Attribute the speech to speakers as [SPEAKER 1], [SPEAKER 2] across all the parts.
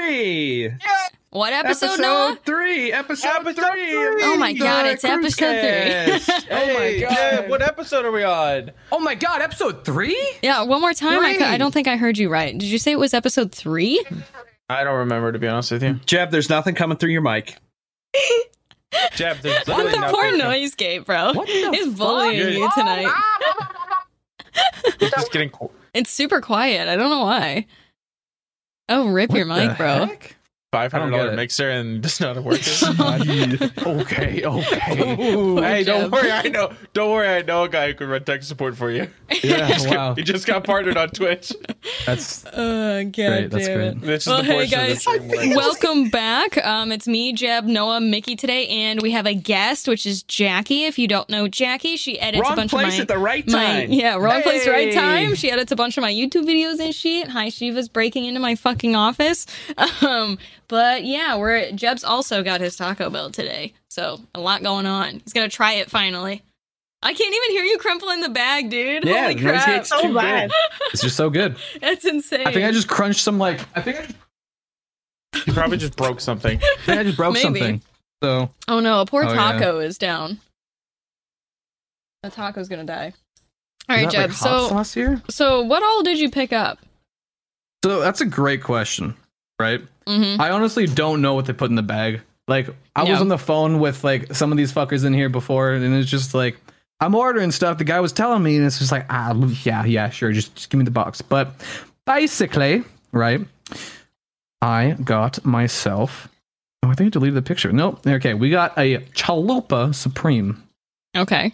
[SPEAKER 1] three.
[SPEAKER 2] What episode, Noah?
[SPEAKER 1] three. Episode,
[SPEAKER 3] Episode
[SPEAKER 1] three.
[SPEAKER 3] three.
[SPEAKER 2] Oh my
[SPEAKER 1] of
[SPEAKER 2] God,
[SPEAKER 1] the
[SPEAKER 2] it's episode
[SPEAKER 1] Crewcast.
[SPEAKER 2] three.
[SPEAKER 3] Oh my
[SPEAKER 1] Hey,
[SPEAKER 3] god!
[SPEAKER 1] yeah,
[SPEAKER 3] what episode are we on?
[SPEAKER 1] Oh my god, episode three?
[SPEAKER 2] Yeah, one more time. I, cou- I
[SPEAKER 1] Three.
[SPEAKER 2] don't think I heard you right. Did you say it was episode three?
[SPEAKER 3] I don't remember to be honest with you.
[SPEAKER 1] Jeb, there's nothing coming through your mic.
[SPEAKER 3] Jeb, there's
[SPEAKER 2] What
[SPEAKER 3] literally
[SPEAKER 2] the poor
[SPEAKER 3] nothing.
[SPEAKER 2] noise gate, bro?
[SPEAKER 1] What the
[SPEAKER 2] it's
[SPEAKER 1] fuck?
[SPEAKER 2] bullying
[SPEAKER 3] Good.
[SPEAKER 2] you tonight.
[SPEAKER 3] It's just getting qu-
[SPEAKER 2] It's super quiet. I don't know why. Oh, rip your
[SPEAKER 1] What the
[SPEAKER 2] mic, bro. Oh,
[SPEAKER 1] heck?
[SPEAKER 3] five hundred
[SPEAKER 1] get
[SPEAKER 3] dollar
[SPEAKER 1] it.
[SPEAKER 3] mixer and does not work. okay, okay.
[SPEAKER 1] Ooh,
[SPEAKER 3] hey,
[SPEAKER 2] Jeb.
[SPEAKER 3] don't worry. I know. Don't worry. I know a guy who can run tech support for you.
[SPEAKER 4] Yeah,
[SPEAKER 1] Oh.
[SPEAKER 4] wow.
[SPEAKER 3] He just got partnered on Twitch.
[SPEAKER 4] That's
[SPEAKER 2] Oh, God
[SPEAKER 4] Great, that's
[SPEAKER 2] damn it.
[SPEAKER 4] great.
[SPEAKER 3] This is
[SPEAKER 2] Well,
[SPEAKER 3] the
[SPEAKER 2] hey,
[SPEAKER 3] portion of the
[SPEAKER 2] guys.
[SPEAKER 3] stream where-
[SPEAKER 2] Welcome back. Um, it's me, Jeb, Noah, Mickey today, and we have a guest, which is Jackie. If you don't know Jackie, she edits a
[SPEAKER 1] wrong
[SPEAKER 2] bunch
[SPEAKER 1] place
[SPEAKER 2] of my
[SPEAKER 1] at the right
[SPEAKER 2] my
[SPEAKER 1] time.
[SPEAKER 2] yeah, wrong place,
[SPEAKER 1] Hey!
[SPEAKER 2] right time. She edits a bunch of my YouTube videos and shit. Hi, Shiva's breaking into my fucking office. Um, but yeah, we're Jeb's also got his Taco Bell today, so a lot going on. He's gonna try it finally. I can't even hear you crumpling the bag, dude.
[SPEAKER 1] Yeah,
[SPEAKER 2] Holy
[SPEAKER 1] the noise
[SPEAKER 2] crap,
[SPEAKER 1] gate's
[SPEAKER 5] So
[SPEAKER 1] too
[SPEAKER 5] bad.
[SPEAKER 1] big.
[SPEAKER 4] it's just so good.
[SPEAKER 2] that's insane.
[SPEAKER 4] I think I just crunched some like I think I just,
[SPEAKER 3] He probably just broke something.
[SPEAKER 4] I, think I just broke
[SPEAKER 2] Maybe.
[SPEAKER 4] something. So
[SPEAKER 2] oh no, a poor
[SPEAKER 4] Oh, yeah.
[SPEAKER 2] taco is down. The taco's gonna die. All right,
[SPEAKER 4] is that,
[SPEAKER 2] Jeb.
[SPEAKER 4] like, hot
[SPEAKER 2] so,
[SPEAKER 4] sauce here.
[SPEAKER 2] so what all did you pick up?
[SPEAKER 4] So that's a great question, right?
[SPEAKER 2] Mm-hmm.
[SPEAKER 4] I honestly don't know what they put in the bag. Like I
[SPEAKER 2] Yeah.
[SPEAKER 4] was on the phone with like some of these fuckers in here before, and it's just like I'm ordering stuff. The guy was telling me, and it's just like ah yeah yeah sure, just, just give me the box. But basically, right? I got myself. Oh, I think I deleted the picture. Nope. Okay, we got a chalupa supreme.
[SPEAKER 2] Okay,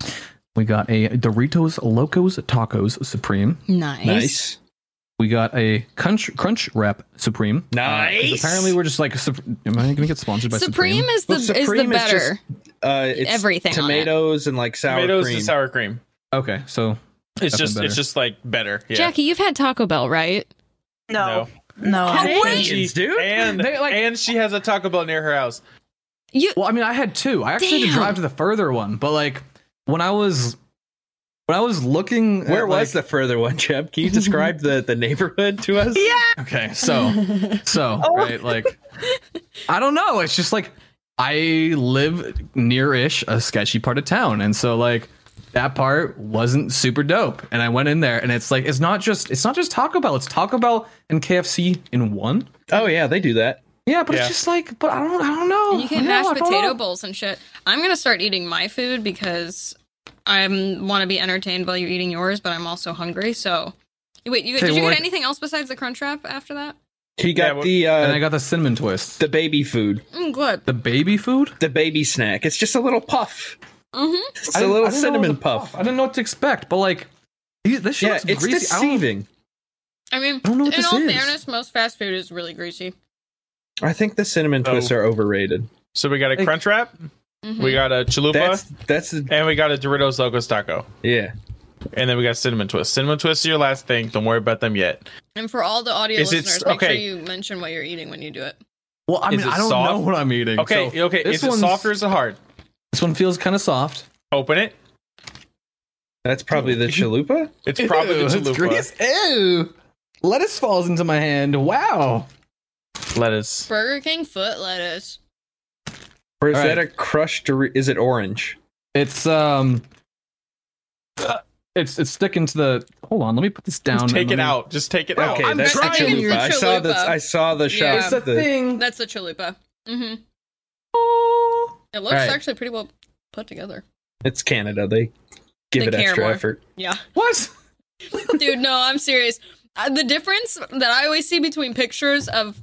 [SPEAKER 4] We got a Doritos Locos Tacos Supreme.
[SPEAKER 1] Nice.
[SPEAKER 4] We got a Crunch Crunch Wrap Supreme. Uh, 'cause
[SPEAKER 1] Nice.
[SPEAKER 4] apparently, we're just like, sup- am I going to get sponsored by Supreme?
[SPEAKER 2] Supreme is the
[SPEAKER 1] Well, Supreme
[SPEAKER 2] is the
[SPEAKER 1] is just-
[SPEAKER 2] better.
[SPEAKER 1] Uh, it's
[SPEAKER 2] Everything on it.
[SPEAKER 1] tomatoes and like sour
[SPEAKER 3] Tomatoes
[SPEAKER 1] cream.
[SPEAKER 3] and sour cream.
[SPEAKER 4] okay, so
[SPEAKER 3] It's
[SPEAKER 4] Nothing
[SPEAKER 3] just
[SPEAKER 4] better.
[SPEAKER 3] it's just like better. Yeah.
[SPEAKER 2] Jackie, you've had Taco Bell, right?
[SPEAKER 5] No, no.
[SPEAKER 2] How
[SPEAKER 5] I-
[SPEAKER 2] wait.
[SPEAKER 1] Asians, dude.
[SPEAKER 3] And
[SPEAKER 4] They, like-
[SPEAKER 3] and she has a Taco Bell near her house.
[SPEAKER 2] You
[SPEAKER 4] well, I mean, I had two. I actually had to
[SPEAKER 2] Damn.
[SPEAKER 4] drive to the further one, but like when I was when I was looking, at,
[SPEAKER 1] Where was
[SPEAKER 4] like-
[SPEAKER 1] the further one, Jeb? Can you describe the, the neighborhood to us?
[SPEAKER 5] Yeah.
[SPEAKER 4] Okay, so so
[SPEAKER 5] Oh.
[SPEAKER 4] right, like I don't know. It's just like I live near-ish a sketchy part of town, and so like that part wasn't super dope. And I went in there, and it's like it's not just it's not just Taco Bell. It's Taco Bell and KFC in one.
[SPEAKER 1] Oh yeah, they do that.
[SPEAKER 4] Yeah, but
[SPEAKER 3] Yeah.
[SPEAKER 4] it's just like, but I don't, I don't know.
[SPEAKER 2] and you can
[SPEAKER 4] I don't know,
[SPEAKER 2] mash
[SPEAKER 4] I don't
[SPEAKER 2] potato
[SPEAKER 4] know.
[SPEAKER 2] bowls and shit. I'm gonna start eating my food because I want to be entertained while you're eating yours, but I'm also hungry. So wait, you,
[SPEAKER 4] Okay,
[SPEAKER 2] did you
[SPEAKER 4] well,
[SPEAKER 2] get
[SPEAKER 4] like-
[SPEAKER 2] anything else besides the crunch wrap after that?
[SPEAKER 1] He
[SPEAKER 3] Yeah,
[SPEAKER 1] got
[SPEAKER 3] well-
[SPEAKER 1] the
[SPEAKER 4] And
[SPEAKER 1] uh,
[SPEAKER 4] I got the cinnamon twist.
[SPEAKER 1] the baby food,
[SPEAKER 2] Mm, good.
[SPEAKER 4] The baby food.
[SPEAKER 1] the baby snack. It's just a little puff.
[SPEAKER 2] Mm-hmm.
[SPEAKER 1] It's
[SPEAKER 4] I
[SPEAKER 1] a little
[SPEAKER 4] didn't- I didn't know it was
[SPEAKER 1] cinnamon
[SPEAKER 4] a
[SPEAKER 1] puff.
[SPEAKER 4] I didn't know what to expect, but like, these- this shit
[SPEAKER 1] Yeah,
[SPEAKER 4] looks
[SPEAKER 1] it's
[SPEAKER 4] greasy. I don't-
[SPEAKER 1] deceiving.
[SPEAKER 2] I mean,
[SPEAKER 4] I don't know what
[SPEAKER 2] in
[SPEAKER 4] this
[SPEAKER 2] all
[SPEAKER 4] is.
[SPEAKER 2] fairness, most fast food is really greasy.
[SPEAKER 1] I think the cinnamon
[SPEAKER 3] Oh.
[SPEAKER 1] twists are overrated.
[SPEAKER 3] So we got a
[SPEAKER 4] Like- mm-hmm.
[SPEAKER 3] crunch wrap,
[SPEAKER 2] Mhm.
[SPEAKER 3] we got a chalupa,
[SPEAKER 1] That's that's the
[SPEAKER 3] and we got a Doritos Locos Taco.
[SPEAKER 1] yeah.
[SPEAKER 3] And then we got cinnamon twist. Cinnamon twist is your last thing. Don't worry about them yet.
[SPEAKER 2] and for all the audio
[SPEAKER 3] Is it-
[SPEAKER 2] listeners, make
[SPEAKER 3] okay.
[SPEAKER 2] sure you mention what you're eating when you do it.
[SPEAKER 4] Well, I
[SPEAKER 3] Is
[SPEAKER 4] mean,
[SPEAKER 3] it
[SPEAKER 4] I don't
[SPEAKER 3] soft?
[SPEAKER 4] know what I'm eating.
[SPEAKER 3] Okay,
[SPEAKER 4] so
[SPEAKER 3] okay.
[SPEAKER 4] This
[SPEAKER 3] Is it
[SPEAKER 4] one's-
[SPEAKER 3] soft or is it hard?
[SPEAKER 4] This one feels kind of soft.
[SPEAKER 3] Open it.
[SPEAKER 1] That's probably
[SPEAKER 4] Oh.
[SPEAKER 1] the chalupa.
[SPEAKER 3] It's probably the chalupa.
[SPEAKER 4] Ew. Lettuce falls into my hand. Wow.
[SPEAKER 3] Lettuce.
[SPEAKER 2] Burger King foot lettuce.
[SPEAKER 1] Or is
[SPEAKER 4] All
[SPEAKER 1] that a
[SPEAKER 4] right.
[SPEAKER 1] crushed? Dor- Is it orange?
[SPEAKER 4] It's um. uh, It's it's sticking to the. Hold on, let me put this down. and
[SPEAKER 3] Take
[SPEAKER 4] let
[SPEAKER 3] it
[SPEAKER 4] me-
[SPEAKER 3] out. Just take it out.
[SPEAKER 1] okay,
[SPEAKER 4] I'm
[SPEAKER 1] that's the
[SPEAKER 4] trying
[SPEAKER 1] chalupa.
[SPEAKER 2] your
[SPEAKER 1] I saw the
[SPEAKER 2] chalupa.
[SPEAKER 1] I saw the
[SPEAKER 2] Yeah.
[SPEAKER 1] shot.
[SPEAKER 4] It's the,
[SPEAKER 1] the-
[SPEAKER 4] thing.
[SPEAKER 2] That's the chalupa. Mm-hmm.
[SPEAKER 4] Oh.
[SPEAKER 2] It looks
[SPEAKER 4] Right.
[SPEAKER 2] actually pretty well put together.
[SPEAKER 1] it's Canada. They give
[SPEAKER 2] They
[SPEAKER 1] it
[SPEAKER 2] care
[SPEAKER 1] extra
[SPEAKER 2] more.
[SPEAKER 1] effort.
[SPEAKER 2] Yeah.
[SPEAKER 4] What?
[SPEAKER 2] Dude, no, I'm serious. Uh, the difference that I always see between pictures of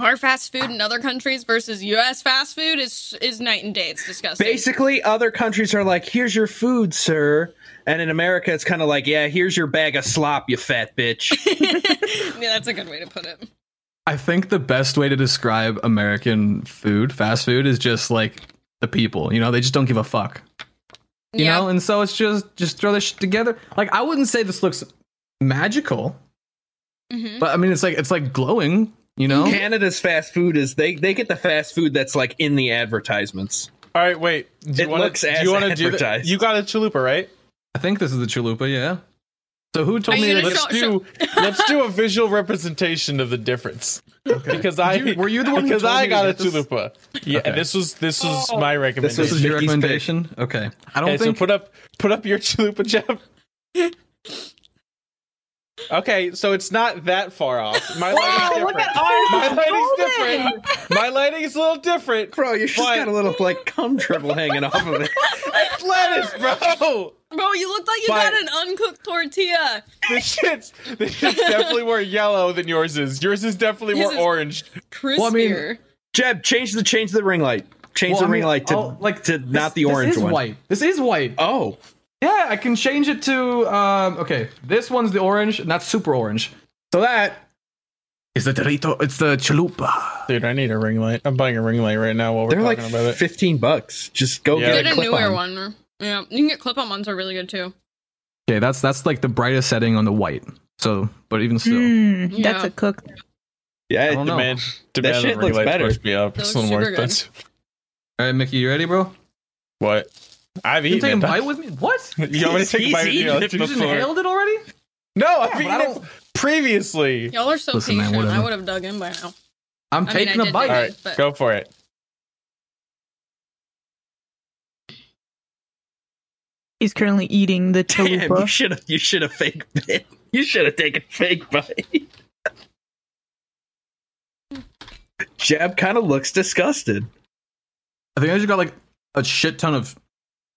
[SPEAKER 2] our fast food in other countries versus U.S. fast food is is night and day. It's disgusting.
[SPEAKER 1] Basically, other countries are like, "Here's your food, sir," and in America, it's kind of like, "Yeah, here's your bag of slop, you fat bitch."
[SPEAKER 2] yeah, that's a good way to put it.
[SPEAKER 4] I think the best way to describe American food, fast food, is just like the people. You know, they just don't give a fuck. You
[SPEAKER 2] yeah.
[SPEAKER 4] know, and so it's just just throw this shit together. Like I wouldn't say this looks magical,
[SPEAKER 2] Mhm.
[SPEAKER 4] but I mean it's like it's like glowing. You know,
[SPEAKER 1] Canada's fast food is they they get the fast food that's like in the advertisements.
[SPEAKER 3] All right, wait. Do
[SPEAKER 1] It
[SPEAKER 3] you wanna,
[SPEAKER 1] looks
[SPEAKER 3] do
[SPEAKER 1] as
[SPEAKER 3] you wanna do that?
[SPEAKER 1] advertised.
[SPEAKER 3] You got a chalupa, right?
[SPEAKER 4] I think this is the chalupa, yeah. So who told
[SPEAKER 2] Are
[SPEAKER 4] me
[SPEAKER 2] you
[SPEAKER 4] that
[SPEAKER 2] gonna
[SPEAKER 4] it's
[SPEAKER 3] Let's
[SPEAKER 2] Show-
[SPEAKER 3] do let's do a visual representation of the difference. Okay. Because I
[SPEAKER 4] you- were you the one who
[SPEAKER 3] because
[SPEAKER 4] told
[SPEAKER 3] I
[SPEAKER 4] me to
[SPEAKER 3] got a
[SPEAKER 4] get this? Oh.
[SPEAKER 3] chalupa. Yeah,
[SPEAKER 4] Okay.
[SPEAKER 3] this was this was my
[SPEAKER 1] This
[SPEAKER 3] recommendation.
[SPEAKER 4] This is your
[SPEAKER 1] Mickey's pick.
[SPEAKER 4] recommendation. Okay, I don't
[SPEAKER 3] okay,
[SPEAKER 4] think.
[SPEAKER 3] so put up put up your chalupa, Jeff. okay, so it's not that far off. My lighting's
[SPEAKER 5] Whoa,
[SPEAKER 3] different.
[SPEAKER 5] look at
[SPEAKER 3] My lighting's
[SPEAKER 5] ours. Golden.
[SPEAKER 3] different. My lighting's a little different.
[SPEAKER 1] Bro, you just
[SPEAKER 3] Why?
[SPEAKER 1] got a little like cum dribble hanging off of it.
[SPEAKER 3] It's lettuce, bro.
[SPEAKER 2] Bro, you look like you
[SPEAKER 3] But-
[SPEAKER 2] got an uncooked tortilla.
[SPEAKER 3] This shit's this shit's definitely more yellow than yours is. Yours is definitely
[SPEAKER 2] His
[SPEAKER 3] more
[SPEAKER 2] is-
[SPEAKER 3] orange.
[SPEAKER 2] Crispier.
[SPEAKER 4] Well, I mean,
[SPEAKER 1] Jeb, change the change the ring light. Change
[SPEAKER 4] Well,
[SPEAKER 1] the
[SPEAKER 4] I mean,
[SPEAKER 1] ring light to
[SPEAKER 4] I'll-
[SPEAKER 1] like to
[SPEAKER 4] this-
[SPEAKER 1] not the orange
[SPEAKER 4] This is
[SPEAKER 1] one.
[SPEAKER 4] white. This is white.
[SPEAKER 1] Oh,
[SPEAKER 4] Yeah, I can change it to um okay. This one's the orange, and that's super orange. So that is the Dorito, it's the chalupa.
[SPEAKER 3] Dude, I need a ring light. I'm buying a ring light right now while we're
[SPEAKER 1] they're like
[SPEAKER 3] talking about it.
[SPEAKER 1] fifteen bucks. Just go
[SPEAKER 3] Yeah.
[SPEAKER 1] get,
[SPEAKER 2] get
[SPEAKER 1] a
[SPEAKER 2] a
[SPEAKER 1] clip
[SPEAKER 2] newer
[SPEAKER 1] on.
[SPEAKER 2] one. Yeah, you can get clip-on ones are really good too.
[SPEAKER 4] Okay, that's that's like the brightest setting on the white. So, but even still,
[SPEAKER 5] Mm, That's
[SPEAKER 2] Yeah.
[SPEAKER 5] a cook.
[SPEAKER 4] I
[SPEAKER 1] Yeah,
[SPEAKER 4] don't know.
[SPEAKER 3] Demand,
[SPEAKER 1] That
[SPEAKER 3] demand
[SPEAKER 1] shit
[SPEAKER 3] on ring
[SPEAKER 1] looks
[SPEAKER 3] light's
[SPEAKER 1] better.
[SPEAKER 3] supposed to be up.
[SPEAKER 2] That
[SPEAKER 3] It's a
[SPEAKER 2] looks
[SPEAKER 3] little more
[SPEAKER 2] super good.
[SPEAKER 3] expensive.
[SPEAKER 4] all right, Mickey, you ready, bro?
[SPEAKER 3] What? I've
[SPEAKER 4] You take a
[SPEAKER 3] eaten
[SPEAKER 4] bite
[SPEAKER 3] it.
[SPEAKER 4] with me? What?
[SPEAKER 3] You want me to take a
[SPEAKER 1] He's
[SPEAKER 3] bite with you?
[SPEAKER 1] eaten
[SPEAKER 3] I'll
[SPEAKER 1] it
[SPEAKER 3] do
[SPEAKER 4] You
[SPEAKER 3] the
[SPEAKER 4] just
[SPEAKER 3] floor.
[SPEAKER 4] inhaled it already?
[SPEAKER 3] No, I've
[SPEAKER 4] Yeah, but I
[SPEAKER 3] eaten it previously.
[SPEAKER 2] Y'all are so
[SPEAKER 4] Listen, man,
[SPEAKER 2] patient. I
[SPEAKER 4] whatever.
[SPEAKER 2] would have dug in by now.
[SPEAKER 4] I'm
[SPEAKER 2] I mean,
[SPEAKER 4] taking
[SPEAKER 2] I
[SPEAKER 4] a
[SPEAKER 2] did
[SPEAKER 4] bite.
[SPEAKER 3] All right,
[SPEAKER 2] But-
[SPEAKER 3] go for it.
[SPEAKER 5] He's currently eating the
[SPEAKER 1] Damn, you
[SPEAKER 5] chalupa.
[SPEAKER 1] should have you should have fake bit. You should have taken fake bite. Jeb kind of looks disgusted.
[SPEAKER 4] I think I just got like a shit ton of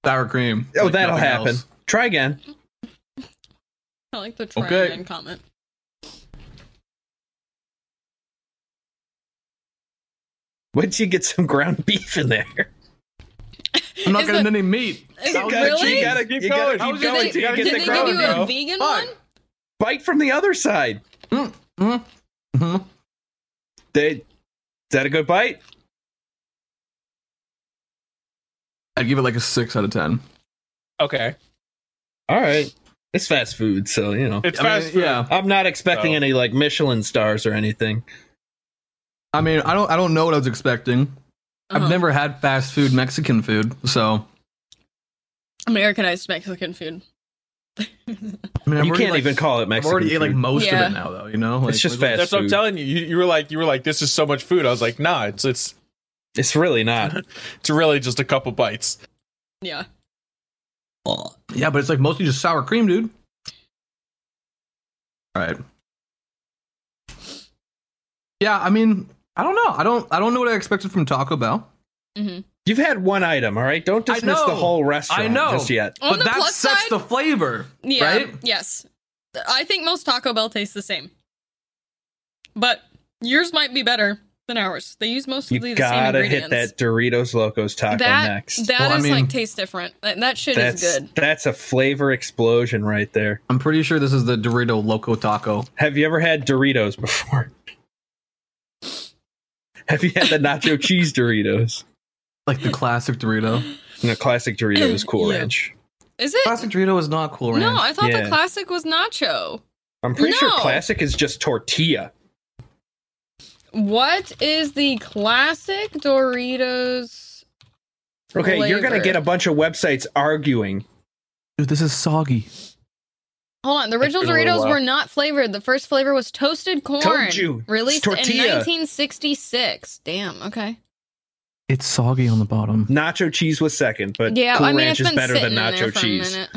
[SPEAKER 4] sour cream.
[SPEAKER 1] Oh,
[SPEAKER 4] Like,
[SPEAKER 1] that'll
[SPEAKER 4] nothing
[SPEAKER 1] happen.
[SPEAKER 4] else.
[SPEAKER 1] Try again.
[SPEAKER 2] I like the try
[SPEAKER 4] Okay.
[SPEAKER 2] again comment.
[SPEAKER 1] Once you get some ground beef in there,
[SPEAKER 4] I'm not
[SPEAKER 2] Is
[SPEAKER 4] getting
[SPEAKER 2] the-
[SPEAKER 4] any meat.
[SPEAKER 2] is
[SPEAKER 4] That
[SPEAKER 2] it
[SPEAKER 4] was
[SPEAKER 2] gotta-
[SPEAKER 4] cheese.
[SPEAKER 1] you
[SPEAKER 2] Really?
[SPEAKER 1] gotta
[SPEAKER 3] Keep
[SPEAKER 1] you gotta keep
[SPEAKER 3] going. Did
[SPEAKER 1] going
[SPEAKER 2] Did
[SPEAKER 1] till
[SPEAKER 2] they,
[SPEAKER 1] you
[SPEAKER 2] did
[SPEAKER 1] get
[SPEAKER 2] they
[SPEAKER 1] the
[SPEAKER 2] give
[SPEAKER 1] ground.
[SPEAKER 2] you
[SPEAKER 1] beef.
[SPEAKER 2] a
[SPEAKER 3] bro.
[SPEAKER 2] vegan
[SPEAKER 4] Fuck.
[SPEAKER 2] one?
[SPEAKER 1] Bite from the other side.
[SPEAKER 2] Mm,
[SPEAKER 4] hmm
[SPEAKER 1] They, is that a good bite?
[SPEAKER 4] I'd give it like a six out of ten.
[SPEAKER 3] Okay.
[SPEAKER 1] All right, it's fast food, so you know.
[SPEAKER 3] It's
[SPEAKER 4] I mean,
[SPEAKER 3] fast food.
[SPEAKER 4] yeah.
[SPEAKER 1] I'm not expecting
[SPEAKER 3] Oh.
[SPEAKER 1] any like Michelin stars or anything.
[SPEAKER 4] I mean, I don't I don't know what I was expecting.
[SPEAKER 2] Uh-huh.
[SPEAKER 4] I've never had fast food Mexican food, so
[SPEAKER 2] Americanized Mexican food.
[SPEAKER 4] I mean, I've
[SPEAKER 1] you
[SPEAKER 4] already,
[SPEAKER 1] can't
[SPEAKER 4] like,
[SPEAKER 1] even call it
[SPEAKER 4] I've
[SPEAKER 1] Mexican.
[SPEAKER 4] already ate
[SPEAKER 1] food.
[SPEAKER 4] like most
[SPEAKER 2] Yeah.
[SPEAKER 4] of it now, though. You know, like,
[SPEAKER 1] it's just
[SPEAKER 4] like,
[SPEAKER 1] fast
[SPEAKER 3] That's what I'm
[SPEAKER 1] food.
[SPEAKER 3] telling you. you. You were like, you were like, this is so much food. I was like, nah, it's it's
[SPEAKER 1] It's really not.
[SPEAKER 3] it's really just a couple bites.
[SPEAKER 2] Yeah.
[SPEAKER 4] Yeah, but it's like mostly just sour cream, dude. All right. Yeah, I mean, I don't know. I don't. I don't know what I expected from Taco Bell.
[SPEAKER 2] hmm
[SPEAKER 1] You've had one item, all right. Don't
[SPEAKER 4] I
[SPEAKER 1] dismiss the
[SPEAKER 4] know.
[SPEAKER 1] whole restaurant
[SPEAKER 4] I know.
[SPEAKER 1] just yet.
[SPEAKER 2] On
[SPEAKER 4] but
[SPEAKER 2] the
[SPEAKER 4] that
[SPEAKER 2] plus
[SPEAKER 4] sets
[SPEAKER 2] side,
[SPEAKER 4] the flavor,
[SPEAKER 2] yeah,
[SPEAKER 4] right?
[SPEAKER 2] yes. I think most Taco Bell tastes the same, but yours might be better than ours. They use mostly
[SPEAKER 1] You
[SPEAKER 2] the same
[SPEAKER 1] gotta
[SPEAKER 2] ingredients.
[SPEAKER 1] hit that Doritos Locos taco
[SPEAKER 2] that
[SPEAKER 1] next.
[SPEAKER 2] that
[SPEAKER 4] Well, I
[SPEAKER 2] is,
[SPEAKER 4] mean-
[SPEAKER 2] like tastes different. That, that shit
[SPEAKER 1] that's
[SPEAKER 2] is good.
[SPEAKER 1] that's a flavor explosion right there.
[SPEAKER 4] I'm pretty sure this is the Dorito Loco Taco.
[SPEAKER 1] Have you ever had Doritos before? Have you had the nacho cheese Doritos?
[SPEAKER 4] Like the classic Dorito.
[SPEAKER 1] No, classic Dorito is Cool
[SPEAKER 2] Yeah.
[SPEAKER 1] Ranch.
[SPEAKER 2] Is it?
[SPEAKER 4] Classic Dorito is not cool ranch.
[SPEAKER 2] No, I thought
[SPEAKER 1] Yeah.
[SPEAKER 2] the classic was nacho.
[SPEAKER 1] I'm pretty sure
[SPEAKER 2] No.
[SPEAKER 1] classic is just tortilla.
[SPEAKER 2] What is the classic Doritos?
[SPEAKER 1] Okay, you're gonna
[SPEAKER 2] flavor?
[SPEAKER 1] get a bunch of websites arguing.
[SPEAKER 4] Dude, this is soggy.
[SPEAKER 2] Hold on, the original
[SPEAKER 3] been a little
[SPEAKER 2] Doritos
[SPEAKER 3] while.
[SPEAKER 2] were not flavored. The first flavor was toasted corn.
[SPEAKER 1] you,
[SPEAKER 2] Released
[SPEAKER 1] it's tortilla.
[SPEAKER 2] in 1966. Damn. Okay.
[SPEAKER 4] It's soggy on the bottom.
[SPEAKER 1] Nacho cheese was second, but
[SPEAKER 2] yeah.
[SPEAKER 1] Cool
[SPEAKER 2] I mean,
[SPEAKER 1] Ranch
[SPEAKER 2] it's
[SPEAKER 1] is
[SPEAKER 2] been
[SPEAKER 1] better than
[SPEAKER 2] sitting in there
[SPEAKER 1] nacho
[SPEAKER 2] for
[SPEAKER 1] cheese.
[SPEAKER 2] A minute.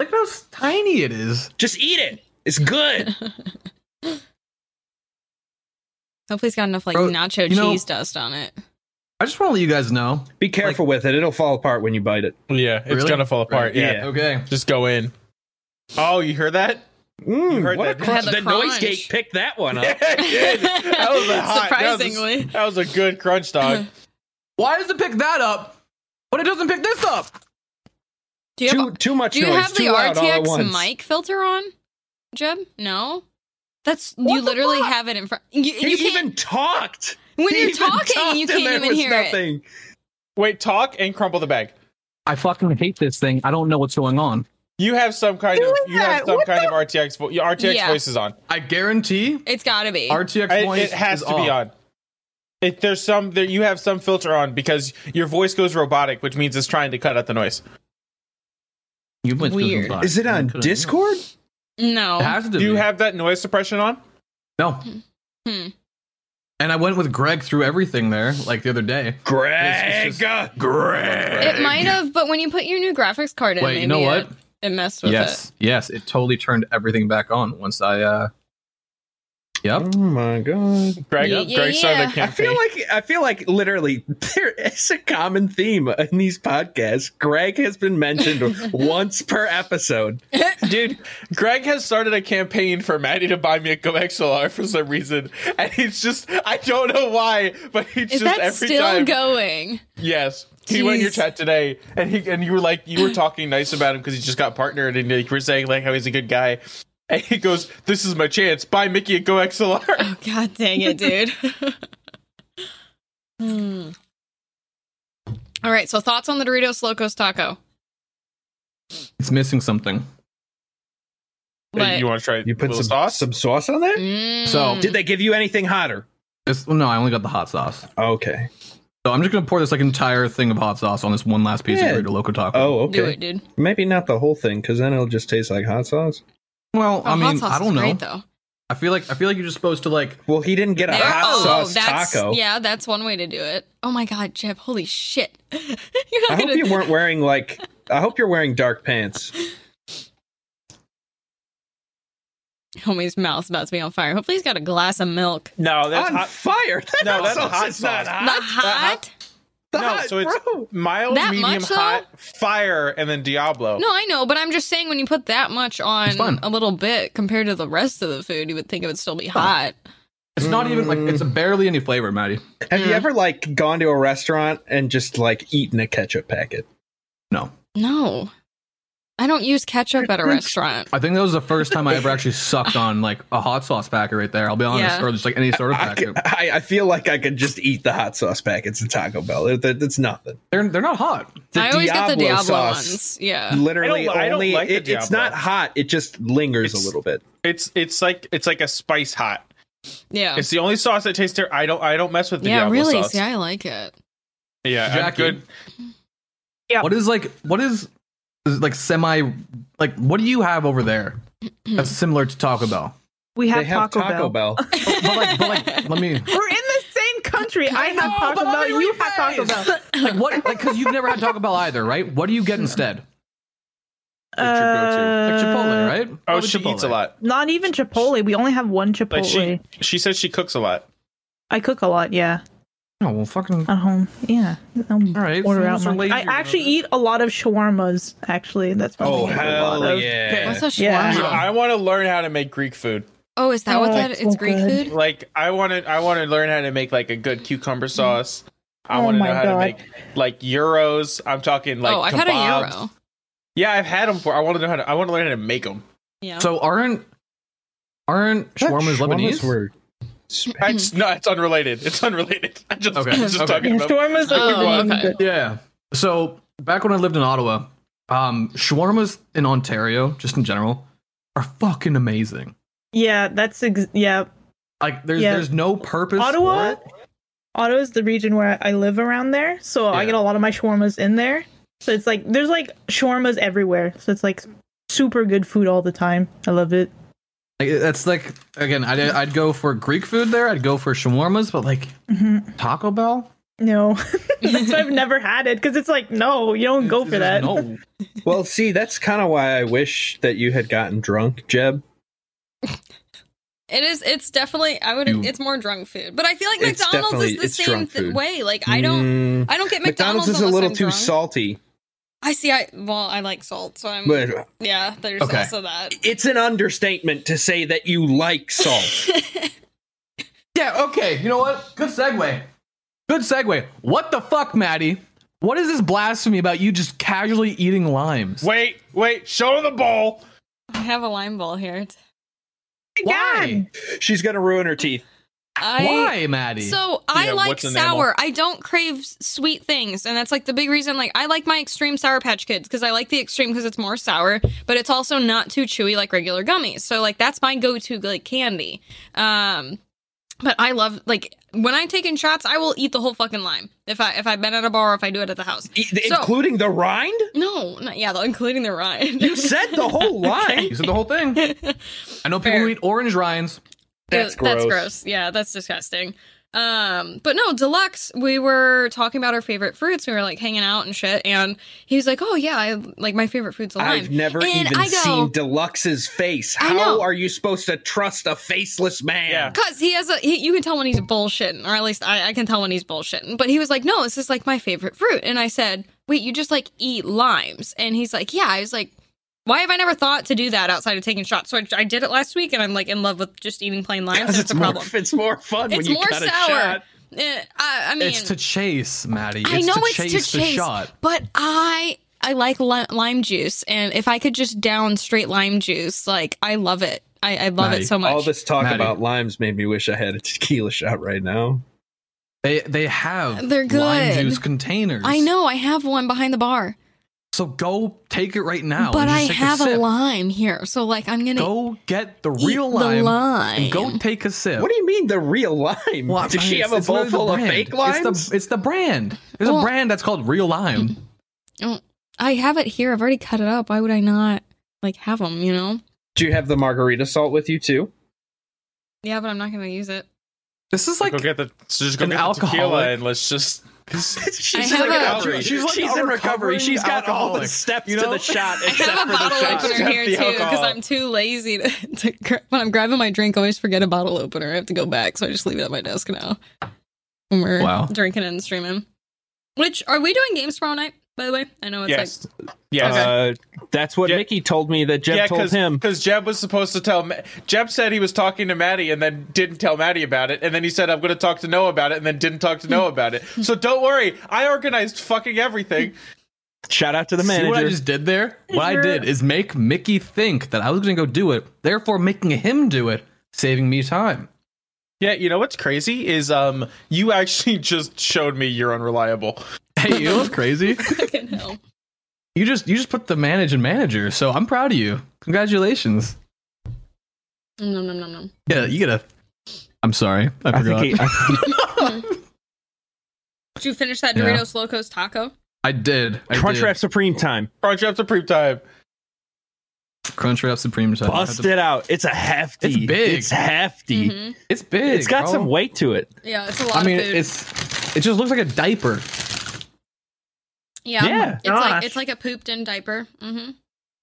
[SPEAKER 4] Look how tiny it is.
[SPEAKER 1] Just eat it. It's good.
[SPEAKER 2] Hopefully, it's got enough like
[SPEAKER 4] Bro,
[SPEAKER 2] nacho
[SPEAKER 4] you know-
[SPEAKER 2] cheese dust on it.
[SPEAKER 4] I just want to let you guys know.
[SPEAKER 1] Be careful with it; it'll fall apart when you bite it.
[SPEAKER 3] Yeah, it's
[SPEAKER 4] Really?
[SPEAKER 3] gonna fall apart.
[SPEAKER 4] Right,
[SPEAKER 3] Yeah.
[SPEAKER 1] yeah.
[SPEAKER 4] Okay.
[SPEAKER 3] just go in. Oh, you heard that?
[SPEAKER 1] Mm,
[SPEAKER 3] heard
[SPEAKER 1] what
[SPEAKER 3] that,
[SPEAKER 1] a
[SPEAKER 3] didn't
[SPEAKER 1] crunch!
[SPEAKER 2] you?
[SPEAKER 1] The,
[SPEAKER 2] Had the
[SPEAKER 1] noise
[SPEAKER 2] crunch.
[SPEAKER 1] gate picked that one up.
[SPEAKER 3] Yeah, it did. That was a hot. that was a-
[SPEAKER 2] Surprisingly. Uh-huh.
[SPEAKER 3] that was a, good crunch dog.
[SPEAKER 4] Why does it pick that up when it doesn't pick this up?
[SPEAKER 2] Do you
[SPEAKER 1] too
[SPEAKER 2] have,
[SPEAKER 1] too much
[SPEAKER 2] do you
[SPEAKER 1] noise.
[SPEAKER 2] have the
[SPEAKER 1] too loud all at once.
[SPEAKER 2] RTX mic filter on, Jeb? No. That's you literally have it in front. You,
[SPEAKER 1] He
[SPEAKER 2] you can't,
[SPEAKER 1] even talked.
[SPEAKER 2] when
[SPEAKER 1] He
[SPEAKER 2] you're
[SPEAKER 1] even
[SPEAKER 2] talking,
[SPEAKER 1] talked
[SPEAKER 2] you
[SPEAKER 1] and
[SPEAKER 2] can't
[SPEAKER 1] there
[SPEAKER 2] even
[SPEAKER 1] was
[SPEAKER 2] hear it.
[SPEAKER 1] nothing.
[SPEAKER 3] Wait, talk and crumple the bag.
[SPEAKER 4] I fucking hate this thing. I don't know what's going on.
[SPEAKER 3] You have some kind of
[SPEAKER 5] Doing
[SPEAKER 3] you have
[SPEAKER 5] that,
[SPEAKER 3] some
[SPEAKER 5] what
[SPEAKER 3] kind of RTX vo- your RTX
[SPEAKER 2] Yeah.
[SPEAKER 3] voice is on.
[SPEAKER 4] I guarantee
[SPEAKER 2] It's gotta be.
[SPEAKER 4] RTX
[SPEAKER 3] I-
[SPEAKER 4] points
[SPEAKER 3] it has
[SPEAKER 4] is
[SPEAKER 3] to be
[SPEAKER 4] off.
[SPEAKER 3] on. If there's some there, you have some filter on because your voice goes robotic, which means it's trying to cut out the noise.
[SPEAKER 4] You went through the
[SPEAKER 2] Weird.
[SPEAKER 4] box.
[SPEAKER 1] Is it
[SPEAKER 4] I
[SPEAKER 1] on
[SPEAKER 4] couldn't-
[SPEAKER 1] Discord?
[SPEAKER 2] no.
[SPEAKER 4] It has to
[SPEAKER 3] Do you
[SPEAKER 4] be.
[SPEAKER 3] have that noise suppression on?
[SPEAKER 4] no.
[SPEAKER 2] Hmm.
[SPEAKER 4] And I went with Greg through everything there, like the other day.
[SPEAKER 1] Greg, uh,
[SPEAKER 4] It's- it's
[SPEAKER 1] Greg.
[SPEAKER 2] It might have, but when you put your new graphics card in,
[SPEAKER 4] Wait, you
[SPEAKER 2] maybe
[SPEAKER 4] know what?
[SPEAKER 2] It, it messed with
[SPEAKER 4] yes, yes, it totally turned everything back on once I. uh Yep.
[SPEAKER 1] Oh my god!
[SPEAKER 3] Greg,
[SPEAKER 2] Yeah, yeah,
[SPEAKER 3] Greg started
[SPEAKER 2] yeah.
[SPEAKER 3] the
[SPEAKER 1] I
[SPEAKER 3] campaign.
[SPEAKER 1] feel like I feel like literally there is a common theme in these podcasts. Greg has been mentioned once per episode.
[SPEAKER 3] Dude, Greg has started a campaign for Maddie to buy me a Go XLR for some reason, and he's just—I don't know why, but he's
[SPEAKER 2] it. Is
[SPEAKER 3] just
[SPEAKER 2] that
[SPEAKER 3] every
[SPEAKER 2] still
[SPEAKER 3] time.
[SPEAKER 2] going?
[SPEAKER 3] yes, he went in your
[SPEAKER 2] Jeez.
[SPEAKER 3] chat today, and he and you were like you were talking nice about him because he just got partnered, and you were saying like how he's a good guy, and he goes, "This is my chance. Buy Mickey a Go XLR."
[SPEAKER 2] Oh god dang it, dude. hmm. All right, so thoughts on the Doritos Locos Taco?
[SPEAKER 4] It's missing something.
[SPEAKER 2] But-
[SPEAKER 3] you want to try? it?
[SPEAKER 1] You put
[SPEAKER 3] little
[SPEAKER 1] some
[SPEAKER 3] sauce.
[SPEAKER 1] some sauce on there.
[SPEAKER 2] Mm.
[SPEAKER 4] So-
[SPEAKER 1] Did they give you anything hotter?
[SPEAKER 4] It's, no, I only got the hot sauce.
[SPEAKER 1] Okay.
[SPEAKER 4] So I'm just gonna pour this like entire thing of hot sauce on this one last piece
[SPEAKER 1] Yeah.
[SPEAKER 4] of burrito loco taco.
[SPEAKER 1] Oh, okay.
[SPEAKER 2] do it, dude.
[SPEAKER 1] Maybe not the whole thing, because then it'll just taste like hot sauce.
[SPEAKER 4] well,
[SPEAKER 2] Oh,
[SPEAKER 4] I
[SPEAKER 2] hot
[SPEAKER 4] mean,
[SPEAKER 2] sauce
[SPEAKER 4] I
[SPEAKER 2] is
[SPEAKER 4] don't know.
[SPEAKER 2] great though.
[SPEAKER 4] I feel like I feel like you're just supposed to like.
[SPEAKER 1] Well, he didn't get a
[SPEAKER 2] There-
[SPEAKER 1] hot
[SPEAKER 2] oh,
[SPEAKER 1] sauce
[SPEAKER 2] that's,
[SPEAKER 1] taco.
[SPEAKER 2] Yeah, that's one way to do it. Oh my god, Jeb, holy shit. You're
[SPEAKER 1] I
[SPEAKER 2] not
[SPEAKER 1] hope
[SPEAKER 2] gonna
[SPEAKER 1] you weren't wearing like. I hope you're wearing dark pants.
[SPEAKER 2] homie's mouth's about to be on fire. Hopefully he's got a glass of milk.
[SPEAKER 3] No, that's
[SPEAKER 1] on
[SPEAKER 3] hot.
[SPEAKER 1] fire. That
[SPEAKER 3] No, that's
[SPEAKER 1] sauce
[SPEAKER 3] hot
[SPEAKER 1] is not
[SPEAKER 3] sauce.
[SPEAKER 1] Ah, hot.
[SPEAKER 2] Not
[SPEAKER 3] that
[SPEAKER 2] hot.
[SPEAKER 1] The
[SPEAKER 3] No,
[SPEAKER 1] hot-
[SPEAKER 3] so it's-
[SPEAKER 1] bro.
[SPEAKER 3] mild,
[SPEAKER 2] That
[SPEAKER 3] medium,
[SPEAKER 2] much, though?
[SPEAKER 3] hot, fire, and then Diablo.
[SPEAKER 2] No, I know, but I'm just saying when you put that much
[SPEAKER 4] It's
[SPEAKER 2] on
[SPEAKER 4] fun.
[SPEAKER 2] a little bit compared to the rest of the food, you would think it would still be hot.
[SPEAKER 4] It's not even like it's
[SPEAKER 3] Mm.
[SPEAKER 4] barely any flavor, Maddie.
[SPEAKER 1] Have you
[SPEAKER 2] Yeah.
[SPEAKER 1] ever like gone to a restaurant and just like eaten a ketchup packet?
[SPEAKER 4] No,
[SPEAKER 2] No. I don't use ketchup at a restaurant.
[SPEAKER 4] I think that was the first time I ever actually sucked on like a hot sauce packet right there. I'll be honest,
[SPEAKER 2] Yeah.
[SPEAKER 4] or just like any sort of
[SPEAKER 1] I,
[SPEAKER 4] packet.
[SPEAKER 1] I, I feel like I could just eat the hot sauce packets at Taco Bell. It- that- That's nothing.
[SPEAKER 4] They're they're not hot.
[SPEAKER 1] The
[SPEAKER 2] I always get the Diablo
[SPEAKER 1] sauce,
[SPEAKER 2] ones. Yeah.
[SPEAKER 1] Literally,
[SPEAKER 3] I don't- I don't
[SPEAKER 1] only
[SPEAKER 3] like the
[SPEAKER 1] it- it's
[SPEAKER 3] Diablo.
[SPEAKER 1] not hot. It just lingers
[SPEAKER 3] It's-
[SPEAKER 1] a little bit.
[SPEAKER 3] It's it's like it's like a spice hot.
[SPEAKER 2] Yeah.
[SPEAKER 3] It's the only sauce that tastes there. I don't I don't mess with the
[SPEAKER 2] Oh. yeah,
[SPEAKER 3] Diablo
[SPEAKER 2] really.
[SPEAKER 3] sauce.
[SPEAKER 2] See, I like it.
[SPEAKER 3] yeah, I'm
[SPEAKER 4] Jackie.
[SPEAKER 3] good.
[SPEAKER 5] Yeah.
[SPEAKER 4] What is like what is, is like semi like what do you have over there that's similar to Taco Bell?
[SPEAKER 5] We have,
[SPEAKER 1] They have
[SPEAKER 5] Taco, Bell.
[SPEAKER 1] Bell.
[SPEAKER 4] But like but like let me
[SPEAKER 5] We're in the same country. I, have
[SPEAKER 4] know,
[SPEAKER 5] Taco
[SPEAKER 4] but let
[SPEAKER 5] Bell.
[SPEAKER 4] me
[SPEAKER 5] You have Taco Bell.
[SPEAKER 4] like what like because you've never had Taco Bell either, right? What do you get instead? Like Chipotle, right?
[SPEAKER 3] Oh,
[SPEAKER 4] Probably
[SPEAKER 3] she
[SPEAKER 4] Chipotle.
[SPEAKER 3] eats a lot.
[SPEAKER 5] Uh, Not even Chipotle. We only have one Chipotle.
[SPEAKER 3] Like she she says she cooks a lot.
[SPEAKER 5] I cook a lot, yeah,
[SPEAKER 4] No, Oh, well, fucking.
[SPEAKER 5] at home. Yeah. I'll
[SPEAKER 4] All right,
[SPEAKER 5] Order
[SPEAKER 4] so
[SPEAKER 5] out
[SPEAKER 4] those are
[SPEAKER 5] my- I
[SPEAKER 4] lazy,
[SPEAKER 5] actually
[SPEAKER 4] bro.
[SPEAKER 5] eat a lot of shawarmas. Actually, that's what
[SPEAKER 1] Oh
[SPEAKER 5] I eat a lot
[SPEAKER 1] hell
[SPEAKER 5] of.
[SPEAKER 1] yeah!
[SPEAKER 2] What's a
[SPEAKER 5] Yeah.
[SPEAKER 2] shawarma?
[SPEAKER 3] Dude, I want to learn how to make Greek food.
[SPEAKER 2] oh, is that what
[SPEAKER 5] Oh,
[SPEAKER 2] that
[SPEAKER 5] it's
[SPEAKER 2] is?
[SPEAKER 5] so
[SPEAKER 2] Greek
[SPEAKER 5] good.
[SPEAKER 2] food?
[SPEAKER 3] Like I want to I want to learn how to make like a good cucumber
[SPEAKER 2] Mm-hmm.
[SPEAKER 3] sauce. I
[SPEAKER 5] Oh
[SPEAKER 3] want to
[SPEAKER 5] my
[SPEAKER 3] know how
[SPEAKER 5] God.
[SPEAKER 3] to make like euros. I'm talking like
[SPEAKER 2] oh, I've had
[SPEAKER 3] kebabs.
[SPEAKER 2] a euro.
[SPEAKER 3] Yeah, I've had them before. I want to know how to I want to learn how to make them.
[SPEAKER 2] Yeah.
[SPEAKER 4] So aren't aren't shawarmas Lebanese?
[SPEAKER 1] were-
[SPEAKER 3] I just, no, it's unrelated. It's unrelated. I just
[SPEAKER 4] Okay,
[SPEAKER 3] I'm just
[SPEAKER 4] okay.
[SPEAKER 3] talking
[SPEAKER 5] Yeah,
[SPEAKER 3] about
[SPEAKER 5] shawarmas are
[SPEAKER 2] Oh,
[SPEAKER 5] really
[SPEAKER 2] okay.
[SPEAKER 5] good.
[SPEAKER 4] Yeah. So back when I lived in Ottawa, um, shawarmas in Ontario, just in general, are fucking amazing.
[SPEAKER 5] Yeah, that's ex- yeah.
[SPEAKER 4] Like there's
[SPEAKER 5] Yeah.
[SPEAKER 4] there's no purpose. for
[SPEAKER 5] Ottawa.
[SPEAKER 4] it.
[SPEAKER 5] Ottawa is the region where I live around there, so I
[SPEAKER 4] Yeah.
[SPEAKER 5] get a lot of my shawarmas in there. So it's like there's like shawarmas everywhere. So it's like super good food all the time. I love it.
[SPEAKER 4] Like, that's like again, I'd, I'd go for Greek food there. I'd go for shawarmas, but like
[SPEAKER 5] Mm-hmm.
[SPEAKER 4] Taco Bell.
[SPEAKER 5] No, that's why I've never had it because it's like no, you don't go for
[SPEAKER 4] There's
[SPEAKER 5] that.
[SPEAKER 4] No.
[SPEAKER 1] well, see, that's kind of why I wish that you had gotten drunk, Jeb.
[SPEAKER 2] It is. It's definitely. I would.
[SPEAKER 4] You-
[SPEAKER 2] It's more drunk food, but I feel like
[SPEAKER 1] It's
[SPEAKER 2] McDonald's
[SPEAKER 1] definitely-
[SPEAKER 2] is the
[SPEAKER 1] it's
[SPEAKER 2] same
[SPEAKER 1] drunk
[SPEAKER 2] th-
[SPEAKER 1] food.
[SPEAKER 2] way. Like I don't.
[SPEAKER 1] Mm,
[SPEAKER 2] I don't get McDonald's,
[SPEAKER 1] McDonald's is a
[SPEAKER 2] unless
[SPEAKER 1] little
[SPEAKER 2] I'm
[SPEAKER 1] too
[SPEAKER 2] drunk.
[SPEAKER 1] salty,
[SPEAKER 2] I see. I well, I like salt, so I'm.
[SPEAKER 1] but
[SPEAKER 2] yeah, there's
[SPEAKER 4] Okay.
[SPEAKER 2] also that.
[SPEAKER 1] it's an understatement to say that you like salt.
[SPEAKER 4] Yeah. Okay. You know what? Good segue. Good segue. What the fuck, Maddie? What is this blasphemy about you just casually eating limes?
[SPEAKER 3] Wait, wait, show the bowl.
[SPEAKER 2] I have a lime ball here.
[SPEAKER 4] Why?
[SPEAKER 1] She's gonna ruin her teeth.
[SPEAKER 2] I,
[SPEAKER 4] Why, Maddie?
[SPEAKER 2] So I
[SPEAKER 3] Yeah,
[SPEAKER 2] like
[SPEAKER 3] what's an animal?
[SPEAKER 2] sour. I don't crave s- sweet things, and that's like the big reason. Like I like my extreme sour patch kids because I like the extreme because it's more sour, but it's also not too chewy like regular gummies. So like that's my go-to like candy. Um, but I love like when I'm taking shots, I will eat the whole fucking lime if I if I've been at a bar or if I do it at the house.
[SPEAKER 1] E-
[SPEAKER 2] So-
[SPEAKER 1] including the rind?
[SPEAKER 2] No, not, yeah, though, including the rind.
[SPEAKER 1] You said the whole line.
[SPEAKER 4] you said the whole thing. I know people
[SPEAKER 2] Fair.
[SPEAKER 4] who eat orange rinds.
[SPEAKER 1] That's gross.
[SPEAKER 2] That's gross. Yeah, that's disgusting. Um, but no, deluxe. We were talking about our favorite fruits. We were like hanging out and shit. And he was like, "Oh yeah, I like my favorite fruit's a lime."
[SPEAKER 1] I've never
[SPEAKER 2] And
[SPEAKER 1] even
[SPEAKER 2] I go,
[SPEAKER 1] seen Deluxe's face.
[SPEAKER 2] I
[SPEAKER 1] How
[SPEAKER 2] know.
[SPEAKER 1] are you supposed to trust a faceless man?
[SPEAKER 3] Yeah.
[SPEAKER 2] Cause he has a, he, you can tell when he's bullshitting, or at least I, I can tell when he's bullshitting. But he was like, "No, this is like my favorite fruit," and I said, "Wait, you just like eat limes?" And he's like, "Yeah." I was like, "Why have I never thought to do that outside of taking shots?" So I, I did it last week, and I'm like in love with just eating plain limes. and
[SPEAKER 1] Because
[SPEAKER 2] It's,
[SPEAKER 1] it's
[SPEAKER 2] a
[SPEAKER 1] more,
[SPEAKER 2] problem.
[SPEAKER 1] it's more fun when
[SPEAKER 2] It's
[SPEAKER 1] you
[SPEAKER 2] more
[SPEAKER 1] got a
[SPEAKER 2] sour.
[SPEAKER 1] shot.
[SPEAKER 2] Eh, I, I mean,
[SPEAKER 4] it's to chase, Maddie. It's
[SPEAKER 2] I know
[SPEAKER 4] to
[SPEAKER 2] it's
[SPEAKER 4] chase
[SPEAKER 2] to
[SPEAKER 4] the
[SPEAKER 2] chase,
[SPEAKER 4] shot.
[SPEAKER 2] but I I like li- lime juice, and if I could just down straight lime juice, like I love it. I, I love
[SPEAKER 4] Maddie,
[SPEAKER 2] it so much.
[SPEAKER 1] All this talk
[SPEAKER 4] Maddie.
[SPEAKER 1] about limes made me wish I had a tequila shot right now.
[SPEAKER 4] They they have
[SPEAKER 2] They're
[SPEAKER 4] lime
[SPEAKER 2] good.
[SPEAKER 4] juice containers.
[SPEAKER 2] I know I have one behind the bar,
[SPEAKER 4] So go take it right now.
[SPEAKER 2] but
[SPEAKER 4] and
[SPEAKER 2] I
[SPEAKER 4] just take
[SPEAKER 2] have
[SPEAKER 4] a,
[SPEAKER 2] a,
[SPEAKER 4] sip.
[SPEAKER 2] lime here, so like I'm gonna
[SPEAKER 4] Go get the
[SPEAKER 2] eat
[SPEAKER 4] real
[SPEAKER 2] the
[SPEAKER 4] lime,
[SPEAKER 2] lime.
[SPEAKER 4] and go take a sip.
[SPEAKER 1] What do you mean the real lime?
[SPEAKER 4] Well,
[SPEAKER 1] Does
[SPEAKER 4] I mean,
[SPEAKER 1] she
[SPEAKER 4] it's-
[SPEAKER 1] have a
[SPEAKER 4] it's
[SPEAKER 1] bowl
[SPEAKER 4] literally the
[SPEAKER 1] full of
[SPEAKER 4] brand.
[SPEAKER 1] fake limes?
[SPEAKER 4] It's the, it's the brand. There's
[SPEAKER 2] Well-
[SPEAKER 4] a brand that's called Real Lime.
[SPEAKER 2] I have it here. I've already cut it up. Why would I not like have them? You know?
[SPEAKER 1] Do you have the margarita salt with you too?
[SPEAKER 2] Yeah, but I'm not gonna use it.
[SPEAKER 4] This is like
[SPEAKER 3] go get the so just go
[SPEAKER 4] an
[SPEAKER 3] get the tequila
[SPEAKER 4] alcoholic.
[SPEAKER 3] and let's just
[SPEAKER 1] She's
[SPEAKER 2] I
[SPEAKER 1] in
[SPEAKER 2] have a-
[SPEAKER 1] recovery.
[SPEAKER 4] She's like
[SPEAKER 1] She's
[SPEAKER 4] a
[SPEAKER 1] in recovery.
[SPEAKER 4] recovering
[SPEAKER 1] She's got all the
[SPEAKER 4] alcoholic,
[SPEAKER 1] steps
[SPEAKER 4] you
[SPEAKER 1] to
[SPEAKER 4] know?
[SPEAKER 1] the shot.
[SPEAKER 2] I
[SPEAKER 1] except
[SPEAKER 2] have a
[SPEAKER 1] for the
[SPEAKER 2] bottle
[SPEAKER 1] shot.
[SPEAKER 2] opener
[SPEAKER 3] Except
[SPEAKER 2] here
[SPEAKER 3] the
[SPEAKER 2] too because
[SPEAKER 3] alcohol.
[SPEAKER 2] I'm too lazy to, to gra- when I'm grabbing my drink. I always forget a bottle opener. I have to go back, so I just leave it at my desk now. When we're
[SPEAKER 4] Wow.
[SPEAKER 2] drinking and streaming, which are we doing games tomorrow night? By the way, I know it's
[SPEAKER 3] yes yes
[SPEAKER 1] Uh, that's what
[SPEAKER 3] Yeah.
[SPEAKER 1] Mickey told me that Jeb told
[SPEAKER 3] because
[SPEAKER 1] him.
[SPEAKER 3] Jeb was supposed to tell. Ma- Jeb said he was talking to Maddie and then didn't tell Maddie about it, and then he said I'm going to talk to Noah about it, and then didn't talk to Noah about it. So don't worry, I organized fucking everything.
[SPEAKER 1] Shout out to the
[SPEAKER 4] See what I
[SPEAKER 1] manager.
[SPEAKER 4] just did there? What I
[SPEAKER 5] Sure.
[SPEAKER 4] did is make Mickey think that I was going to go do it, therefore making him do it, saving me time.
[SPEAKER 3] Yeah, you know what's crazy is um you actually just showed me you're unreliable.
[SPEAKER 4] Hey, you know what's crazy?
[SPEAKER 2] like fucking hell.
[SPEAKER 4] You just you just put the manage and manager, so I'm proud of you. Congratulations.
[SPEAKER 2] Nom nom nom nom.
[SPEAKER 4] Yeah, you get a. I'm sorry, I,
[SPEAKER 1] I
[SPEAKER 4] forgot.
[SPEAKER 1] think he, uh, I,
[SPEAKER 2] Did you finish that
[SPEAKER 4] Yeah.
[SPEAKER 2] Doritos Locos taco?
[SPEAKER 4] I did. I
[SPEAKER 1] Crunch
[SPEAKER 4] did.
[SPEAKER 1] Wrap Supreme time.
[SPEAKER 3] Project Supreme time.
[SPEAKER 4] Crunchwrap Supreme. Time.
[SPEAKER 1] Bust it out. It's a hefty.
[SPEAKER 4] It's big.
[SPEAKER 1] It's hefty.
[SPEAKER 2] Mhm.
[SPEAKER 4] It's big.
[SPEAKER 1] It's got
[SPEAKER 4] bro.
[SPEAKER 1] some weight to it.
[SPEAKER 2] Yeah, it's a lot.
[SPEAKER 4] I mean,
[SPEAKER 2] of food.
[SPEAKER 4] it's it just looks like a diaper.
[SPEAKER 2] yeah,
[SPEAKER 1] yeah.
[SPEAKER 2] It's like
[SPEAKER 5] Gosh.
[SPEAKER 2] it's like a pooped in diaper. Mm-hmm.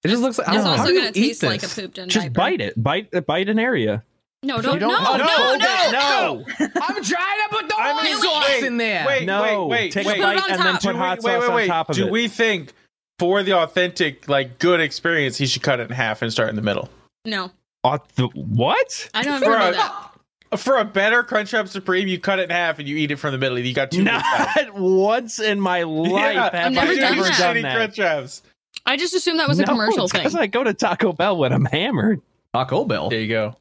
[SPEAKER 4] It just looks like. I
[SPEAKER 2] It's
[SPEAKER 4] don't know. How
[SPEAKER 2] also
[SPEAKER 4] do you
[SPEAKER 2] gonna
[SPEAKER 4] eat
[SPEAKER 2] taste like a
[SPEAKER 4] this?
[SPEAKER 2] pooped in
[SPEAKER 1] Just
[SPEAKER 2] diaper.
[SPEAKER 1] bite it. Bite bite an area.
[SPEAKER 2] No, don't,
[SPEAKER 4] don't-
[SPEAKER 2] no, no,
[SPEAKER 4] Oh,
[SPEAKER 2] no,
[SPEAKER 1] hold
[SPEAKER 2] no,
[SPEAKER 1] it,
[SPEAKER 4] I'm trying to put the
[SPEAKER 3] I
[SPEAKER 4] hot
[SPEAKER 3] mean,
[SPEAKER 4] sauce
[SPEAKER 3] wait,
[SPEAKER 4] in there.
[SPEAKER 3] wait.
[SPEAKER 1] No.
[SPEAKER 3] wait,
[SPEAKER 1] Take
[SPEAKER 3] wait.
[SPEAKER 1] a bite
[SPEAKER 2] Put it on
[SPEAKER 1] and then
[SPEAKER 2] top.
[SPEAKER 1] put
[SPEAKER 3] Do
[SPEAKER 1] hot
[SPEAKER 3] we-
[SPEAKER 1] sauce on top of
[SPEAKER 3] do
[SPEAKER 1] it.
[SPEAKER 3] we think for the authentic like good experience he should cut it in half and start in the middle?
[SPEAKER 2] No,
[SPEAKER 1] Auth- what?
[SPEAKER 2] I don't
[SPEAKER 3] Bro.
[SPEAKER 2] remember that.
[SPEAKER 3] For a better Crunchwrap Supreme, you cut it in half and you eat it from the middle. You got two. inside.
[SPEAKER 1] Not once in my life have
[SPEAKER 2] I've never
[SPEAKER 1] I
[SPEAKER 2] done
[SPEAKER 1] ever
[SPEAKER 2] that.
[SPEAKER 1] done
[SPEAKER 3] Shitty
[SPEAKER 1] that.
[SPEAKER 3] Crunchwraps.
[SPEAKER 2] I just assumed that was a commercial thing.
[SPEAKER 1] Because I go to Taco Bell when I'm hammered.
[SPEAKER 4] Taco Bell.
[SPEAKER 3] There you go.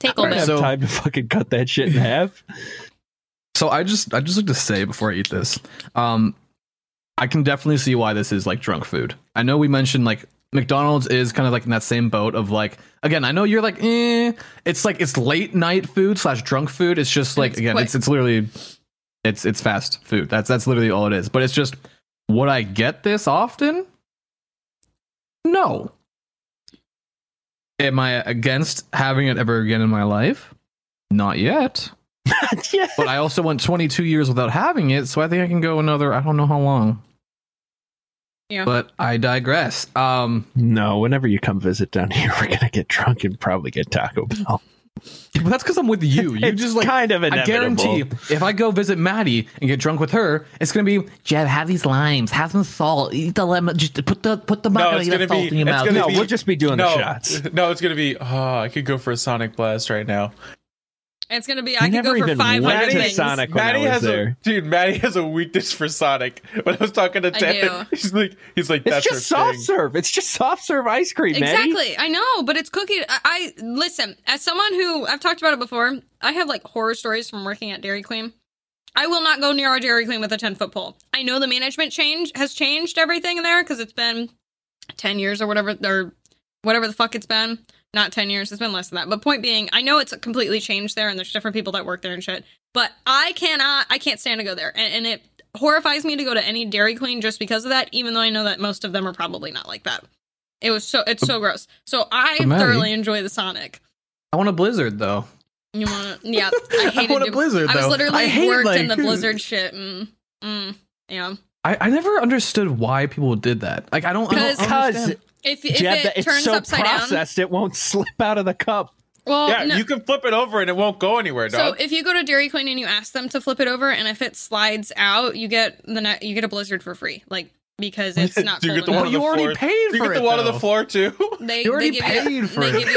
[SPEAKER 2] Take
[SPEAKER 1] I
[SPEAKER 2] all
[SPEAKER 1] don't have
[SPEAKER 2] this.
[SPEAKER 4] So-
[SPEAKER 1] time to fucking cut that shit in half.
[SPEAKER 4] So I just I just like to say before I eat this, um, I can definitely see why this is like drunk food. I know we mentioned like McDonald's is kind of like in that same boat of like again. I know you're like, eh, it's like it's late night food slash drunk food. It's just
[SPEAKER 2] And
[SPEAKER 4] like
[SPEAKER 2] it's
[SPEAKER 4] again,
[SPEAKER 2] quick.
[SPEAKER 4] it's it's literally it's it's fast food. That's that's literally all it is. But it's just would I get this often? No. Am I against having it ever again in my life? Not yet
[SPEAKER 1] yeah.
[SPEAKER 4] but I also went 22 years without having it, so I think I can go another I don't know how long.
[SPEAKER 2] Yeah.
[SPEAKER 4] But I digress. Um,
[SPEAKER 1] No, whenever you come visit down here, we're gonna get drunk and probably get Taco Bell.
[SPEAKER 4] but that's because I'm with you. You
[SPEAKER 1] it's
[SPEAKER 4] just like
[SPEAKER 1] kind of
[SPEAKER 4] I
[SPEAKER 1] inevitable.
[SPEAKER 4] guarantee if I go visit Maddie and get drunk with her, it's gonna be Jeb. Have these limes. Have some salt. Eat the lemon. Just put the put the
[SPEAKER 3] No, it's
[SPEAKER 4] margarita
[SPEAKER 3] gonna
[SPEAKER 4] salt
[SPEAKER 3] be.
[SPEAKER 4] in your
[SPEAKER 3] it's
[SPEAKER 4] mouth.
[SPEAKER 3] gonna
[SPEAKER 1] No,
[SPEAKER 3] be-
[SPEAKER 1] we'll just be doing the
[SPEAKER 3] no,
[SPEAKER 1] shots.
[SPEAKER 3] No, it's gonna be. Oh, I could go for a Sonic Blast right now.
[SPEAKER 2] It's gonna be. I could
[SPEAKER 1] never
[SPEAKER 2] go for
[SPEAKER 1] even
[SPEAKER 2] five
[SPEAKER 1] went
[SPEAKER 2] hundred
[SPEAKER 1] to
[SPEAKER 2] things.
[SPEAKER 1] Sonic. when I was
[SPEAKER 3] has
[SPEAKER 1] there.
[SPEAKER 3] a dude. Maddie has a weakness for Sonic. When I was talking to
[SPEAKER 2] I
[SPEAKER 3] Ted, he's like, he's like,
[SPEAKER 1] It's
[SPEAKER 3] that's
[SPEAKER 1] just
[SPEAKER 3] her
[SPEAKER 1] soft
[SPEAKER 3] thing.
[SPEAKER 1] serve. It's just soft serve ice cream, Maddie.
[SPEAKER 2] Exactly, I know, but it's cookie. I, I listen as someone who I've talked about it before. I have like horror stories from working at Dairy Queen. I will not go near our Dairy Queen with a ten foot pole. I know the management change has changed everything in there because it's been ten years or whatever or whatever the fuck it's been. Not ten years. It's been less than that. But point being, I know it's completely changed there, and there's different people that work there and shit. But I cannot. I can't stand to go there, and, and it horrifies me to go to any Dairy Queen just because of that. Even though I know that most of them are probably not like that. It was so. It's so gross. So I
[SPEAKER 4] But Maddie-
[SPEAKER 2] thoroughly enjoy the Sonic.
[SPEAKER 4] I want a blizzard though.
[SPEAKER 2] You want? to Yeah, I hated
[SPEAKER 4] want a
[SPEAKER 2] to-
[SPEAKER 4] blizzard,
[SPEAKER 2] I was
[SPEAKER 4] though.
[SPEAKER 2] literally
[SPEAKER 4] I hate,
[SPEAKER 2] worked in the
[SPEAKER 4] like-
[SPEAKER 2] blizzard shit. Mm, mm, yeah,
[SPEAKER 4] I, I never understood why people did that. Like I don't. I don't
[SPEAKER 2] Because-
[SPEAKER 4] understand.
[SPEAKER 1] Because
[SPEAKER 2] if, if
[SPEAKER 1] Jeb,
[SPEAKER 2] it
[SPEAKER 1] it's
[SPEAKER 2] turns
[SPEAKER 1] so
[SPEAKER 2] upside down,
[SPEAKER 1] processed, it won't slip out of the cup.
[SPEAKER 2] well,
[SPEAKER 3] yeah,
[SPEAKER 2] no,
[SPEAKER 3] you can flip it over and it won't go anywhere,
[SPEAKER 2] So
[SPEAKER 3] dog.
[SPEAKER 2] if you go to Dairy Queen and you ask them to flip it over, and if it slides out, you get the ne- you get a blizzard for free, like because it's not
[SPEAKER 3] Do you
[SPEAKER 2] cold
[SPEAKER 3] get the
[SPEAKER 2] enough.
[SPEAKER 3] one
[SPEAKER 4] But
[SPEAKER 3] on
[SPEAKER 4] you
[SPEAKER 3] the
[SPEAKER 4] already
[SPEAKER 3] floor?
[SPEAKER 4] paid
[SPEAKER 3] Do you
[SPEAKER 4] for
[SPEAKER 3] get the
[SPEAKER 4] it,
[SPEAKER 3] one on
[SPEAKER 4] though.
[SPEAKER 3] the floor too.
[SPEAKER 2] They,
[SPEAKER 4] You already
[SPEAKER 2] they give you,
[SPEAKER 4] paid for
[SPEAKER 2] they
[SPEAKER 4] it.
[SPEAKER 2] Give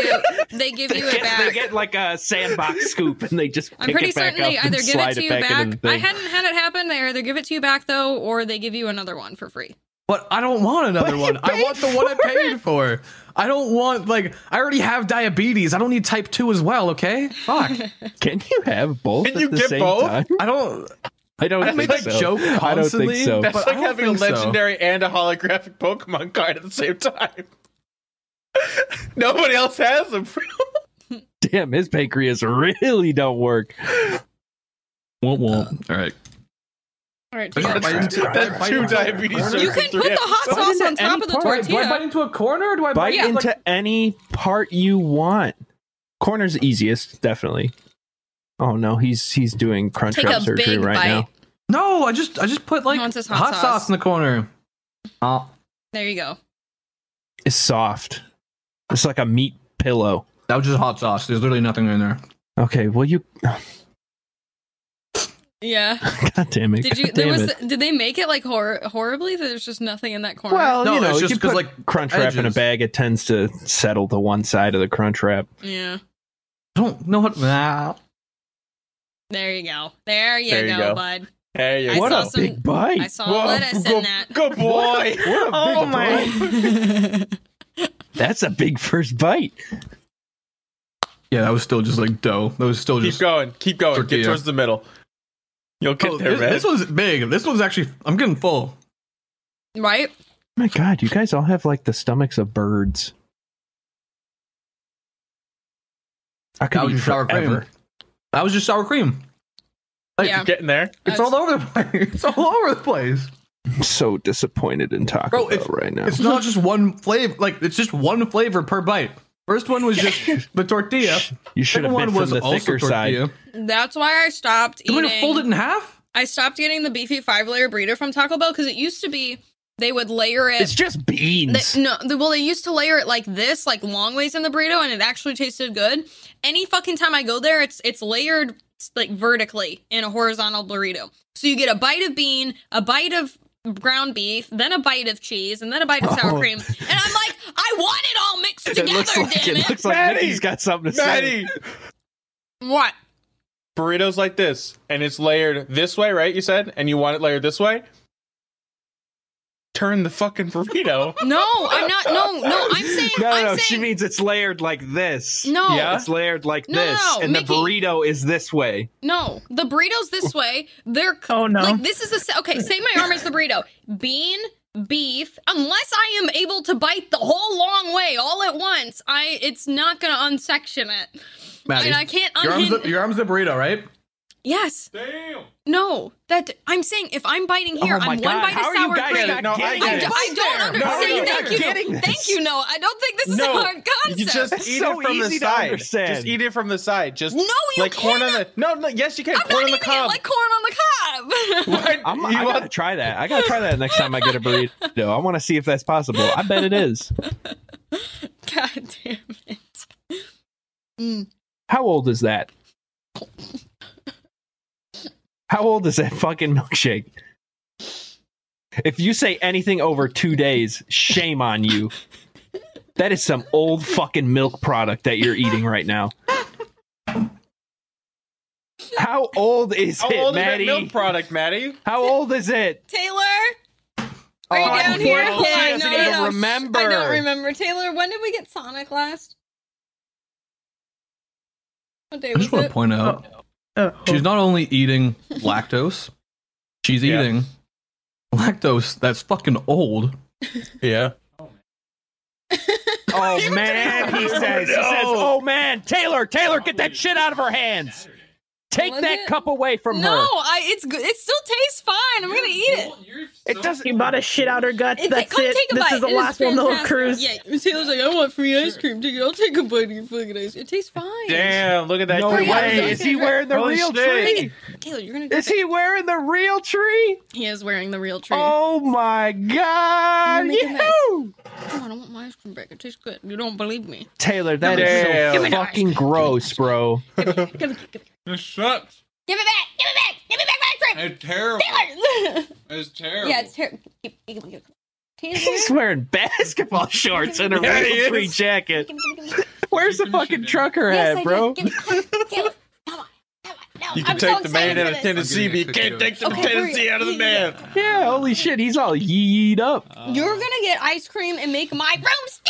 [SPEAKER 2] you, they give you it back.
[SPEAKER 1] They get like a sandbox scoop, and they just.
[SPEAKER 2] I'm
[SPEAKER 1] pick
[SPEAKER 2] pretty
[SPEAKER 1] it back
[SPEAKER 2] certain
[SPEAKER 1] up
[SPEAKER 2] they either
[SPEAKER 1] and
[SPEAKER 2] give it
[SPEAKER 1] slide
[SPEAKER 2] to you
[SPEAKER 1] back
[SPEAKER 2] back.
[SPEAKER 1] into the
[SPEAKER 2] I
[SPEAKER 1] thing.
[SPEAKER 2] hadn't had it happen. They either give it to you back though, or they give you another one for free.
[SPEAKER 4] But I don't want another
[SPEAKER 1] you
[SPEAKER 4] one. I
[SPEAKER 1] paid
[SPEAKER 4] want the one I
[SPEAKER 1] for
[SPEAKER 4] paid for. I don't want like I already have diabetes. I don't need type two as well. Okay, fuck.
[SPEAKER 1] Can you have both
[SPEAKER 3] Can
[SPEAKER 1] at
[SPEAKER 3] you
[SPEAKER 1] the
[SPEAKER 3] get
[SPEAKER 1] same
[SPEAKER 3] both?
[SPEAKER 1] time?
[SPEAKER 4] I don't.
[SPEAKER 1] I don't
[SPEAKER 4] I
[SPEAKER 1] think
[SPEAKER 4] made that
[SPEAKER 1] so.
[SPEAKER 4] joke
[SPEAKER 1] I don't think
[SPEAKER 4] constantly,
[SPEAKER 1] so.
[SPEAKER 4] but-
[SPEAKER 3] That's
[SPEAKER 4] I
[SPEAKER 3] like
[SPEAKER 4] don't
[SPEAKER 3] having a
[SPEAKER 4] think so.
[SPEAKER 3] legendary and a holographic Pokemon card at the same time. Nobody else has them. bro.
[SPEAKER 1] Damn, his pancreas really don't work.
[SPEAKER 4] Won't won't. Uh, All right.
[SPEAKER 2] All right,
[SPEAKER 4] Why
[SPEAKER 2] yeah.
[SPEAKER 4] did I bite into- why did I
[SPEAKER 3] That's
[SPEAKER 4] bite
[SPEAKER 3] two
[SPEAKER 4] into a
[SPEAKER 3] diabetes.
[SPEAKER 4] corner?
[SPEAKER 2] you
[SPEAKER 3] surgeries,
[SPEAKER 2] can put
[SPEAKER 3] three
[SPEAKER 2] the hot
[SPEAKER 1] Why
[SPEAKER 2] sauce
[SPEAKER 1] didn't
[SPEAKER 2] on top of
[SPEAKER 1] any
[SPEAKER 2] the
[SPEAKER 4] Do I-
[SPEAKER 1] part-
[SPEAKER 4] Do I bite
[SPEAKER 2] tortilla.
[SPEAKER 4] into a corner or do I bite,
[SPEAKER 1] Bite
[SPEAKER 4] into,
[SPEAKER 1] into
[SPEAKER 4] like-
[SPEAKER 1] any part you want. Corner's easiest, definitely. Oh no, he's he's doing crunch
[SPEAKER 2] Take
[SPEAKER 1] wrap
[SPEAKER 2] a
[SPEAKER 1] surgery
[SPEAKER 2] big
[SPEAKER 1] right
[SPEAKER 2] bite.
[SPEAKER 1] now.
[SPEAKER 4] No, I just I just put like
[SPEAKER 2] No, it
[SPEAKER 4] hot,
[SPEAKER 2] says
[SPEAKER 4] sauce.
[SPEAKER 2] hot sauce.
[SPEAKER 4] in the corner. Oh,
[SPEAKER 2] There you go.
[SPEAKER 1] It's soft. It's like a meat pillow.
[SPEAKER 4] that was just hot sauce. There's literally nothing in there.
[SPEAKER 1] Okay, well you
[SPEAKER 2] Yeah.
[SPEAKER 1] God damn it.
[SPEAKER 2] Did you?
[SPEAKER 1] God
[SPEAKER 2] There
[SPEAKER 1] damn
[SPEAKER 2] was.
[SPEAKER 1] it.
[SPEAKER 2] Did they make it like hor- horribly? That there's just nothing in that corner.
[SPEAKER 1] well,
[SPEAKER 4] No,
[SPEAKER 1] you know,
[SPEAKER 4] it's
[SPEAKER 1] you
[SPEAKER 4] just 'cause,
[SPEAKER 1] put
[SPEAKER 4] like,
[SPEAKER 1] crunch wrap in a
[SPEAKER 4] edges.
[SPEAKER 1] bag, it tends to settle to one side of the crunch wrap.
[SPEAKER 2] yeah.
[SPEAKER 4] I don't know what. Nah.
[SPEAKER 2] There you go. There you,
[SPEAKER 3] There
[SPEAKER 2] go,
[SPEAKER 3] you go.
[SPEAKER 2] bud.
[SPEAKER 3] There you
[SPEAKER 2] I
[SPEAKER 1] what
[SPEAKER 2] saw
[SPEAKER 1] a
[SPEAKER 3] go.
[SPEAKER 2] some-
[SPEAKER 1] big bite.
[SPEAKER 2] I saw
[SPEAKER 3] Whoa,
[SPEAKER 2] lettuce
[SPEAKER 3] good,
[SPEAKER 2] in that.
[SPEAKER 3] good
[SPEAKER 1] What
[SPEAKER 3] boy.
[SPEAKER 1] a
[SPEAKER 5] Oh
[SPEAKER 1] big
[SPEAKER 5] my-
[SPEAKER 1] bite. That's a big first bite.
[SPEAKER 4] Yeah, that was still just like dough. That was still
[SPEAKER 3] keep
[SPEAKER 4] just.
[SPEAKER 3] going. Keep going.
[SPEAKER 4] Tortilla.
[SPEAKER 3] Get towards the middle. You'll get
[SPEAKER 4] Oh,
[SPEAKER 3] there,
[SPEAKER 4] this,
[SPEAKER 3] man.
[SPEAKER 4] this one's big. This one's actually. I'm getting full.
[SPEAKER 2] right?
[SPEAKER 1] Oh my god, you guys all have like the stomachs of birds. I
[SPEAKER 4] That
[SPEAKER 1] could
[SPEAKER 4] was
[SPEAKER 1] eat
[SPEAKER 4] just sour cream.
[SPEAKER 1] forever.
[SPEAKER 4] That was just sour cream. Like,
[SPEAKER 2] yeah.
[SPEAKER 3] Getting there.
[SPEAKER 4] It's
[SPEAKER 2] That's-
[SPEAKER 4] all over the place. It's all over the place.
[SPEAKER 1] I'm so disappointed in Taco
[SPEAKER 4] Bro,
[SPEAKER 1] Bell
[SPEAKER 4] it's-
[SPEAKER 1] right now.
[SPEAKER 4] It's not just one flavor. Like it's just one flavor per bite. First one was just the tortilla.
[SPEAKER 1] You should have
[SPEAKER 4] Second
[SPEAKER 1] been
[SPEAKER 4] one
[SPEAKER 1] from
[SPEAKER 4] was
[SPEAKER 1] the
[SPEAKER 4] also
[SPEAKER 1] thicker
[SPEAKER 4] tortilla.
[SPEAKER 1] side.
[SPEAKER 2] That's why I stopped
[SPEAKER 4] You want me
[SPEAKER 2] eating.
[SPEAKER 4] to fold it in half?
[SPEAKER 2] I stopped getting the beefy five layer burrito from Taco Bell because it used to be they would layer it.
[SPEAKER 1] It's just beans.
[SPEAKER 2] They- no, the, well, they used to layer it like this, like long ways in the burrito, and it actually tasted good. Any fucking time I go there, it's it's layered like vertically in a horizontal burrito. So you get a bite of bean, a bite of ground beef, then a bite of cheese, and then a bite of sour
[SPEAKER 1] Oh.
[SPEAKER 2] cream. And I'm like, I want it all mixed
[SPEAKER 1] it
[SPEAKER 2] together,
[SPEAKER 1] looks like
[SPEAKER 2] damn
[SPEAKER 1] it
[SPEAKER 2] it!
[SPEAKER 1] looks like
[SPEAKER 3] Maddie!
[SPEAKER 1] Mickey's got something to say.
[SPEAKER 3] Maddie,
[SPEAKER 2] What?
[SPEAKER 3] burritos like this, and it's layered this way, right? You said, and you want it layered this way. Turn the fucking burrito.
[SPEAKER 2] No, I'm not. No, no, I'm saying.
[SPEAKER 1] No,
[SPEAKER 2] I'm
[SPEAKER 1] no,
[SPEAKER 2] saying,
[SPEAKER 1] she means it's layered like this.
[SPEAKER 2] No,
[SPEAKER 3] Yeah.
[SPEAKER 1] It's layered like
[SPEAKER 2] No,
[SPEAKER 1] this,
[SPEAKER 2] no, no,
[SPEAKER 1] and
[SPEAKER 2] Mickey.
[SPEAKER 1] the burrito is this way.
[SPEAKER 2] no. The burrito's this way. They're c-
[SPEAKER 5] Oh, no.
[SPEAKER 2] Like this is a se- okay. Say my arm is the burrito. Bean, beef. Unless I am able to bite the whole long way all at once, I it's not gonna unsection it.
[SPEAKER 4] Maddie,
[SPEAKER 2] and I can't
[SPEAKER 4] your arm's,
[SPEAKER 2] unhinge.
[SPEAKER 4] the, your arm's the burrito, right?
[SPEAKER 2] yes.
[SPEAKER 3] Damn.
[SPEAKER 2] No. That I'm saying if I'm biting here,
[SPEAKER 1] oh my
[SPEAKER 2] I'm
[SPEAKER 1] god,
[SPEAKER 2] one bite
[SPEAKER 1] how
[SPEAKER 2] of
[SPEAKER 1] are you
[SPEAKER 2] sour
[SPEAKER 1] guys
[SPEAKER 2] cream.
[SPEAKER 1] not
[SPEAKER 3] No, I
[SPEAKER 1] getting
[SPEAKER 2] I,
[SPEAKER 3] get
[SPEAKER 2] d-
[SPEAKER 1] this?
[SPEAKER 3] it.
[SPEAKER 2] I don't
[SPEAKER 3] There. No,
[SPEAKER 2] understand.
[SPEAKER 3] you're not
[SPEAKER 2] Thank you.
[SPEAKER 1] getting this.
[SPEAKER 2] Thank you. No, I don't think this is
[SPEAKER 3] No,
[SPEAKER 2] a hard concept.
[SPEAKER 3] You just
[SPEAKER 1] It's
[SPEAKER 3] eat
[SPEAKER 1] so
[SPEAKER 3] it from the
[SPEAKER 1] easy to
[SPEAKER 3] side.
[SPEAKER 1] understand.
[SPEAKER 3] Just eat it from the side. Just
[SPEAKER 2] No, you
[SPEAKER 3] like corn on the no, no. Yes, you can.
[SPEAKER 2] I'm
[SPEAKER 3] corn
[SPEAKER 2] not
[SPEAKER 3] on the
[SPEAKER 2] eating
[SPEAKER 3] cob.
[SPEAKER 2] it like corn on the cob.
[SPEAKER 3] What?
[SPEAKER 1] I'm,
[SPEAKER 3] You
[SPEAKER 1] I
[SPEAKER 3] want-
[SPEAKER 1] gotta try that. I gotta try that next time I get a burrito. I want to see if that's possible. I bet it is.
[SPEAKER 2] God damn it. Mm.
[SPEAKER 1] How old is that? How old is that fucking milkshake? If you say anything over two days, shame on you. That is some old fucking milk product that you're eating right now. How old is
[SPEAKER 3] How
[SPEAKER 1] it,
[SPEAKER 3] old
[SPEAKER 1] Maddie?
[SPEAKER 3] is that milk product, Maddie?
[SPEAKER 1] How old is it?
[SPEAKER 2] Taylor, are you
[SPEAKER 1] Oh,
[SPEAKER 2] down here?
[SPEAKER 1] well, she
[SPEAKER 2] Hold on,
[SPEAKER 1] doesn't
[SPEAKER 2] no, no,
[SPEAKER 1] even
[SPEAKER 2] no.
[SPEAKER 1] remember.
[SPEAKER 2] I don't remember. Taylor, when did we get Sonic last? What day
[SPEAKER 4] I
[SPEAKER 2] was
[SPEAKER 4] just want to
[SPEAKER 2] it?
[SPEAKER 4] point out
[SPEAKER 5] Oh.
[SPEAKER 4] she's not only eating lactose, she's
[SPEAKER 3] Yeah.
[SPEAKER 4] eating lactose that's fucking old.
[SPEAKER 3] Yeah.
[SPEAKER 1] Oh man, he says. He says, "Oh man, Taylor, Taylor, get that shit out of her hands. Take
[SPEAKER 2] Was
[SPEAKER 1] that
[SPEAKER 2] it?
[SPEAKER 1] cup away from
[SPEAKER 2] No,
[SPEAKER 1] her."
[SPEAKER 2] I it's good. It still tastes fine. I'm gonna eat it.
[SPEAKER 1] It doesn't.
[SPEAKER 5] You bought a shit out her guts.
[SPEAKER 2] It's like,
[SPEAKER 5] That's
[SPEAKER 2] come
[SPEAKER 5] it.
[SPEAKER 2] take a
[SPEAKER 5] This
[SPEAKER 2] bite.
[SPEAKER 5] is the
[SPEAKER 2] It
[SPEAKER 5] last one. The whole
[SPEAKER 2] fantastic.
[SPEAKER 5] cruise.
[SPEAKER 2] Yeah, Taylor's like, I want free ice cream. Take it. I'll take a bite of your fucking ice. It tastes fine.
[SPEAKER 3] Damn, look at that.
[SPEAKER 1] No
[SPEAKER 3] tree.
[SPEAKER 1] way. Is he wearing the
[SPEAKER 3] Holy
[SPEAKER 1] real
[SPEAKER 3] shit.
[SPEAKER 1] tree?
[SPEAKER 2] Taylor, you're gonna.
[SPEAKER 1] Is he wearing the real tree?
[SPEAKER 2] He is wearing the real tree.
[SPEAKER 1] Oh my god!
[SPEAKER 2] Let me get my-
[SPEAKER 1] Yahoo!
[SPEAKER 2] Come on, I want my ice cream back. It tastes good. You don't believe me.
[SPEAKER 1] Taylor, that
[SPEAKER 3] Give me the ice
[SPEAKER 1] is
[SPEAKER 3] cream.
[SPEAKER 1] so
[SPEAKER 3] Give me the
[SPEAKER 1] fucking gross, bro.
[SPEAKER 2] Give it, give it, give it, give it.
[SPEAKER 6] This sucks.
[SPEAKER 2] Give it back. Give it back. Give me back my ice
[SPEAKER 6] It's terrible.
[SPEAKER 2] cream. Taylor.
[SPEAKER 6] It's terrible.
[SPEAKER 2] yeah, it's terrible. Give, give, give, give. Taylor.
[SPEAKER 1] He's wearing basketball shorts and a
[SPEAKER 3] Yeah, he
[SPEAKER 1] real
[SPEAKER 3] is.
[SPEAKER 1] tree jacket.
[SPEAKER 2] give me, give me, give me.
[SPEAKER 1] Where's the
[SPEAKER 6] You
[SPEAKER 1] fucking
[SPEAKER 6] finished it.
[SPEAKER 1] trucker
[SPEAKER 2] Yes, I
[SPEAKER 1] hat,
[SPEAKER 2] did.
[SPEAKER 1] bro?
[SPEAKER 2] Give me, come on, Taylor. Come on. Come on. No,
[SPEAKER 3] You can
[SPEAKER 2] I'm
[SPEAKER 3] take
[SPEAKER 2] so
[SPEAKER 3] the
[SPEAKER 2] excited
[SPEAKER 3] man out
[SPEAKER 2] for
[SPEAKER 3] of
[SPEAKER 2] this.
[SPEAKER 6] I'm
[SPEAKER 3] Tennessee, but
[SPEAKER 6] getting a
[SPEAKER 3] you can't
[SPEAKER 6] cookie
[SPEAKER 3] take the
[SPEAKER 2] over here.
[SPEAKER 3] Tennessee out of the
[SPEAKER 2] Okay,
[SPEAKER 3] man.
[SPEAKER 1] Yeah, holy shit, he's all yeed up.
[SPEAKER 2] You're gonna get ice cream and make my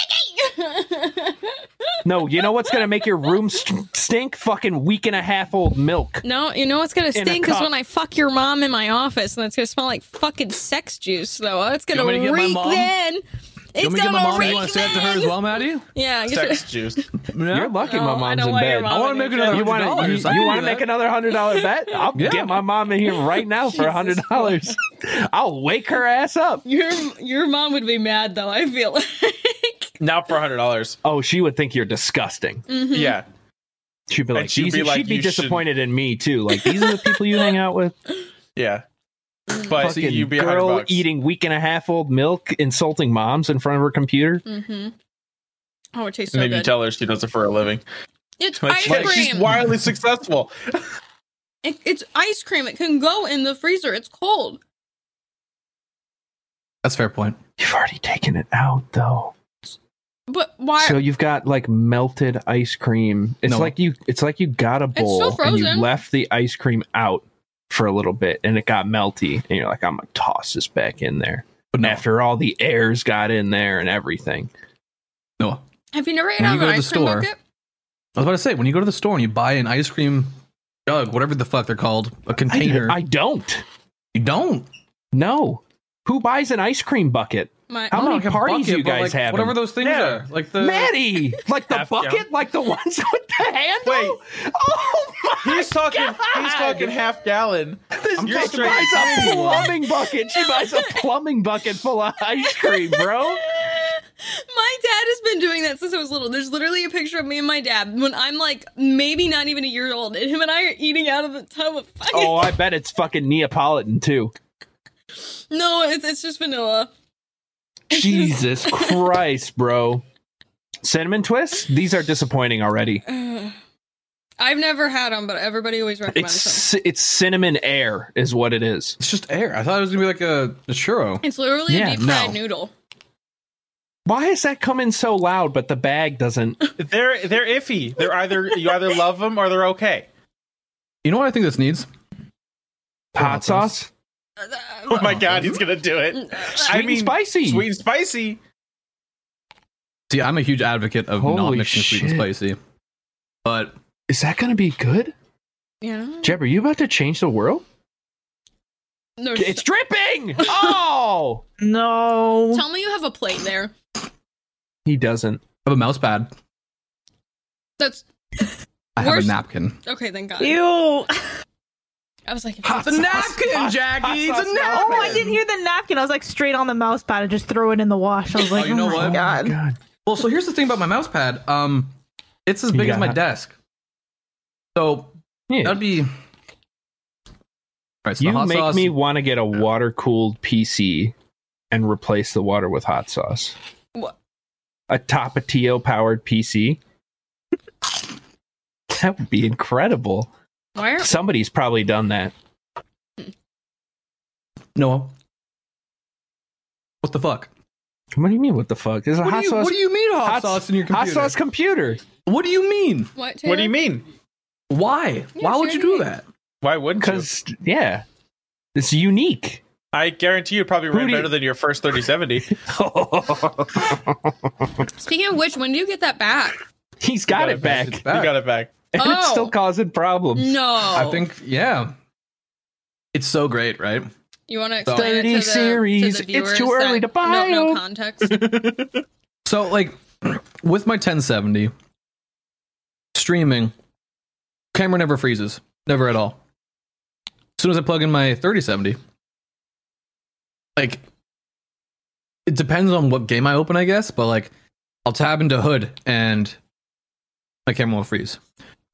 [SPEAKER 2] room sticky.
[SPEAKER 1] No, you know what's gonna make your room st- stink? Fucking week and a half old milk.
[SPEAKER 2] no, you know what's gonna
[SPEAKER 1] a
[SPEAKER 2] stink is
[SPEAKER 1] cup.
[SPEAKER 2] when I fuck your mom in my office, and it's gonna smell like fucking sex juice. Though it's gonna
[SPEAKER 4] want me to get my
[SPEAKER 2] reek
[SPEAKER 4] mom?
[SPEAKER 2] then. It's
[SPEAKER 4] You want me to get
[SPEAKER 2] gonna
[SPEAKER 4] my mom?
[SPEAKER 2] reek
[SPEAKER 4] You want to say
[SPEAKER 2] then.
[SPEAKER 4] that to her as well, Maddie?
[SPEAKER 2] Yeah, I guess
[SPEAKER 3] Sex juice.
[SPEAKER 4] No?
[SPEAKER 1] You're lucky
[SPEAKER 2] No,
[SPEAKER 1] my
[SPEAKER 2] I
[SPEAKER 1] mom's
[SPEAKER 2] don't
[SPEAKER 1] in
[SPEAKER 2] want your
[SPEAKER 1] bed.
[SPEAKER 2] mom
[SPEAKER 4] I want to make another
[SPEAKER 1] You
[SPEAKER 4] hundred
[SPEAKER 1] want to
[SPEAKER 4] dollars. I
[SPEAKER 1] you,
[SPEAKER 4] can do
[SPEAKER 1] want to
[SPEAKER 4] that.
[SPEAKER 1] make another hundred dollar bet? I'll
[SPEAKER 4] Yeah.
[SPEAKER 1] get my mom in here right now for
[SPEAKER 2] Jesus
[SPEAKER 1] a hundred dollars. I'll wake her ass up.
[SPEAKER 2] your your mom would be mad though. I feel like
[SPEAKER 3] Not for hundred dollars.
[SPEAKER 1] Oh, she would think you're disgusting.
[SPEAKER 2] Mm.
[SPEAKER 3] Yeah.
[SPEAKER 1] She'd be
[SPEAKER 3] And
[SPEAKER 1] like,
[SPEAKER 3] she'd
[SPEAKER 1] these,
[SPEAKER 3] be
[SPEAKER 1] she'd
[SPEAKER 3] like,
[SPEAKER 1] be
[SPEAKER 3] "You shouldn't."
[SPEAKER 1] disappointed in me too. Like these are the people you hang out with.
[SPEAKER 3] Yeah. But
[SPEAKER 1] Fucking
[SPEAKER 3] you'd be a hundred
[SPEAKER 1] girl
[SPEAKER 3] bucks.
[SPEAKER 1] eating week and a half old milk, insulting moms in front of her computer.
[SPEAKER 2] Mm-hmm. Oh, it tastes so
[SPEAKER 3] Maybe
[SPEAKER 2] good.
[SPEAKER 3] you tell her she does it for a living.
[SPEAKER 2] it's
[SPEAKER 3] Like,
[SPEAKER 2] ice
[SPEAKER 3] like, she's
[SPEAKER 2] cream.
[SPEAKER 3] wildly successful.
[SPEAKER 2] It- it's ice cream. It can go in the freezer. It's cold.
[SPEAKER 4] That's a fair point.
[SPEAKER 1] You've already taken it out though.
[SPEAKER 2] But why?
[SPEAKER 1] So you've got like melted ice cream. It's
[SPEAKER 4] No.
[SPEAKER 1] like you it's like you got a bowl
[SPEAKER 2] still
[SPEAKER 1] and you
[SPEAKER 2] frozen.
[SPEAKER 1] left the ice cream out for a little bit and it got melty and you're like, I'm gonna toss this back in there.
[SPEAKER 4] But no,
[SPEAKER 1] After all the airs got in there and everything.
[SPEAKER 4] no. I
[SPEAKER 2] Have you never ate
[SPEAKER 4] When you
[SPEAKER 2] out of
[SPEAKER 4] go
[SPEAKER 2] an
[SPEAKER 4] to the
[SPEAKER 2] ice cream
[SPEAKER 4] store-
[SPEAKER 2] bucket?
[SPEAKER 4] was about to say when you go to the store and you buy an ice cream jug, whatever the fuck they're called, a container.
[SPEAKER 1] I don't.
[SPEAKER 4] you don't.
[SPEAKER 1] No. Who buys an ice cream bucket?
[SPEAKER 2] My,
[SPEAKER 1] How
[SPEAKER 4] No,
[SPEAKER 1] many
[SPEAKER 4] like a
[SPEAKER 1] parties
[SPEAKER 4] bucket,
[SPEAKER 1] you
[SPEAKER 4] but,
[SPEAKER 1] guys
[SPEAKER 4] like,
[SPEAKER 1] having?
[SPEAKER 4] Whatever those things
[SPEAKER 3] Yeah.
[SPEAKER 4] are, like the
[SPEAKER 1] Maddie, like the
[SPEAKER 3] Half gallon.
[SPEAKER 1] bucket, like the ones with the handle.
[SPEAKER 3] Wait.
[SPEAKER 1] oh my!
[SPEAKER 3] He's talking he's
[SPEAKER 1] God.
[SPEAKER 3] talking half gallon.
[SPEAKER 1] This
[SPEAKER 3] I'm
[SPEAKER 1] bitch
[SPEAKER 3] just trying
[SPEAKER 1] buys
[SPEAKER 3] to
[SPEAKER 1] a
[SPEAKER 3] tell you.
[SPEAKER 1] plumbing bucket. She buys a plumbing bucket full of ice cream, bro.
[SPEAKER 2] My dad has been doing that since I was little. There's literally a picture of me and my dad when I'm like maybe not even a year old, and him and I are eating out of the tub of fucking.
[SPEAKER 1] Oh, I bet it's fucking Neapolitan too.
[SPEAKER 2] No, it's, it's just vanilla.
[SPEAKER 1] Jesus Christ, bro. Cinnamon twists? These are disappointing already.
[SPEAKER 2] I've never had them, but everybody always recommends
[SPEAKER 1] It's
[SPEAKER 2] them.
[SPEAKER 1] ci- it's cinnamon air, is what it is.
[SPEAKER 4] it's just air. I thought it was gonna be like a, a churro.
[SPEAKER 2] It's literally
[SPEAKER 1] Yeah,
[SPEAKER 2] a deep fried
[SPEAKER 4] no.
[SPEAKER 2] noodle.
[SPEAKER 1] Why is that coming so loud? But the bag doesn't.
[SPEAKER 3] They're they're iffy. They're either you either love them or they're okay.
[SPEAKER 4] You know what I think this needs?
[SPEAKER 1] Hot sauce,
[SPEAKER 3] Oh my god, he's gonna do it.
[SPEAKER 1] sweet
[SPEAKER 3] I
[SPEAKER 1] and
[SPEAKER 3] mean,
[SPEAKER 1] spicy.
[SPEAKER 3] Sweet and spicy.
[SPEAKER 4] See, I'm a huge advocate of not
[SPEAKER 1] Holy
[SPEAKER 4] mixing sweet and
[SPEAKER 1] shit.
[SPEAKER 4] spicy. But
[SPEAKER 1] Is that gonna be good?
[SPEAKER 2] Yeah.
[SPEAKER 1] Jeb, are you about to change the world?
[SPEAKER 2] There's-
[SPEAKER 1] It's dripping! Oh!
[SPEAKER 5] No.
[SPEAKER 2] Tell me you have a plate there.
[SPEAKER 1] he doesn't.
[SPEAKER 4] I have a mouse pad.
[SPEAKER 2] That's
[SPEAKER 4] I have
[SPEAKER 2] Where's-
[SPEAKER 4] a napkin.
[SPEAKER 2] okay. Thank God.
[SPEAKER 5] Ew.
[SPEAKER 2] I was like,
[SPEAKER 1] Hot
[SPEAKER 4] It's
[SPEAKER 1] sauce.
[SPEAKER 4] a napkin,
[SPEAKER 1] Hot-
[SPEAKER 4] Jackie!
[SPEAKER 1] hot
[SPEAKER 4] It's a
[SPEAKER 1] sauce
[SPEAKER 4] napkin!
[SPEAKER 1] salad.
[SPEAKER 5] Oh, I didn't hear the napkin. I was like straight on the mouse pad and just throw it in the wash. I was like,
[SPEAKER 4] you know
[SPEAKER 5] oh my
[SPEAKER 4] what?
[SPEAKER 5] god.
[SPEAKER 4] Well, so here's the thing about my mouse pad. Um, it's as big as my
[SPEAKER 1] Yeah.
[SPEAKER 4] desk. So
[SPEAKER 1] Yeah.
[SPEAKER 4] that'd be. All right, so the
[SPEAKER 1] You
[SPEAKER 4] hot
[SPEAKER 1] make
[SPEAKER 4] sauce-
[SPEAKER 1] me want to get a water cooled PC and replace the water with hot sauce.
[SPEAKER 2] What?
[SPEAKER 1] A Tapatio powered PC? that would be incredible.
[SPEAKER 2] why are
[SPEAKER 1] Somebody's probably done that.
[SPEAKER 4] Noah. What the fuck?
[SPEAKER 1] What do you mean? What the fuck? There's a
[SPEAKER 4] What
[SPEAKER 1] hot
[SPEAKER 4] do, you,
[SPEAKER 1] sauce.
[SPEAKER 4] what do you mean hot,
[SPEAKER 1] hot-
[SPEAKER 4] sauce in your
[SPEAKER 1] Hot
[SPEAKER 4] computer?
[SPEAKER 1] sauce computer.
[SPEAKER 4] What do you mean?
[SPEAKER 2] what? Taylor?
[SPEAKER 3] What do you mean?
[SPEAKER 4] Why? Why would
[SPEAKER 2] sure
[SPEAKER 4] you
[SPEAKER 2] you
[SPEAKER 4] do
[SPEAKER 2] mean.
[SPEAKER 4] that?
[SPEAKER 3] Why wouldn't you?
[SPEAKER 1] Because, yeah, it's unique.
[SPEAKER 3] I guarantee you probably
[SPEAKER 1] Who
[SPEAKER 3] ran
[SPEAKER 1] do you-
[SPEAKER 3] better than your first 3070.
[SPEAKER 2] Speaking of which, when do you get that back?
[SPEAKER 1] He's got,
[SPEAKER 3] got
[SPEAKER 1] it
[SPEAKER 3] it,
[SPEAKER 1] back.
[SPEAKER 4] It's
[SPEAKER 3] You
[SPEAKER 4] back.
[SPEAKER 3] got it back.
[SPEAKER 1] And it's
[SPEAKER 2] Oh.
[SPEAKER 1] still causing problems.
[SPEAKER 2] No,
[SPEAKER 4] I think yeah. Oh. It's so great, right?
[SPEAKER 2] you want to explain it
[SPEAKER 1] Thirty
[SPEAKER 2] to the,
[SPEAKER 1] series.
[SPEAKER 2] To
[SPEAKER 1] It's
[SPEAKER 2] the viewers
[SPEAKER 1] too early
[SPEAKER 2] that
[SPEAKER 1] to buy
[SPEAKER 2] No, no
[SPEAKER 1] 'em.
[SPEAKER 2] context.
[SPEAKER 4] So like with my 1070 streaming camera never freezes, never at all. As soon as I plug in my 3070 like it depends on what game I open, I guess, but like I'll tab into Hood and my camera will freeze.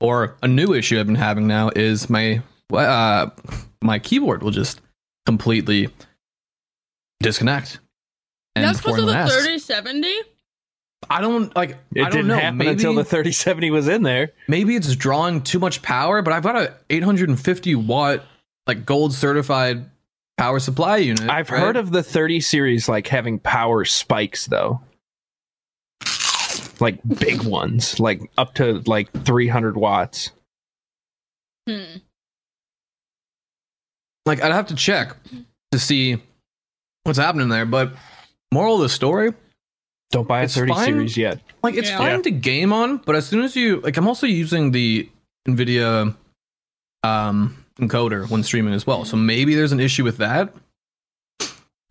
[SPEAKER 4] Or a new issue I've been having now is my uh my keyboard will just completely disconnect. And
[SPEAKER 2] That's because
[SPEAKER 4] before
[SPEAKER 2] of the
[SPEAKER 4] anyone asks-
[SPEAKER 2] 3070?
[SPEAKER 4] I don't like
[SPEAKER 1] It
[SPEAKER 4] I don't
[SPEAKER 1] didn't
[SPEAKER 4] know.
[SPEAKER 1] happen
[SPEAKER 4] maybe,
[SPEAKER 1] until the 3070 was in there.
[SPEAKER 4] maybe it's drawing too much power, but I've got a 850 watt like gold certified power supply unit.
[SPEAKER 1] I've
[SPEAKER 4] right?
[SPEAKER 1] heard of the 30 series like having power spikes though. Like big ones, like up to like 300 watts.
[SPEAKER 2] Hmm.
[SPEAKER 4] like I'd have to check to see what's happening there. But moral of the story,
[SPEAKER 1] Don't buy a
[SPEAKER 4] It's
[SPEAKER 1] 30
[SPEAKER 4] fine.
[SPEAKER 1] series yet.
[SPEAKER 4] like it's
[SPEAKER 2] Yeah.
[SPEAKER 4] fine
[SPEAKER 1] Yeah.
[SPEAKER 4] to game on, but as soon as you like, I'm also using the NVIDIA um, encoder when streaming as well. So maybe there's an issue with that.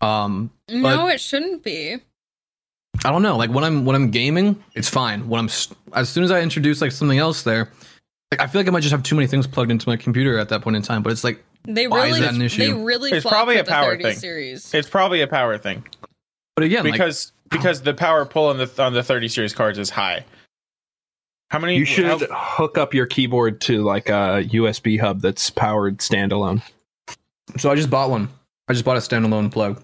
[SPEAKER 4] Um,
[SPEAKER 2] No, it shouldn't be.
[SPEAKER 4] I don't know. Like when I'm when I'm gaming, it's fine. When I'm s- as soon as I introduce like something else there, like I feel like I might just have too many things plugged into my computer at that point in time. But it's like
[SPEAKER 2] They
[SPEAKER 4] Why is
[SPEAKER 2] really,
[SPEAKER 4] that an issue?
[SPEAKER 2] they really.
[SPEAKER 3] It's
[SPEAKER 2] flopped
[SPEAKER 3] probably
[SPEAKER 2] with
[SPEAKER 3] a
[SPEAKER 2] the
[SPEAKER 3] power
[SPEAKER 2] 30
[SPEAKER 3] thing.
[SPEAKER 2] Series.
[SPEAKER 3] It's probably a power thing
[SPEAKER 4] but again, like,
[SPEAKER 3] because because the power pull on the on the 30 series cards is high. How many?
[SPEAKER 1] You should
[SPEAKER 3] how-
[SPEAKER 1] hook up your keyboard to like a USB hub that's powered standalone.
[SPEAKER 4] so I just bought one. I just bought a standalone plug.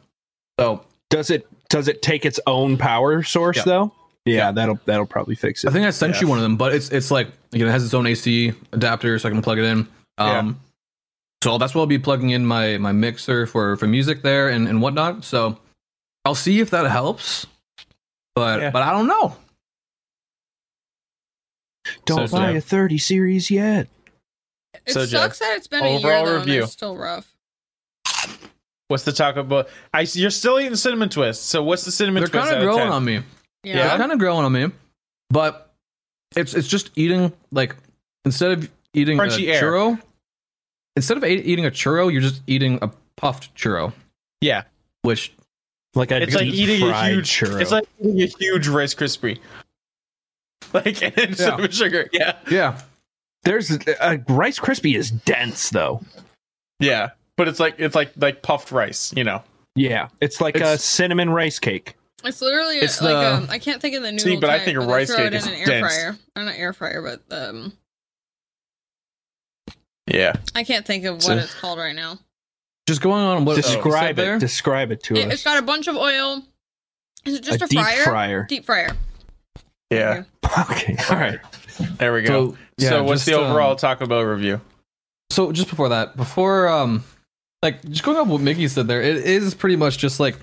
[SPEAKER 4] So
[SPEAKER 1] Does it does it take its own power source
[SPEAKER 4] Yeah.
[SPEAKER 1] though? Yeah,
[SPEAKER 4] Yeah.
[SPEAKER 1] that'll that'll probably fix
[SPEAKER 4] I
[SPEAKER 1] it.
[SPEAKER 4] think I sent
[SPEAKER 3] Yeah.
[SPEAKER 4] you one of them, but it's it's like you know, it has its own AC adapter, so I can plug it in. Um, So that's what I'll be plugging in my my mixer for for music there and and whatnot. So I'll see if that helps, but
[SPEAKER 3] Yeah.
[SPEAKER 4] but I don't know.
[SPEAKER 1] Don't
[SPEAKER 4] So-
[SPEAKER 1] buy
[SPEAKER 4] so-
[SPEAKER 1] a 30 series yet.
[SPEAKER 2] It
[SPEAKER 3] So,
[SPEAKER 2] sucks
[SPEAKER 3] Jeff,
[SPEAKER 2] that it's been a year
[SPEAKER 3] overall
[SPEAKER 2] though, and
[SPEAKER 3] review.
[SPEAKER 2] it's still rough.
[SPEAKER 3] What's the taco? But I you're still eating cinnamon twists. So what's the cinnamon
[SPEAKER 4] They're
[SPEAKER 3] twist?
[SPEAKER 4] kind of
[SPEAKER 3] out of
[SPEAKER 4] growing
[SPEAKER 3] 10?
[SPEAKER 4] on me.
[SPEAKER 2] Yeah.
[SPEAKER 4] They're kind of growing on me, but it's it's just eating like instead of eating
[SPEAKER 3] Crunchy
[SPEAKER 4] a
[SPEAKER 3] air.
[SPEAKER 4] churro, instead of e- eating a churro, you're just eating a puffed churro,
[SPEAKER 3] Yeah,
[SPEAKER 4] which
[SPEAKER 1] Like I
[SPEAKER 3] it's like eating a
[SPEAKER 1] fried
[SPEAKER 3] huge.
[SPEAKER 1] churro.
[SPEAKER 3] It's like eating a huge Rice crispy. Like and then cinnamon sugar. Yeah,
[SPEAKER 4] yeah,
[SPEAKER 1] there's uh, Rice Krispie is dense though.
[SPEAKER 3] yeah. But it's like it's like like puffed rice. You know.
[SPEAKER 1] Yeah, it's like a
[SPEAKER 3] It's-
[SPEAKER 1] cinnamon rice cake.
[SPEAKER 2] It's literally
[SPEAKER 4] It's
[SPEAKER 2] like
[SPEAKER 4] the-
[SPEAKER 2] um, I can't think of the noodle
[SPEAKER 3] See, but I
[SPEAKER 2] type,
[SPEAKER 3] think a
[SPEAKER 2] they
[SPEAKER 3] rice
[SPEAKER 2] throw
[SPEAKER 3] cake
[SPEAKER 2] it in
[SPEAKER 3] is
[SPEAKER 2] an air
[SPEAKER 3] dense.
[SPEAKER 2] fryer. Or not air fryer, but um,
[SPEAKER 3] Yeah.
[SPEAKER 2] I can't think of
[SPEAKER 4] So-
[SPEAKER 2] what it's called right now.
[SPEAKER 4] just going on what oh. what you said
[SPEAKER 1] describe it.
[SPEAKER 4] there.
[SPEAKER 1] Describe it to
[SPEAKER 2] It,
[SPEAKER 1] us.
[SPEAKER 2] has got a bunch of oil. Is it just
[SPEAKER 1] a
[SPEAKER 2] a,
[SPEAKER 1] deep
[SPEAKER 2] fryer?
[SPEAKER 1] fryer.
[SPEAKER 2] Deep fryer.
[SPEAKER 3] Yeah.
[SPEAKER 1] Okay, all right.
[SPEAKER 3] There we go. So, what's
[SPEAKER 4] just,
[SPEAKER 3] the overall
[SPEAKER 4] um,
[SPEAKER 3] Taco Bell review?
[SPEAKER 4] so just before that, before um, like just going off what Mickey said there, it is pretty much just like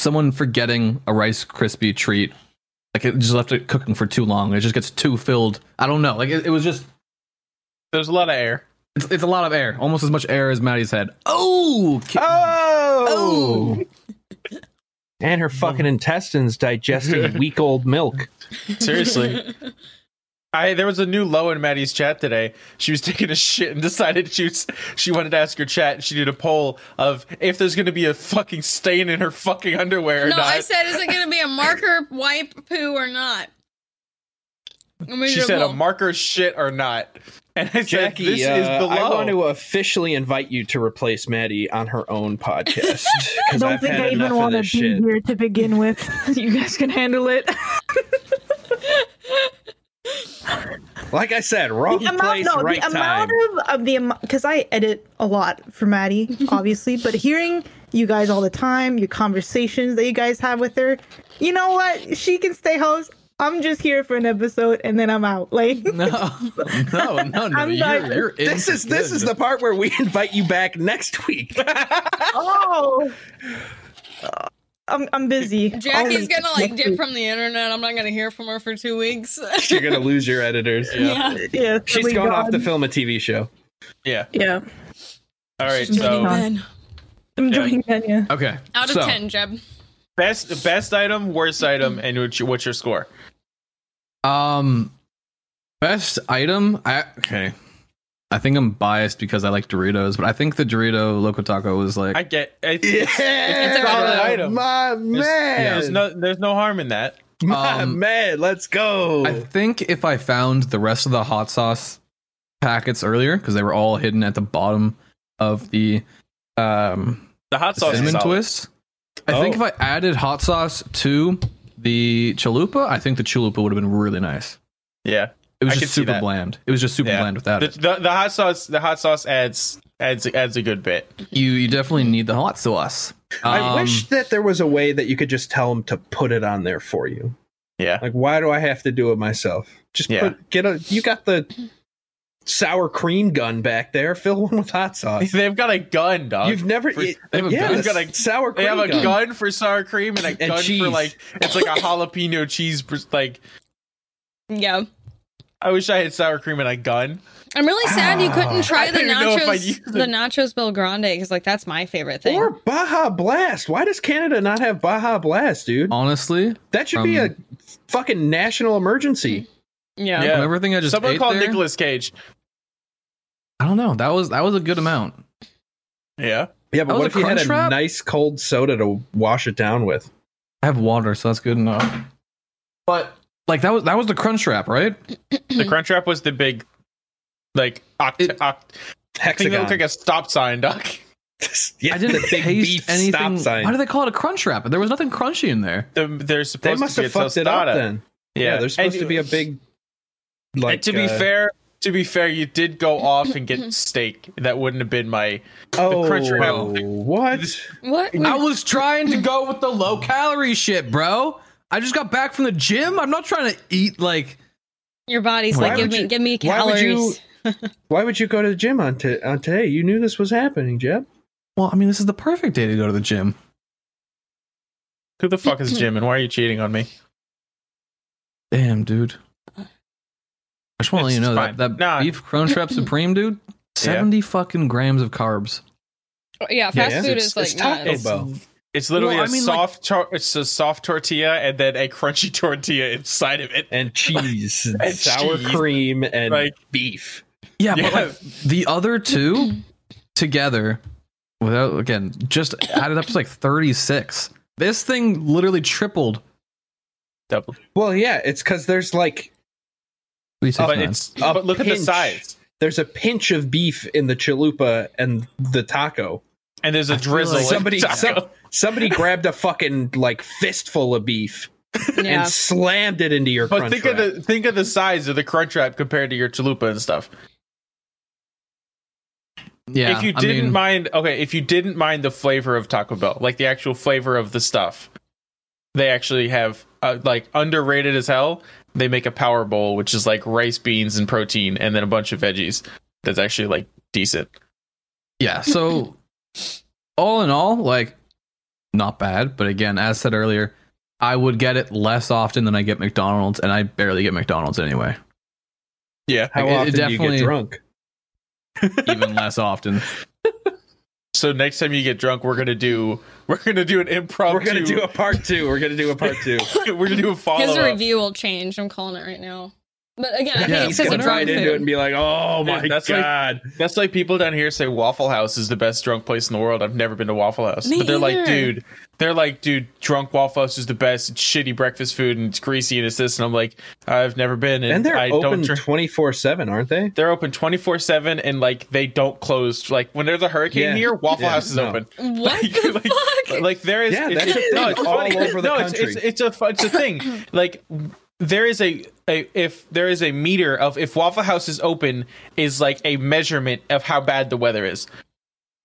[SPEAKER 4] someone forgetting a Rice Krispie treat, like it just left it cooking for too long. It just gets too filled. I don't know. Like it, it was just
[SPEAKER 3] There's a lot of air.
[SPEAKER 4] it's, it's a lot of air, almost as much air as Maddie's head. Oh, ki-
[SPEAKER 1] Oh. And her fucking intestines digesting week old milk.
[SPEAKER 3] Seriously. I there was a new low in Maddie's chat today. She was taking a shit and decided she was, she wanted to ask her chat. and She did a poll of if there's going to be a fucking stain in her fucking underwear or
[SPEAKER 2] no,
[SPEAKER 3] not.
[SPEAKER 2] I said, is it going to be a marker wipe poo or not? And we
[SPEAKER 3] she
[SPEAKER 2] did
[SPEAKER 3] said a
[SPEAKER 2] poll.
[SPEAKER 3] marker shit or not. And I
[SPEAKER 1] Jackie,
[SPEAKER 3] said this is
[SPEAKER 1] uh,
[SPEAKER 3] the
[SPEAKER 1] I
[SPEAKER 3] low.
[SPEAKER 1] want to officially invite you to replace Maddie on her own podcast because
[SPEAKER 5] Don't
[SPEAKER 1] I've
[SPEAKER 5] think
[SPEAKER 1] had
[SPEAKER 5] I
[SPEAKER 1] enough
[SPEAKER 5] even
[SPEAKER 1] of
[SPEAKER 5] want to be
[SPEAKER 1] this shit.
[SPEAKER 5] here to begin with. you guys can handle it.
[SPEAKER 1] Like I said, wrong
[SPEAKER 5] the amount,
[SPEAKER 1] place,
[SPEAKER 5] no,
[SPEAKER 1] right
[SPEAKER 5] the
[SPEAKER 1] time.
[SPEAKER 5] amount of, of the amount because I edit a lot for Maddie, obviously, but hearing you guys all the time, your conversations that you guys have with her, you know what? She can stay host. I'm just here for an episode and then I'm out. Like,
[SPEAKER 4] no, no, no, no.
[SPEAKER 5] I'm
[SPEAKER 4] You're,
[SPEAKER 5] not-
[SPEAKER 4] you're in
[SPEAKER 1] this
[SPEAKER 4] for
[SPEAKER 1] is this
[SPEAKER 4] good.
[SPEAKER 1] is the part where we invite you back next week.
[SPEAKER 5] oh, I'm I'm busy.
[SPEAKER 2] Jackie's
[SPEAKER 5] Always.
[SPEAKER 2] going to like dip from the internet. I'm not going to hear from her for two weeks.
[SPEAKER 1] You're gonna lose your editors.
[SPEAKER 2] yeah.
[SPEAKER 5] Yeah,
[SPEAKER 1] She's
[SPEAKER 5] really
[SPEAKER 1] going off to
[SPEAKER 5] gone.
[SPEAKER 1] film a TV show.
[SPEAKER 3] yeah.
[SPEAKER 5] Yeah,
[SPEAKER 3] All right.
[SPEAKER 5] joining
[SPEAKER 3] So
[SPEAKER 5] us. I'm joining that. Yeah.
[SPEAKER 4] okay.
[SPEAKER 2] Out of
[SPEAKER 4] so,
[SPEAKER 2] 10, Jeb.
[SPEAKER 3] best best item, worst item, and what's your, what's your score?
[SPEAKER 4] Um, best item. I okay. I think I'm biased because I like Doritos, but I think the Dorito Loco Taco was like
[SPEAKER 3] I get. I, it's,
[SPEAKER 1] Yeah,
[SPEAKER 3] it's a solid item.
[SPEAKER 1] my man,
[SPEAKER 3] There's no there's no harm in that.
[SPEAKER 1] my
[SPEAKER 4] Um,
[SPEAKER 1] man. Let's go.
[SPEAKER 4] I think if I found the rest of the hot sauce packets earlier, because they were all hidden at the bottom of the um
[SPEAKER 3] The hot sauce is
[SPEAKER 4] cinnamon
[SPEAKER 3] solid.
[SPEAKER 4] twist. I think if
[SPEAKER 3] Oh.
[SPEAKER 4] I added hot sauce to the chalupa, I think the chalupa would have been really nice.
[SPEAKER 3] Yeah,
[SPEAKER 4] It was
[SPEAKER 3] I could
[SPEAKER 4] just
[SPEAKER 3] see
[SPEAKER 4] super
[SPEAKER 3] that.
[SPEAKER 4] bland. It was just super
[SPEAKER 3] Yeah.
[SPEAKER 4] bland without
[SPEAKER 3] the,
[SPEAKER 4] it.
[SPEAKER 3] the the hot sauce the hot sauce adds adds adds a good bit.
[SPEAKER 4] You you definitely need the hot sauce.
[SPEAKER 1] I
[SPEAKER 4] Um,
[SPEAKER 1] wish that there was a way that you could just tell them to put it on there for you.
[SPEAKER 3] Yeah,
[SPEAKER 1] Like, why do I have to do it myself? Just
[SPEAKER 3] Yeah.
[SPEAKER 1] put get a. You got the sour cream gun back there. Fill one with hot sauce.
[SPEAKER 3] they've got a gun, dog.
[SPEAKER 1] You've never.
[SPEAKER 3] Uh, for-
[SPEAKER 1] it-
[SPEAKER 4] they have a
[SPEAKER 1] yeah,
[SPEAKER 4] gun.
[SPEAKER 1] the
[SPEAKER 3] They've got a-
[SPEAKER 1] sour
[SPEAKER 3] they
[SPEAKER 1] cream
[SPEAKER 3] have a
[SPEAKER 1] gun.
[SPEAKER 3] gun. for sour cream and a gun
[SPEAKER 1] cheese.
[SPEAKER 3] for like it's like a jalapeno cheese. pr- Like
[SPEAKER 2] Yeah.
[SPEAKER 3] I wish I had sour cream and a gun.
[SPEAKER 2] I'm really sad
[SPEAKER 1] Ah.
[SPEAKER 2] you couldn't try
[SPEAKER 3] I
[SPEAKER 2] the
[SPEAKER 3] don't even know if I'd
[SPEAKER 2] nachos,
[SPEAKER 3] use
[SPEAKER 2] the
[SPEAKER 3] it.
[SPEAKER 2] nachos Bel Grande, because like that's my favorite thing.
[SPEAKER 1] Or Baja Blast. Why does Canada not have Baja Blast, dude?
[SPEAKER 4] Um, honestly,
[SPEAKER 1] That should be a
[SPEAKER 4] um,
[SPEAKER 1] fucking national emergency.
[SPEAKER 2] yeah.
[SPEAKER 3] Yeah.
[SPEAKER 4] from everything I just
[SPEAKER 3] Someone
[SPEAKER 4] ate
[SPEAKER 3] called
[SPEAKER 4] there,
[SPEAKER 3] Nicolas Cage.
[SPEAKER 4] I don't know. That was that was a good amount.
[SPEAKER 3] Yeah,
[SPEAKER 1] Yeah, but
[SPEAKER 4] That was
[SPEAKER 1] what
[SPEAKER 4] a
[SPEAKER 1] if you had a
[SPEAKER 4] crunch wrap?
[SPEAKER 1] nice cold soda to wash it down with?
[SPEAKER 4] I have water, so that's good enough. But like that was that was the crunch wrap, right?
[SPEAKER 3] the crunch wrap was the big, like oct,
[SPEAKER 4] It-
[SPEAKER 3] oct thing that
[SPEAKER 1] Hexagon.
[SPEAKER 3] looked like a stop sign, doc.
[SPEAKER 1] yeah,
[SPEAKER 4] I didn't
[SPEAKER 1] the big
[SPEAKER 4] taste
[SPEAKER 1] beef
[SPEAKER 4] anything.
[SPEAKER 1] stop sign.
[SPEAKER 4] Why do they call it a crunch wrap? There was nothing crunchy in there.
[SPEAKER 3] The, they're supposed
[SPEAKER 1] they must
[SPEAKER 3] to be
[SPEAKER 1] have
[SPEAKER 3] a
[SPEAKER 1] fucked it up
[SPEAKER 3] tostada.
[SPEAKER 1] then. Yeah, there's supposed
[SPEAKER 3] And-
[SPEAKER 1] to be a big.
[SPEAKER 3] and
[SPEAKER 1] Like
[SPEAKER 3] to be
[SPEAKER 1] uh,
[SPEAKER 3] fair, to be fair, you did go off and get steak. That wouldn't have been my.
[SPEAKER 1] oh,
[SPEAKER 3] crunch wrap.
[SPEAKER 1] what?
[SPEAKER 2] What?
[SPEAKER 4] I was trying to go with the low calorie shit, bro. I just got back from the gym. I'm not trying to eat like
[SPEAKER 2] Your body's
[SPEAKER 1] Why
[SPEAKER 2] like, give
[SPEAKER 1] would
[SPEAKER 2] me,
[SPEAKER 1] you-
[SPEAKER 2] give me
[SPEAKER 1] why would
[SPEAKER 2] calories.
[SPEAKER 1] you- Why would you go to the gym on, t- on today? You knew this was happening, Jeb.
[SPEAKER 4] well, I mean, this is the perfect day to go to the gym.
[SPEAKER 3] Who the fuck is Jim, and why are you cheating on me?
[SPEAKER 4] Damn, dude. I just want to let
[SPEAKER 3] It's
[SPEAKER 4] you know
[SPEAKER 3] fine.
[SPEAKER 4] that, that
[SPEAKER 3] Nah.
[SPEAKER 4] beef crunch wrap supreme, dude, 70 fucking grams of carbs.
[SPEAKER 2] yeah, fast
[SPEAKER 1] Yeah.
[SPEAKER 2] food
[SPEAKER 1] It's-
[SPEAKER 2] is like
[SPEAKER 1] it's Taco
[SPEAKER 2] nuts.
[SPEAKER 1] Bell.
[SPEAKER 3] It's literally
[SPEAKER 4] Well,
[SPEAKER 3] a
[SPEAKER 4] I mean, like-
[SPEAKER 3] soft, tor- it's a soft tortilla and then a crunchy tortilla inside of it.
[SPEAKER 1] And cheese, and
[SPEAKER 3] And
[SPEAKER 1] sour
[SPEAKER 3] cheese.
[SPEAKER 1] cream, and
[SPEAKER 3] Like-
[SPEAKER 1] beef.
[SPEAKER 4] Yeah,
[SPEAKER 3] Yeah.
[SPEAKER 4] but like the other two together, without again, just added up to like 36. This thing literally tripled.
[SPEAKER 3] Double.
[SPEAKER 1] Well, yeah, it's because there's like
[SPEAKER 3] Oh, But it's
[SPEAKER 1] A
[SPEAKER 3] but look at the
[SPEAKER 1] pinch.
[SPEAKER 3] size.
[SPEAKER 1] there's a pinch of beef in the chalupa and the taco.
[SPEAKER 3] And there's a
[SPEAKER 4] feel
[SPEAKER 3] drizzle.
[SPEAKER 4] like-
[SPEAKER 3] in
[SPEAKER 1] Somebody,
[SPEAKER 3] taco.
[SPEAKER 1] some, somebody grabbed a fucking like fistful of beef
[SPEAKER 2] Yeah.
[SPEAKER 1] and slammed it into your.
[SPEAKER 3] but
[SPEAKER 1] crunch
[SPEAKER 3] think
[SPEAKER 1] wrap.
[SPEAKER 3] of the think of the size of the crunch wrap compared to your chalupa and stuff.
[SPEAKER 4] yeah,
[SPEAKER 3] if you
[SPEAKER 4] I
[SPEAKER 3] didn't
[SPEAKER 4] mean,
[SPEAKER 3] mind, okay, if you didn't mind the flavor of Taco Bell, like the actual flavor of the stuff, they actually have uh, like underrated as hell. They make a power bowl, which is like rice, beans, and protein, and then a bunch of veggies. That's actually like decent.
[SPEAKER 4] yeah so all in all like not bad but again as said earlier i would get it less often than i get mcdonald's and i barely get mcdonald's anyway
[SPEAKER 3] Yeah.
[SPEAKER 1] How
[SPEAKER 4] Like, it- it
[SPEAKER 1] often do you
[SPEAKER 4] definitely-
[SPEAKER 1] get drunk?
[SPEAKER 4] even less often
[SPEAKER 3] So next time you get drunk, we're gonna do we're gonna do an improv.
[SPEAKER 1] We're gonna do a part two. We're gonna do a part two.
[SPEAKER 3] a we're gonna do a follow
[SPEAKER 2] His
[SPEAKER 3] up.
[SPEAKER 2] review will change. I'm calling it right now. But again, I think
[SPEAKER 4] Yeah,
[SPEAKER 2] it's
[SPEAKER 1] He's
[SPEAKER 2] because
[SPEAKER 1] gonna
[SPEAKER 2] of
[SPEAKER 4] whenever I
[SPEAKER 1] ride
[SPEAKER 2] drunk
[SPEAKER 4] did
[SPEAKER 1] into it and
[SPEAKER 2] food.
[SPEAKER 1] be like, "Oh my
[SPEAKER 3] Dude, that's like-
[SPEAKER 1] god!"
[SPEAKER 3] That's like people down here say Waffle House is the best drunk place in the world. I've never been to Waffle House,
[SPEAKER 2] Me
[SPEAKER 3] but they're like,
[SPEAKER 2] either.
[SPEAKER 3] dude, they're like, dude, drunk Waffle House is the best. It's shitty breakfast food and it's greasy and it's this. And I'm like, I've never been. And,
[SPEAKER 1] and they're
[SPEAKER 3] I don't
[SPEAKER 1] open
[SPEAKER 3] drink.
[SPEAKER 1] twenty four seven, aren't they?
[SPEAKER 3] They're open twenty four seven and like they don't close. Like when there's a hurricane
[SPEAKER 1] Yeah.
[SPEAKER 3] here, Waffle
[SPEAKER 1] Yeah,
[SPEAKER 3] House is
[SPEAKER 1] no.
[SPEAKER 3] open.
[SPEAKER 2] What
[SPEAKER 3] Like-
[SPEAKER 2] the
[SPEAKER 3] like-
[SPEAKER 2] fuck?
[SPEAKER 3] Like there is,
[SPEAKER 1] Yeah,
[SPEAKER 3] it's-
[SPEAKER 1] that's a
[SPEAKER 3] it's- no,
[SPEAKER 1] thing
[SPEAKER 3] it's
[SPEAKER 1] all
[SPEAKER 3] funny.
[SPEAKER 1] over the
[SPEAKER 3] no, it's-
[SPEAKER 1] country.
[SPEAKER 3] It's, it's a fu- it's a thing. Like there is a, a if there is a meter of if Waffle House is open is like a measurement of how bad the weather is.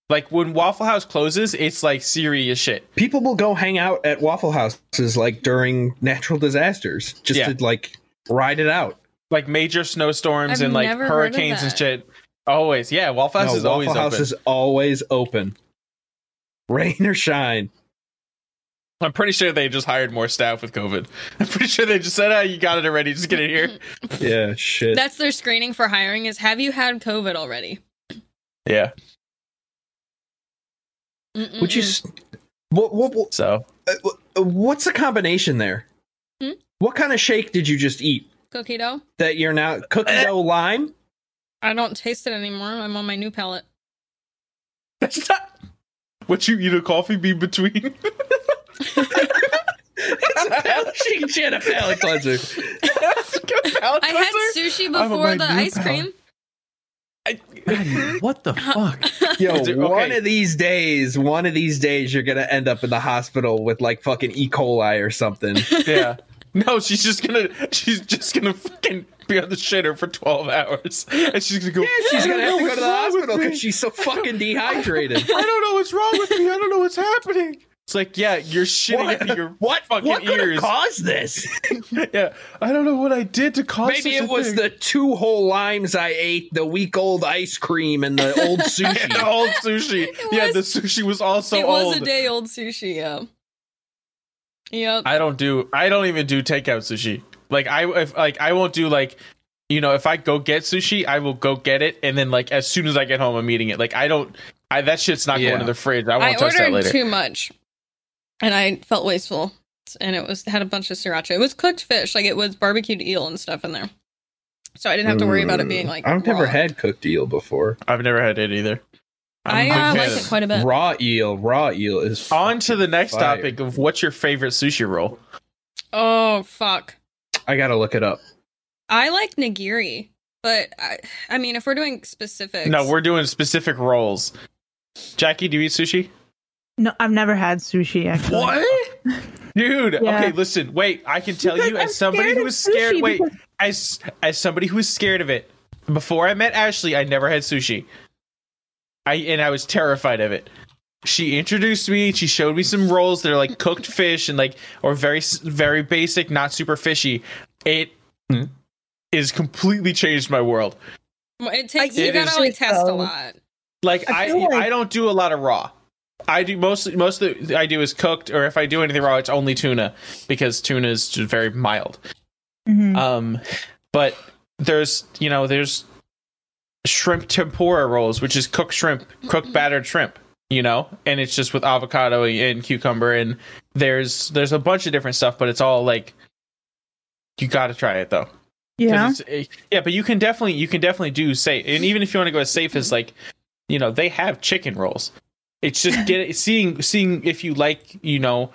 [SPEAKER 3] Like when Waffle House closes, it's like serious shit.
[SPEAKER 1] People will go hang out at Waffle Houses like during natural disasters, just
[SPEAKER 3] Yeah.
[SPEAKER 1] to like ride it out.
[SPEAKER 3] Like major snowstorms
[SPEAKER 2] I've
[SPEAKER 3] and like
[SPEAKER 2] never heard of
[SPEAKER 3] hurricanes and
[SPEAKER 2] that.
[SPEAKER 3] shit. Always, yeah. Waffle House
[SPEAKER 1] No,
[SPEAKER 3] is
[SPEAKER 1] Waffle
[SPEAKER 3] always
[SPEAKER 1] House
[SPEAKER 3] open.
[SPEAKER 1] is always open, rain or shine.
[SPEAKER 3] I'm pretty sure they just hired more staff with COVID. I'm pretty sure they just said, "Ah, you got it already. Just get it here."
[SPEAKER 1] Yeah, shit.
[SPEAKER 2] That's their screening for hiring is have you had COVID already?
[SPEAKER 3] yeah.
[SPEAKER 2] Mm-mm-mm.
[SPEAKER 1] Would you? s- What, what, what-
[SPEAKER 3] So
[SPEAKER 1] uh, What's the combination there?
[SPEAKER 2] Hmm?
[SPEAKER 1] What kind of shake did you just eat?
[SPEAKER 2] cookie dough?
[SPEAKER 1] That you're now
[SPEAKER 3] Uh,
[SPEAKER 1] cookie dough lime.
[SPEAKER 2] I don't taste it anymore. I'm on my new palate.
[SPEAKER 3] That's not what you eat a coffee bean between.
[SPEAKER 1] She had a palate cleanser.
[SPEAKER 3] That's a good palate
[SPEAKER 2] I had
[SPEAKER 3] cleanser.
[SPEAKER 2] sushi
[SPEAKER 3] I'm on
[SPEAKER 2] before
[SPEAKER 3] my
[SPEAKER 2] the
[SPEAKER 3] new
[SPEAKER 2] ice
[SPEAKER 3] palate.
[SPEAKER 2] cream.
[SPEAKER 3] I,
[SPEAKER 4] What the fuck?
[SPEAKER 6] Yo,
[SPEAKER 3] Is it-
[SPEAKER 6] one
[SPEAKER 3] okay.
[SPEAKER 6] of these days, one of these days, you're gonna end up in the hospital with like fucking E. coli or something.
[SPEAKER 3] yeah. No, she's just gonna she's just gonna fucking be on the shitter for twelve hours, and she's gonna go.
[SPEAKER 6] She's
[SPEAKER 3] "I don't
[SPEAKER 6] gonna have
[SPEAKER 3] know
[SPEAKER 6] to go
[SPEAKER 3] what's
[SPEAKER 6] to the
[SPEAKER 3] wrong with
[SPEAKER 6] hospital
[SPEAKER 3] me.
[SPEAKER 6] because she's so fucking dehydrated.
[SPEAKER 3] "Hmm, I don't know what's wrong with me. I don't know what's happening. It's like, yeah, you're shitting
[SPEAKER 6] What-
[SPEAKER 3] into your
[SPEAKER 6] what?
[SPEAKER 3] fucking
[SPEAKER 6] what could have
[SPEAKER 3] ears.
[SPEAKER 6] caused this?
[SPEAKER 3] yeah, I don't know what I did to cause.
[SPEAKER 6] Maybe
[SPEAKER 3] such
[SPEAKER 6] it
[SPEAKER 3] a
[SPEAKER 6] was
[SPEAKER 3] thing.
[SPEAKER 6] the two whole limes I ate, the week old ice cream, and the old
[SPEAKER 3] And the
[SPEAKER 6] sushi.
[SPEAKER 3] old sushi. yeah, the sushi was also
[SPEAKER 2] it was a
[SPEAKER 3] old.
[SPEAKER 2] day old sushi. Yeah. Yep.
[SPEAKER 3] I don't do. I don't even do takeout sushi. Like I, if, like I won't do like, you know, if I go get sushi, I will go get it, and then like as soon as I get home, I'm eating it. Like I don't. I that shit's not
[SPEAKER 6] Yeah.
[SPEAKER 3] going to the fridge. I
[SPEAKER 2] I
[SPEAKER 3] won't touch that
[SPEAKER 2] ordered
[SPEAKER 3] later.
[SPEAKER 2] too much, and I felt wasteful. And it was had a bunch of sriracha. It was cooked fish, like it was barbecued eel and stuff in there. So I didn't have to worry about it being like.
[SPEAKER 6] I've never
[SPEAKER 2] raw.
[SPEAKER 6] had cooked eel before.
[SPEAKER 3] I've never had it either.
[SPEAKER 2] I
[SPEAKER 3] a big
[SPEAKER 2] uh,
[SPEAKER 3] fan
[SPEAKER 2] like
[SPEAKER 3] of
[SPEAKER 2] it
[SPEAKER 3] it.
[SPEAKER 2] quite a bit.
[SPEAKER 6] Raw eel, raw eel
[SPEAKER 5] Oh.
[SPEAKER 6] is
[SPEAKER 3] On to the next
[SPEAKER 6] Fire.
[SPEAKER 3] topic of what's your favorite sushi roll?
[SPEAKER 2] Oh fuck!
[SPEAKER 6] I gotta look it up.
[SPEAKER 2] I like nigiri, but I, I mean, if we're doing specifics,
[SPEAKER 3] No, we're doing specific rolls. Jackie, do you eat sushi?
[SPEAKER 5] No, I've never had sushi. Actually,
[SPEAKER 3] Dude,
[SPEAKER 5] Yeah.
[SPEAKER 3] okay, listen, wait. I can tell
[SPEAKER 5] Because
[SPEAKER 3] you,
[SPEAKER 5] I'm
[SPEAKER 3] as somebody
[SPEAKER 5] scared
[SPEAKER 3] who
[SPEAKER 5] of
[SPEAKER 3] was scared,
[SPEAKER 5] sushi
[SPEAKER 3] wait,
[SPEAKER 5] because-
[SPEAKER 3] as as somebody who was scared of it. Before I met Ashley, I never had sushi. I and I was terrified of it. She introduced me. She showed me some rolls that are like cooked fish and like or very s- very basic, not super fishy. It is
[SPEAKER 4] Hmm.
[SPEAKER 3] completely changed my world.
[SPEAKER 2] It takes
[SPEAKER 3] I-
[SPEAKER 2] you
[SPEAKER 3] it
[SPEAKER 2] gotta
[SPEAKER 3] is-
[SPEAKER 2] like test a
[SPEAKER 5] though.
[SPEAKER 2] lot.
[SPEAKER 3] Like
[SPEAKER 5] I
[SPEAKER 3] I, I,
[SPEAKER 5] feel like-
[SPEAKER 3] don't do a lot of raw. I do mostly most of the I do is cooked, or if I do anything raw, it's only tuna because tuna is just very mild.
[SPEAKER 5] Mhm.
[SPEAKER 3] Um, but there's you know there's shrimp tempura rolls, which is cooked shrimp, cooked battered shrimp. You know, and it's just with avocado and cucumber, and there's there's a bunch of different stuff, but it's all like you got to try it though. 'Cause
[SPEAKER 5] yeah.
[SPEAKER 3] it's- eh, yeah, but you can definitely you can definitely do safe, and even if you want to go as safe as like, you know, they have chicken rolls. It's just get seeing seeing if you like you know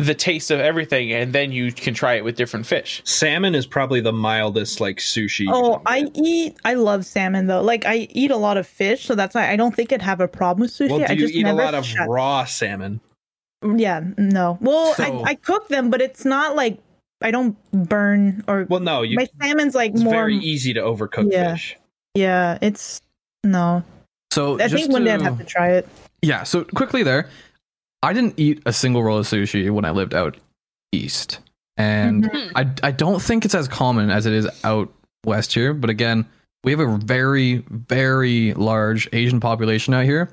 [SPEAKER 3] the taste of everything, and then you can try it with different fish.
[SPEAKER 6] Salmon is probably the mildest like sushi. you
[SPEAKER 5] Oh,
[SPEAKER 6] can
[SPEAKER 5] I eat. I love salmon though. Like I eat a lot of fish, so that's why I don't think I'd have a problem with sushi.
[SPEAKER 6] Well, do
[SPEAKER 5] I
[SPEAKER 6] you
[SPEAKER 5] just
[SPEAKER 6] eat a
[SPEAKER 5] never
[SPEAKER 6] lot of
[SPEAKER 5] shut-
[SPEAKER 6] raw salmon?
[SPEAKER 5] Yeah, no. Well,
[SPEAKER 6] So-
[SPEAKER 5] I, I cook them, but it's not like I don't burn or
[SPEAKER 6] Well, no, you,
[SPEAKER 5] my salmon's like
[SPEAKER 6] it's
[SPEAKER 5] more.
[SPEAKER 6] very e easy to overcook
[SPEAKER 5] Yeah.
[SPEAKER 6] fish.
[SPEAKER 5] Yeah, it's no.
[SPEAKER 4] So
[SPEAKER 5] I
[SPEAKER 4] just
[SPEAKER 5] think one day I'd
[SPEAKER 4] to-
[SPEAKER 5] have to try it.
[SPEAKER 4] Yeah, so quickly there, I didn't eat a single roll of sushi when I lived out east. And
[SPEAKER 2] Mhm.
[SPEAKER 4] I, I don't think it's as common as it is out west here. But again, we have a very, very large Asian population out here.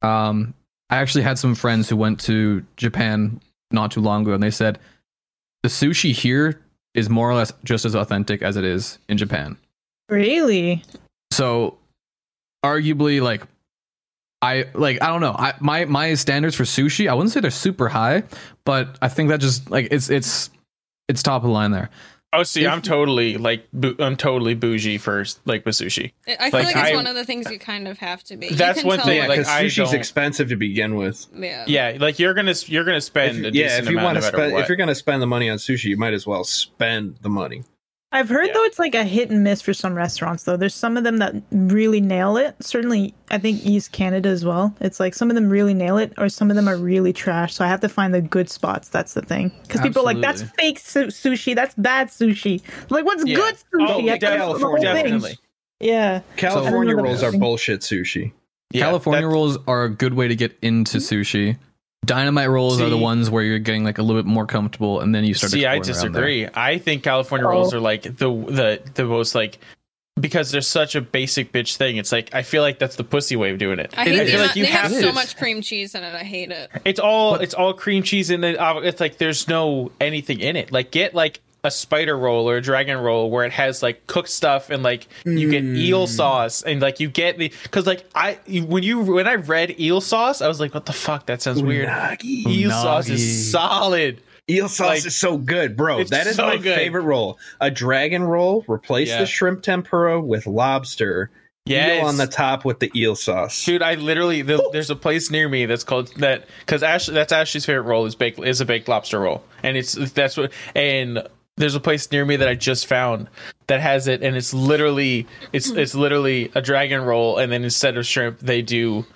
[SPEAKER 4] Um, I actually had some friends who went to Japan not too long ago, and they said the sushi here is more or less just as authentic as it is in Japan.
[SPEAKER 5] Really?
[SPEAKER 4] So arguably like I like I don't know. I my my standards for sushi, I wouldn't say they're super high, but I think that just like it's it's it's top of the line there.
[SPEAKER 3] Oh, see,
[SPEAKER 4] If-
[SPEAKER 3] I'm totally like bou- I'm totally bougie for like with sushi.
[SPEAKER 2] I I feel
[SPEAKER 3] Like,
[SPEAKER 2] like, it's
[SPEAKER 3] I-
[SPEAKER 2] one of the things you kind of have to be. You
[SPEAKER 3] That's
[SPEAKER 2] can
[SPEAKER 3] one
[SPEAKER 2] tell,
[SPEAKER 3] thing,
[SPEAKER 6] Yeah,
[SPEAKER 3] like,
[SPEAKER 6] because
[SPEAKER 3] I
[SPEAKER 6] sushi's
[SPEAKER 3] don't-
[SPEAKER 6] expensive to begin with.
[SPEAKER 2] yeah.
[SPEAKER 3] Yeah, like you're gonna you're gonna
[SPEAKER 6] If
[SPEAKER 3] spend
[SPEAKER 6] you-
[SPEAKER 3] a
[SPEAKER 6] yeah,
[SPEAKER 3] decent
[SPEAKER 6] if you
[SPEAKER 3] amount
[SPEAKER 6] want
[SPEAKER 3] no
[SPEAKER 6] to
[SPEAKER 3] matter
[SPEAKER 6] spend,
[SPEAKER 3] what.
[SPEAKER 6] if you're going to spend the money on sushi, you might as well spend the money.
[SPEAKER 5] I've heard
[SPEAKER 3] Yeah.
[SPEAKER 5] though it's like a hit and miss for some restaurants though. There's some of them that really nail it. Certainly, I think East Canada as well. It's like some of them really nail it, or some of them are really trash. So I have to find the good spots. That's the thing. Because people are like that's
[SPEAKER 4] Absolutely.
[SPEAKER 5] fake su- sushi. That's bad sushi. like what's
[SPEAKER 3] Yeah.
[SPEAKER 5] good
[SPEAKER 3] Oh,
[SPEAKER 5] sushi? I
[SPEAKER 6] def-
[SPEAKER 5] can't-
[SPEAKER 3] definitely,
[SPEAKER 5] the whole thing.
[SPEAKER 3] definitely.
[SPEAKER 5] Yeah.
[SPEAKER 6] California
[SPEAKER 5] So-
[SPEAKER 6] rolls are bullshit sushi.
[SPEAKER 3] Yeah,
[SPEAKER 4] California
[SPEAKER 3] that- Mm-hmm.
[SPEAKER 4] rolls are a good way to get into sushi. Dynamite rolls are the
[SPEAKER 3] See-
[SPEAKER 4] ones where you're getting like a little bit more comfortable and then you start
[SPEAKER 3] See, I
[SPEAKER 4] exploring around there.
[SPEAKER 3] disagree. I think California
[SPEAKER 5] Oh.
[SPEAKER 3] rolls are like the the the most like because they're such a basic bitch thing. It's like I feel like that's the pussy way of doing it.
[SPEAKER 2] I hate the
[SPEAKER 4] I feel
[SPEAKER 2] amount-
[SPEAKER 4] like
[SPEAKER 2] they
[SPEAKER 4] you
[SPEAKER 2] have
[SPEAKER 4] have
[SPEAKER 2] so
[SPEAKER 4] to.
[SPEAKER 2] much cream cheese in it. I hate it.
[SPEAKER 3] It's all
[SPEAKER 4] But-
[SPEAKER 3] it's all cream cheese and then avo- it's like there's no anything in it. Like get like a spider roll or a dragon roll where it has like cooked stuff and like you get
[SPEAKER 6] Mm.
[SPEAKER 3] eel sauce and like you get the because like I when you when I read eel sauce I was like what the fuck that sounds weird.
[SPEAKER 6] Unagi.
[SPEAKER 3] Eel sauce is
[SPEAKER 4] Unagi.
[SPEAKER 3] solid.
[SPEAKER 6] Eel sauce
[SPEAKER 3] Like,
[SPEAKER 6] is so good, bro.
[SPEAKER 3] it's
[SPEAKER 6] That is
[SPEAKER 3] so
[SPEAKER 6] my
[SPEAKER 3] good.
[SPEAKER 6] favorite roll. A dragon roll, replace
[SPEAKER 3] Yeah.
[SPEAKER 6] the shrimp tempura with lobster.
[SPEAKER 3] Yes.
[SPEAKER 6] Eel on the top with the eel sauce.
[SPEAKER 3] Dude, I literally the, there's a place near me that's called that because Ash that's Ashley's favorite roll is baked is a baked lobster roll, and it's that's what and there's a place near me that I just found that has it, and it's literally it's it's literally a dragon roll, and then instead of shrimp, they do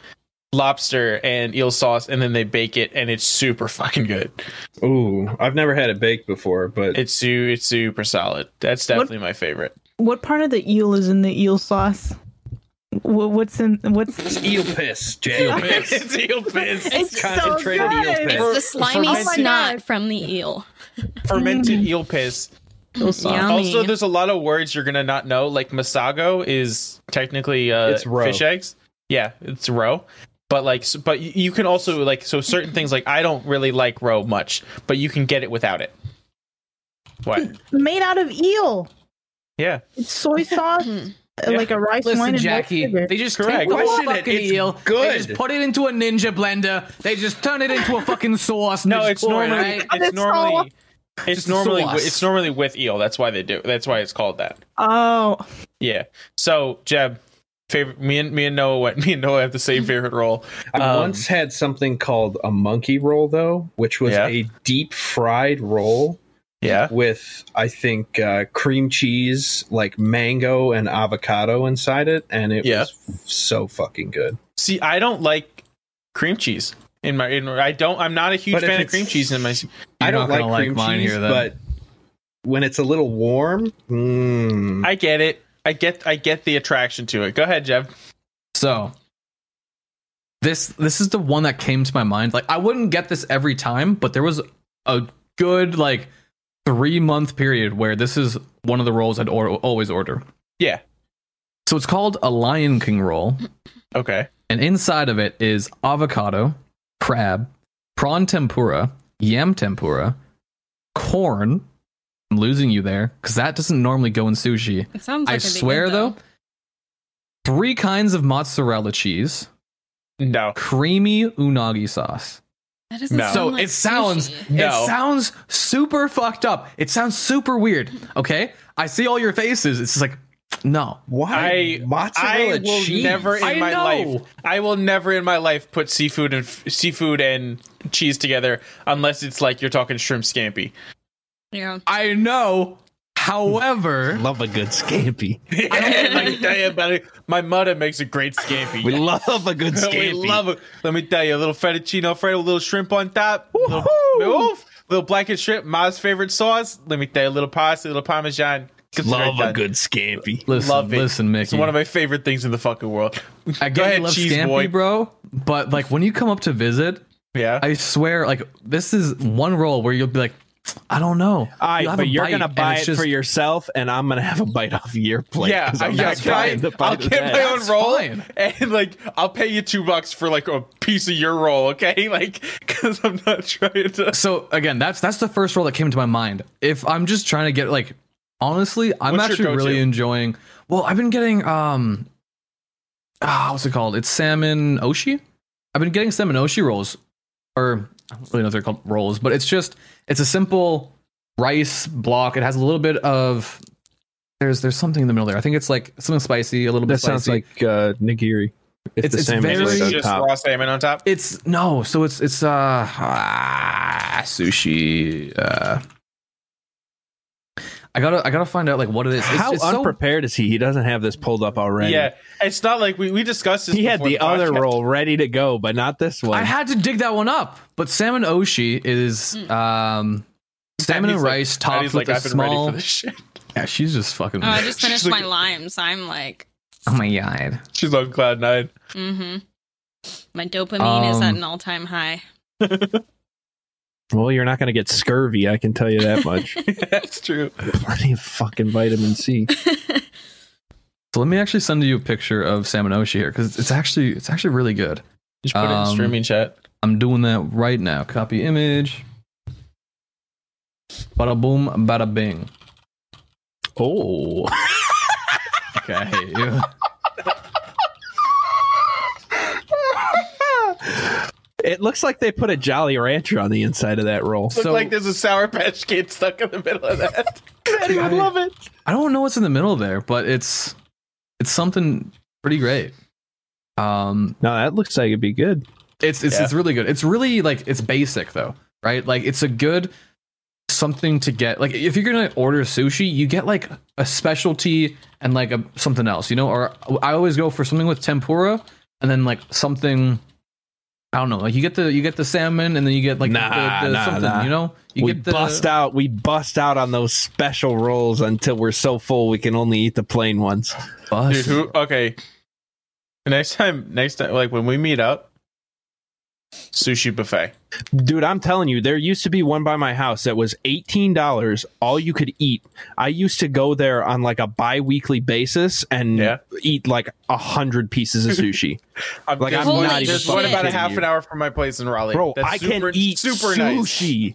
[SPEAKER 3] lobster and eel sauce, and then they bake it, and it's super fucking good.
[SPEAKER 6] Ooh, I've never had it baked before, but
[SPEAKER 3] It's su- it's super solid. That's definitely my favorite.
[SPEAKER 5] What part of the eel is in the eel sauce? Wha- What's in what's?
[SPEAKER 6] eel piss, Jay.
[SPEAKER 3] it's eel piss.
[SPEAKER 5] It's,
[SPEAKER 6] concentrated eel piss.
[SPEAKER 2] It's the slimy
[SPEAKER 5] Oh my
[SPEAKER 2] snot
[SPEAKER 5] God.
[SPEAKER 2] from the eel.
[SPEAKER 3] fermented eel piss.
[SPEAKER 2] Yummy.
[SPEAKER 3] Also, there's a lot of words you're gonna not know. Like masago is technically uh,
[SPEAKER 6] It's roe.
[SPEAKER 3] fish eggs. Yeah, it's roe. But like, s- but y- you can also like so certain things. Like I don't really like roe much, but you can get it without it. What?
[SPEAKER 5] Made out of eel.
[SPEAKER 3] Yeah,
[SPEAKER 5] It's soy sauce, uh, like a rice wine
[SPEAKER 4] Listen,
[SPEAKER 5] and milk
[SPEAKER 4] Jackie,
[SPEAKER 5] sugar.
[SPEAKER 4] they just
[SPEAKER 3] Correct.
[SPEAKER 4] take the whole
[SPEAKER 6] Question it.
[SPEAKER 4] fucking
[SPEAKER 6] It's
[SPEAKER 4] eel,
[SPEAKER 6] good.
[SPEAKER 4] they just put it into a ninja blender, they just turn it into a fucking sauce. and
[SPEAKER 3] no,
[SPEAKER 4] they
[SPEAKER 3] it's
[SPEAKER 4] just pour it,
[SPEAKER 3] normally
[SPEAKER 4] right?
[SPEAKER 3] it's
[SPEAKER 5] It's all-
[SPEAKER 3] normally it's
[SPEAKER 4] Just a
[SPEAKER 3] normally
[SPEAKER 4] sauce.
[SPEAKER 3] it's normally with eel. That's why they do. That's why it's called that.
[SPEAKER 5] oh,
[SPEAKER 3] Yeah. So Jeb, favorite me and me and Noah went. Me and Noah have the same favorite roll.
[SPEAKER 6] I
[SPEAKER 3] Um,
[SPEAKER 6] once had something called a monkey roll though, which was
[SPEAKER 3] Yeah.
[SPEAKER 6] a deep fried roll
[SPEAKER 3] Yeah.
[SPEAKER 6] with I think uh, cream cheese, like mango and avocado inside it, and it
[SPEAKER 3] Yeah.
[SPEAKER 6] was f- so fucking good.
[SPEAKER 3] See, I don't like cream cheese in my. In, I don't. I'm not a huge
[SPEAKER 6] But if
[SPEAKER 3] fan of
[SPEAKER 6] it's-
[SPEAKER 3] cream cheese in my.
[SPEAKER 6] I
[SPEAKER 4] You're
[SPEAKER 6] don't
[SPEAKER 4] not
[SPEAKER 6] like
[SPEAKER 4] gonna like
[SPEAKER 6] cream
[SPEAKER 4] mine
[SPEAKER 6] cheese,
[SPEAKER 4] here, then.
[SPEAKER 6] but when it's a little warm, mm,
[SPEAKER 3] I get it. I get. I get the attraction to it. Go ahead, Jeff.
[SPEAKER 4] So this this is the one that came to my mind. Like I wouldn't get this every time, but there was a good like three month period where this is one of the rolls I'd or- always order.
[SPEAKER 3] Yeah.
[SPEAKER 4] So it's called a Lion King roll,
[SPEAKER 3] Okay.
[SPEAKER 4] and inside of it is avocado, crab, prawn tempura, yam tempura, corn. I'm losing you there because that doesn't normally go in sushi.
[SPEAKER 2] It sounds like
[SPEAKER 4] I
[SPEAKER 2] it'd be good,
[SPEAKER 4] swear
[SPEAKER 2] though.
[SPEAKER 4] though, three kinds of mozzarella cheese
[SPEAKER 3] No.
[SPEAKER 4] creamy unagi sauce.
[SPEAKER 2] That doesn't
[SPEAKER 3] No.
[SPEAKER 2] sound
[SPEAKER 4] So
[SPEAKER 2] like
[SPEAKER 4] it sounds
[SPEAKER 2] sushi.
[SPEAKER 3] Oh. No.
[SPEAKER 4] it sounds super fucked up. It sounds super weird. Okay? I see all your faces. It's just like no.
[SPEAKER 6] why
[SPEAKER 3] I-
[SPEAKER 6] mozzarella
[SPEAKER 3] I will
[SPEAKER 6] cheese?
[SPEAKER 3] never in
[SPEAKER 4] I
[SPEAKER 3] my
[SPEAKER 4] know.
[SPEAKER 3] life. I will never in my life put seafood and f- seafood and cheese together unless it's like you're talking shrimp scampi.
[SPEAKER 2] Yeah.
[SPEAKER 4] I know. However,
[SPEAKER 1] Love a good scampi.
[SPEAKER 3] Let me tell you about it. My mother makes a great scampi.
[SPEAKER 1] We love a good
[SPEAKER 3] We
[SPEAKER 1] scampi.
[SPEAKER 3] love it. Let me tell you, a little fettuccine alfredo, a little shrimp on top, little, oof, little blackened shrimp, Ma's favorite sauce. Let me tell you, a little pasta, a little parmesan. It's
[SPEAKER 1] Love
[SPEAKER 3] right
[SPEAKER 1] a
[SPEAKER 3] done.
[SPEAKER 1] good scampi.
[SPEAKER 4] listen,
[SPEAKER 3] Love it.
[SPEAKER 4] listen, Mickey.
[SPEAKER 3] It's one of my favorite things in the fucking world.
[SPEAKER 4] I
[SPEAKER 3] Go
[SPEAKER 4] get you
[SPEAKER 3] ahead,
[SPEAKER 4] love
[SPEAKER 3] cheese
[SPEAKER 4] scampi,
[SPEAKER 3] boy.
[SPEAKER 4] bro, but like when you come up to visit,
[SPEAKER 3] Yeah,
[SPEAKER 4] I swear like this is one roll where you'll be like I don't know.
[SPEAKER 1] All right,
[SPEAKER 4] You'll have
[SPEAKER 1] but
[SPEAKER 4] a
[SPEAKER 1] you're
[SPEAKER 4] bite,
[SPEAKER 1] gonna
[SPEAKER 4] and
[SPEAKER 1] buy
[SPEAKER 4] it's
[SPEAKER 1] it
[SPEAKER 4] just-
[SPEAKER 1] for yourself, and I'm gonna have a bite off your plate.
[SPEAKER 3] yeah.
[SPEAKER 1] 'cause
[SPEAKER 3] I,
[SPEAKER 1] I'm
[SPEAKER 3] yeah,
[SPEAKER 1] not trying to
[SPEAKER 3] I'll, I'll
[SPEAKER 1] bite of
[SPEAKER 3] get
[SPEAKER 1] that.
[SPEAKER 3] my own
[SPEAKER 4] That's
[SPEAKER 3] roll,
[SPEAKER 4] fine.
[SPEAKER 3] and like I'll pay you two bucks for like a piece of your roll, okay? Like, because I'm not trying to.
[SPEAKER 4] So again, that's that's the first roll that came to my mind. If I'm just trying to get like honestly, I'm
[SPEAKER 3] What's your
[SPEAKER 4] actually
[SPEAKER 3] go-to?
[SPEAKER 4] really enjoying well, I've been getting um ah, what's it called? It's salmon oshi. I've been getting salmon oshi rolls. Or I don't really know if they're called rolls, but it's just it's a simple rice block. It has a little bit of there's there's something in the middle there. I think it's like something spicy, a little bit
[SPEAKER 1] That sounds
[SPEAKER 4] spicy.
[SPEAKER 1] like uh, nigiri. If
[SPEAKER 4] It's-
[SPEAKER 1] the
[SPEAKER 4] it's
[SPEAKER 1] salmon's
[SPEAKER 4] very-
[SPEAKER 1] laid on
[SPEAKER 3] just
[SPEAKER 1] top.
[SPEAKER 3] raw salmon on top.
[SPEAKER 4] It's no, so it's it's uh ah, sushi. Uh, I gotta I gotta find out like what it is. It's,
[SPEAKER 1] How
[SPEAKER 4] it's so-
[SPEAKER 1] unprepared is he? He doesn't have this pulled up already.
[SPEAKER 3] Yeah, it's not like we, we discussed this.
[SPEAKER 1] he had
[SPEAKER 3] before
[SPEAKER 1] the other
[SPEAKER 3] podcast.
[SPEAKER 1] roll ready to go, but not this one.
[SPEAKER 4] I had to dig that one up, but salmon oshi is um salmon and
[SPEAKER 3] Patty's like-
[SPEAKER 4] rice
[SPEAKER 3] Patty's
[SPEAKER 4] topped with
[SPEAKER 3] like,
[SPEAKER 4] a
[SPEAKER 3] I've been ready
[SPEAKER 4] small.
[SPEAKER 3] for this shit.
[SPEAKER 4] Yeah, she's just fucking.
[SPEAKER 2] Oh, I just
[SPEAKER 3] She's
[SPEAKER 2] finished
[SPEAKER 3] like-
[SPEAKER 2] my limes. I'm like,
[SPEAKER 4] oh my god.
[SPEAKER 3] She's on cloud nine.
[SPEAKER 2] mm-hmm. My dopamine is at
[SPEAKER 4] Um,
[SPEAKER 2] an all-time high.
[SPEAKER 1] well, you're not gonna get scurvy. I can tell you that much.
[SPEAKER 3] That's true.
[SPEAKER 1] Plenty of fucking vitamin C.
[SPEAKER 4] So let me actually send you a picture of salmon oshi here because it's actually it's actually really good.
[SPEAKER 3] Just
[SPEAKER 4] put it in Um, streaming
[SPEAKER 3] chat.
[SPEAKER 4] I'm doing that right now. Copy image. Bada boom, bada bing.
[SPEAKER 1] Oh,
[SPEAKER 4] Okay, I hate you.
[SPEAKER 1] it looks like they put a Jolly Rancher on the inside of that roll.
[SPEAKER 3] Looks
[SPEAKER 4] So-
[SPEAKER 3] like there's a Sour Patch Kid stuck in the middle of that.
[SPEAKER 4] See, I love it. I don't know what's in the middle there, but it's it's something pretty great. Um,
[SPEAKER 1] No, that looks like it'd be good.
[SPEAKER 4] it's it's
[SPEAKER 3] Yeah.
[SPEAKER 4] it's really good. It's really like it's basic though, right? Like it's a good something to get. Like if you're gonna order sushi, you get like a specialty and like a something else, you know. Or I always go for something with tempura and then like something. I don't know. Like you get the you get the salmon and then you get like the-
[SPEAKER 1] Nah,
[SPEAKER 4] the, the
[SPEAKER 1] nah,
[SPEAKER 4] something,
[SPEAKER 1] nah.
[SPEAKER 4] you know. You
[SPEAKER 1] we
[SPEAKER 4] get the
[SPEAKER 1] bust out. We bust out on those special rolls until we're so full we can only eat the plain ones.
[SPEAKER 3] Dude,
[SPEAKER 4] bust.
[SPEAKER 3] who? Okay. Next time, next time, like when we meet up, sushi buffet.
[SPEAKER 1] Dude, I'm telling you, there used to be one by my house that was eighteen dollars, all you could eat. I used to go there on like a bi-weekly basis and
[SPEAKER 3] Yeah.
[SPEAKER 1] eat like a hundred pieces of sushi.
[SPEAKER 3] I'm,
[SPEAKER 1] Like,
[SPEAKER 3] there's
[SPEAKER 1] I'm
[SPEAKER 3] one-
[SPEAKER 2] not even
[SPEAKER 3] there's one
[SPEAKER 2] fucking
[SPEAKER 3] about a
[SPEAKER 1] kidding
[SPEAKER 3] half
[SPEAKER 1] you.
[SPEAKER 3] an hour from my place in Raleigh.
[SPEAKER 1] Bro,
[SPEAKER 3] That's
[SPEAKER 1] I
[SPEAKER 3] super-
[SPEAKER 1] can eat
[SPEAKER 3] super nice.
[SPEAKER 1] sushi.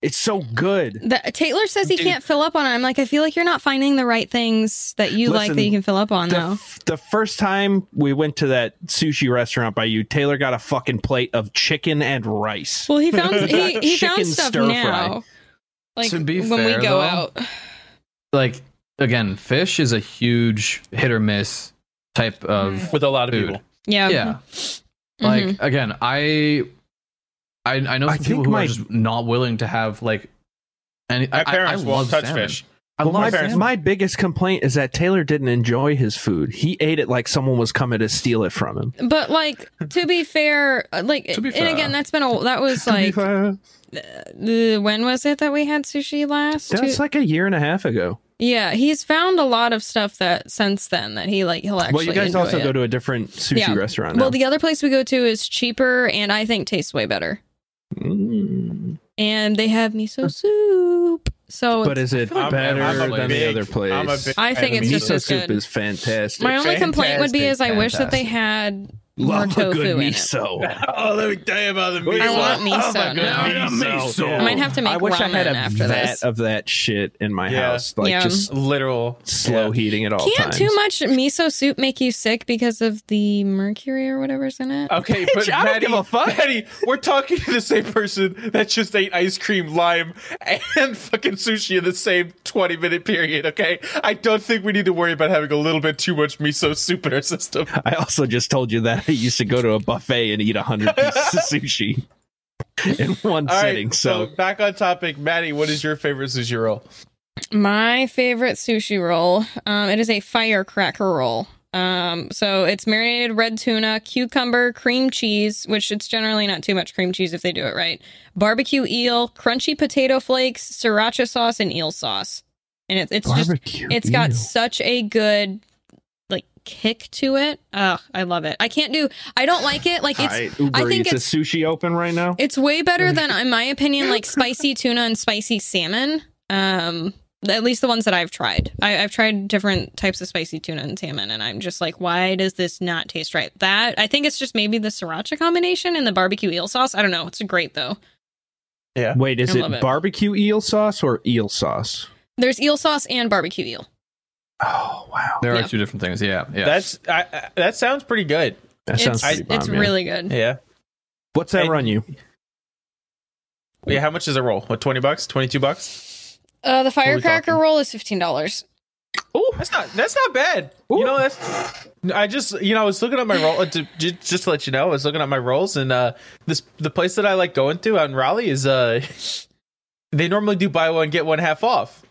[SPEAKER 1] It's so good.
[SPEAKER 2] The, Taylor says he
[SPEAKER 3] Dude.
[SPEAKER 2] can't fill up on it. I'm like, I feel like you're not finding the right things that you like
[SPEAKER 1] Listen,
[SPEAKER 2] that you can fill up on,
[SPEAKER 1] The,
[SPEAKER 2] though.
[SPEAKER 1] f- the first time we went to that sushi restaurant by you, Taylor got a fucking plate of chicken and rice.
[SPEAKER 2] Well, he found he,
[SPEAKER 1] got
[SPEAKER 2] he found
[SPEAKER 1] chicken
[SPEAKER 2] stuff
[SPEAKER 1] stir fry.
[SPEAKER 2] now. Like
[SPEAKER 4] To be
[SPEAKER 2] when we
[SPEAKER 4] fair,
[SPEAKER 2] go
[SPEAKER 4] though,
[SPEAKER 2] out,
[SPEAKER 4] like again, fish is a huge hit or miss type of
[SPEAKER 3] With a lot of
[SPEAKER 4] Dude.
[SPEAKER 3] people.
[SPEAKER 2] yeah,
[SPEAKER 4] yeah.
[SPEAKER 2] Mhm.
[SPEAKER 4] Like again, I, I I know
[SPEAKER 1] I
[SPEAKER 4] some people
[SPEAKER 1] think
[SPEAKER 4] who
[SPEAKER 1] my-
[SPEAKER 4] are just not willing to have like. Any,
[SPEAKER 3] My
[SPEAKER 4] I- I-
[SPEAKER 3] parents
[SPEAKER 4] I,
[SPEAKER 3] won't
[SPEAKER 4] love
[SPEAKER 3] touch
[SPEAKER 4] salmon.
[SPEAKER 3] fish.
[SPEAKER 4] I
[SPEAKER 1] Well,
[SPEAKER 4] love
[SPEAKER 1] my,
[SPEAKER 4] salmon.
[SPEAKER 1] my biggest complaint is that Taylor didn't enjoy his food. He ate it like someone was coming to steal it from him.
[SPEAKER 2] but like to be fair, uh, like
[SPEAKER 4] To be
[SPEAKER 2] and
[SPEAKER 4] fair.
[SPEAKER 2] again, that's been a that was like uh, when was it that we had sushi last? Two-
[SPEAKER 1] That's like a year and a half ago.
[SPEAKER 2] yeah, he's found a lot of stuff that since then that he like he'll actually.
[SPEAKER 1] Well, you guys
[SPEAKER 2] enjoy
[SPEAKER 1] also
[SPEAKER 2] it.
[SPEAKER 1] go to a different sushi
[SPEAKER 2] Yeah.
[SPEAKER 1] restaurant.
[SPEAKER 2] Well,
[SPEAKER 1] Now.
[SPEAKER 2] the other place we go to is cheaper and I think tastes way better.
[SPEAKER 1] Mm.
[SPEAKER 2] And they have miso soup. So
[SPEAKER 1] but is it
[SPEAKER 4] feel like
[SPEAKER 1] better
[SPEAKER 4] I'm- I'm a
[SPEAKER 1] than
[SPEAKER 4] big-
[SPEAKER 1] the other place?
[SPEAKER 3] I'm a big
[SPEAKER 2] I think
[SPEAKER 3] fan
[SPEAKER 2] it's
[SPEAKER 3] of miso
[SPEAKER 2] just
[SPEAKER 1] miso
[SPEAKER 2] as
[SPEAKER 3] soup.
[SPEAKER 1] soup
[SPEAKER 2] good.
[SPEAKER 1] is fantastic.
[SPEAKER 2] my only complaint would be is I wish that they
[SPEAKER 1] fantastic.
[SPEAKER 2] had more
[SPEAKER 1] Love a
[SPEAKER 2] tofu
[SPEAKER 1] good
[SPEAKER 2] in it.
[SPEAKER 1] miso.
[SPEAKER 3] Oh, let me tell you about the
[SPEAKER 1] Wait,
[SPEAKER 3] meat.
[SPEAKER 2] I want
[SPEAKER 1] Oh,
[SPEAKER 2] miso
[SPEAKER 1] my
[SPEAKER 2] now.
[SPEAKER 1] God, a miso.
[SPEAKER 2] I might have to make
[SPEAKER 1] I wish
[SPEAKER 2] ramen
[SPEAKER 1] I had a
[SPEAKER 2] after
[SPEAKER 1] vat
[SPEAKER 2] this.
[SPEAKER 1] of that shit in my
[SPEAKER 3] Yeah.
[SPEAKER 1] house, like
[SPEAKER 2] Yeah.
[SPEAKER 1] just
[SPEAKER 3] literal
[SPEAKER 1] slow
[SPEAKER 3] Yeah.
[SPEAKER 1] heating at all
[SPEAKER 2] Can't
[SPEAKER 1] times.
[SPEAKER 2] too much miso soup make you sick because of the mercury or whatever's in it?
[SPEAKER 3] Okay, but
[SPEAKER 1] I don't
[SPEAKER 3] Maddie,
[SPEAKER 1] give a fuck.
[SPEAKER 3] Maddie, we're talking to the same person that just ate ice cream, lime, and fucking sushi in the same 20 minute period, okay? I don't think we need to worry about having a little bit too much miso soup in our system.
[SPEAKER 1] I also just told you that I used to go to a buffet and eat a hundred pieces of sushi in one
[SPEAKER 3] All right,
[SPEAKER 1] sitting. so
[SPEAKER 3] back on topic, Maddie, what is your favorite sushi roll?
[SPEAKER 2] My favorite sushi roll. Um, it is a firecracker roll. Um, so it's marinated red tuna, cucumber, cream cheese, which it's generally not too much cream cheese if they do it right. Barbecue eel, crunchy potato flakes, sriracha sauce, and eel sauce. And it's it's just
[SPEAKER 1] barbecue.
[SPEAKER 2] it's got
[SPEAKER 1] ew.
[SPEAKER 2] such a good like kick to it. Ugh, I love it. I can't do. I don't like it. Like it's
[SPEAKER 1] Alright, Uber
[SPEAKER 2] I think
[SPEAKER 1] Eats is sushi open right now.
[SPEAKER 2] it's way better than, in my opinion, like spicy tuna and spicy salmon. Um, at least the ones that I've tried. I, I've tried different types of spicy tuna and salmon, and I'm just like, why does this not taste right? That I think it's just maybe the sriracha combination and the barbecue eel sauce. I don't know. It's great though.
[SPEAKER 1] Wait, is
[SPEAKER 2] I love
[SPEAKER 1] it
[SPEAKER 2] it.
[SPEAKER 1] barbecue eel sauce or eel sauce?
[SPEAKER 2] There's eel sauce and barbecue eel.
[SPEAKER 1] Oh wow,
[SPEAKER 4] There are
[SPEAKER 2] Yeah.
[SPEAKER 4] two different things. Yeah, yeah.
[SPEAKER 3] That's I, I, that sounds pretty good.
[SPEAKER 1] that sounds
[SPEAKER 2] It's
[SPEAKER 1] pretty bomb,
[SPEAKER 2] it's
[SPEAKER 1] yeah.
[SPEAKER 2] really good.
[SPEAKER 3] Yeah.
[SPEAKER 1] What's that
[SPEAKER 3] I-
[SPEAKER 1] run you?
[SPEAKER 3] Yeah, how much is a roll? What 20 bucks? 22 bucks?
[SPEAKER 2] Uh, the
[SPEAKER 3] we
[SPEAKER 2] firecracker
[SPEAKER 3] talking?
[SPEAKER 2] roll is fifteen dollars.
[SPEAKER 1] Oh,
[SPEAKER 3] That's not that's not bad. You know that's I just you know I was looking at my roll to, ju- just to let you know I was looking at my rolls and uh this the place that I like going to out in Raleigh is uh they normally do buy one get one half off.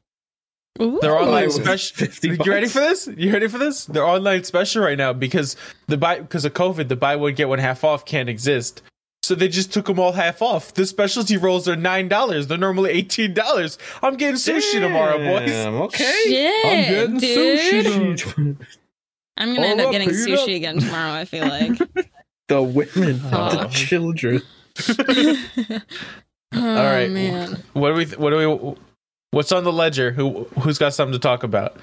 [SPEAKER 3] They're online special.
[SPEAKER 6] 50
[SPEAKER 3] You
[SPEAKER 6] bucks.
[SPEAKER 3] ready for this? You ready for this? They're online special right now because the buy because of COVID the buy one get one half off can't exist. So they just took them all half off. The specialty rolls are nine dollars. They're normally eighteen dollars. I'm getting sushi tomorrow, boys.
[SPEAKER 6] Damn, Okay.
[SPEAKER 2] Shit,
[SPEAKER 4] I'm getting
[SPEAKER 2] dude.
[SPEAKER 4] sushi.
[SPEAKER 2] I'm gonna end
[SPEAKER 6] All
[SPEAKER 2] up
[SPEAKER 6] up,
[SPEAKER 2] getting
[SPEAKER 6] eat up.
[SPEAKER 2] sushi again tomorrow. I feel like.
[SPEAKER 6] The women, the
[SPEAKER 2] Fuck.
[SPEAKER 6] children.
[SPEAKER 2] All
[SPEAKER 3] right.
[SPEAKER 2] Oh, man.
[SPEAKER 3] What do we? What do we? What's on the ledger? Who who's got something to talk about?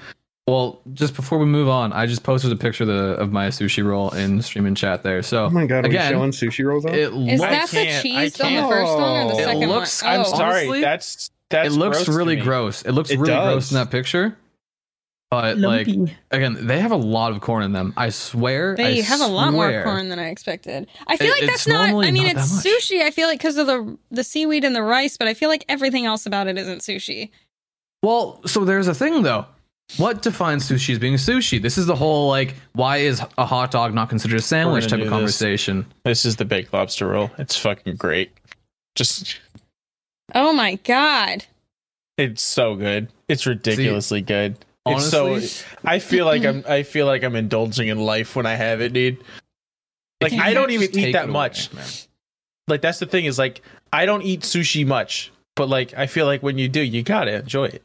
[SPEAKER 4] Well, just before we move on, I just posted a picture of, the, of my sushi roll in stream and chat there. So
[SPEAKER 6] Oh my god, are
[SPEAKER 4] Again,
[SPEAKER 6] we showing sushi rolls out?
[SPEAKER 4] it
[SPEAKER 2] Is
[SPEAKER 4] looks
[SPEAKER 2] that the
[SPEAKER 3] can't-
[SPEAKER 2] cheese
[SPEAKER 3] I
[SPEAKER 2] on the
[SPEAKER 6] can't.
[SPEAKER 2] first one or the
[SPEAKER 6] It
[SPEAKER 2] second
[SPEAKER 4] looks-
[SPEAKER 2] one?
[SPEAKER 4] I'm
[SPEAKER 2] Oh,
[SPEAKER 4] sorry.
[SPEAKER 3] Sorry, that's
[SPEAKER 4] it
[SPEAKER 3] that's
[SPEAKER 4] looks
[SPEAKER 3] gross to
[SPEAKER 4] really
[SPEAKER 3] me.
[SPEAKER 4] gross. It looks
[SPEAKER 6] It
[SPEAKER 4] really
[SPEAKER 6] does.
[SPEAKER 4] gross in that picture. But like
[SPEAKER 5] Lumpy.
[SPEAKER 4] again, they have a lot of corn in them. I swear.
[SPEAKER 2] They
[SPEAKER 4] I
[SPEAKER 2] have a lot more
[SPEAKER 4] swear.
[SPEAKER 2] corn than I expected. I feel
[SPEAKER 4] It-
[SPEAKER 2] like
[SPEAKER 4] it's
[SPEAKER 2] that's not.
[SPEAKER 4] normally
[SPEAKER 2] I mean,
[SPEAKER 4] not
[SPEAKER 2] it's
[SPEAKER 4] that much.
[SPEAKER 2] sushi. I feel like because of the the seaweed and the rice, but I feel like everything else about it isn't sushi.
[SPEAKER 4] Well, so there's a thing though. What defines sushi as being sushi? This is the whole like, why is a hot dog not considered a
[SPEAKER 3] gonna
[SPEAKER 4] sandwich type
[SPEAKER 3] do this.
[SPEAKER 4] of conversation?
[SPEAKER 3] This is the baked lobster roll. It's fucking great. Just
[SPEAKER 2] Oh my god.
[SPEAKER 3] It's so good. It's ridiculously good. It's so.
[SPEAKER 4] Honestly-
[SPEAKER 3] I feel like I'm. I feel like I'm indulging in life when I have it, dude. Like
[SPEAKER 4] You
[SPEAKER 3] I
[SPEAKER 4] can't
[SPEAKER 3] don't even
[SPEAKER 4] just
[SPEAKER 3] eat
[SPEAKER 4] take it
[SPEAKER 3] that
[SPEAKER 4] away,
[SPEAKER 3] much.
[SPEAKER 4] man.
[SPEAKER 3] Like that's the thing is like I don't eat sushi much, but like I feel like when you do, you gotta enjoy it.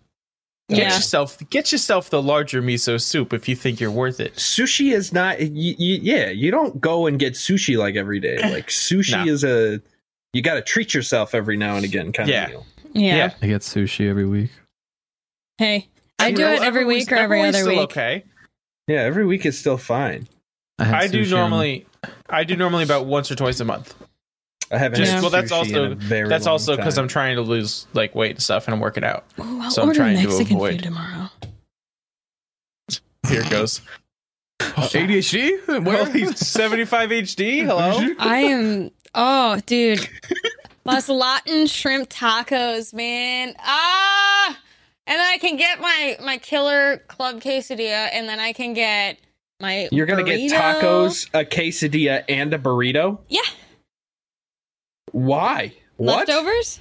[SPEAKER 3] Get
[SPEAKER 2] Yeah.
[SPEAKER 3] yourself get yourself the larger miso soup if you think you're worth it.
[SPEAKER 1] sushi is not you, you, yeah you don't go and get sushi like every day like sushi
[SPEAKER 3] No.
[SPEAKER 1] is a you got to treat yourself every now and again kind
[SPEAKER 3] Yeah.
[SPEAKER 1] of deal
[SPEAKER 2] Yeah.
[SPEAKER 3] Yeah.
[SPEAKER 4] I get sushi every week.
[SPEAKER 2] Hey. I do
[SPEAKER 3] Every-
[SPEAKER 2] it every week or every
[SPEAKER 3] everyone's
[SPEAKER 2] other
[SPEAKER 3] still
[SPEAKER 2] week.
[SPEAKER 3] Okay.
[SPEAKER 1] yeah every week is still fine
[SPEAKER 4] had
[SPEAKER 3] I do
[SPEAKER 4] sushi on-
[SPEAKER 3] normally I do normally about once or twice a month.
[SPEAKER 1] i haven't
[SPEAKER 3] Just-
[SPEAKER 1] had
[SPEAKER 3] well, that's
[SPEAKER 1] sushi
[SPEAKER 3] also-
[SPEAKER 1] in a very
[SPEAKER 3] That's
[SPEAKER 1] long
[SPEAKER 3] also because
[SPEAKER 1] time.
[SPEAKER 3] I'm trying to lose like weight and stuff and I'm working out.
[SPEAKER 2] Ooh, I'll
[SPEAKER 3] So I'm
[SPEAKER 2] order
[SPEAKER 3] trying to
[SPEAKER 2] Mexican
[SPEAKER 3] avoid-
[SPEAKER 2] food tomorrow.
[SPEAKER 3] Here it goes.
[SPEAKER 4] ADHD?
[SPEAKER 3] Well,
[SPEAKER 4] Where?
[SPEAKER 3] he's 75 HD. Hello.
[SPEAKER 2] I am. Oh, dude. Las Latin shrimp tacos, man. Ah! And then I can get my my killer club quesadilla, and then I can get my.
[SPEAKER 1] you're gonna
[SPEAKER 2] burrito.
[SPEAKER 1] get tacos a quesadilla and a burrito
[SPEAKER 2] Yeah,
[SPEAKER 1] why what
[SPEAKER 2] leftovers.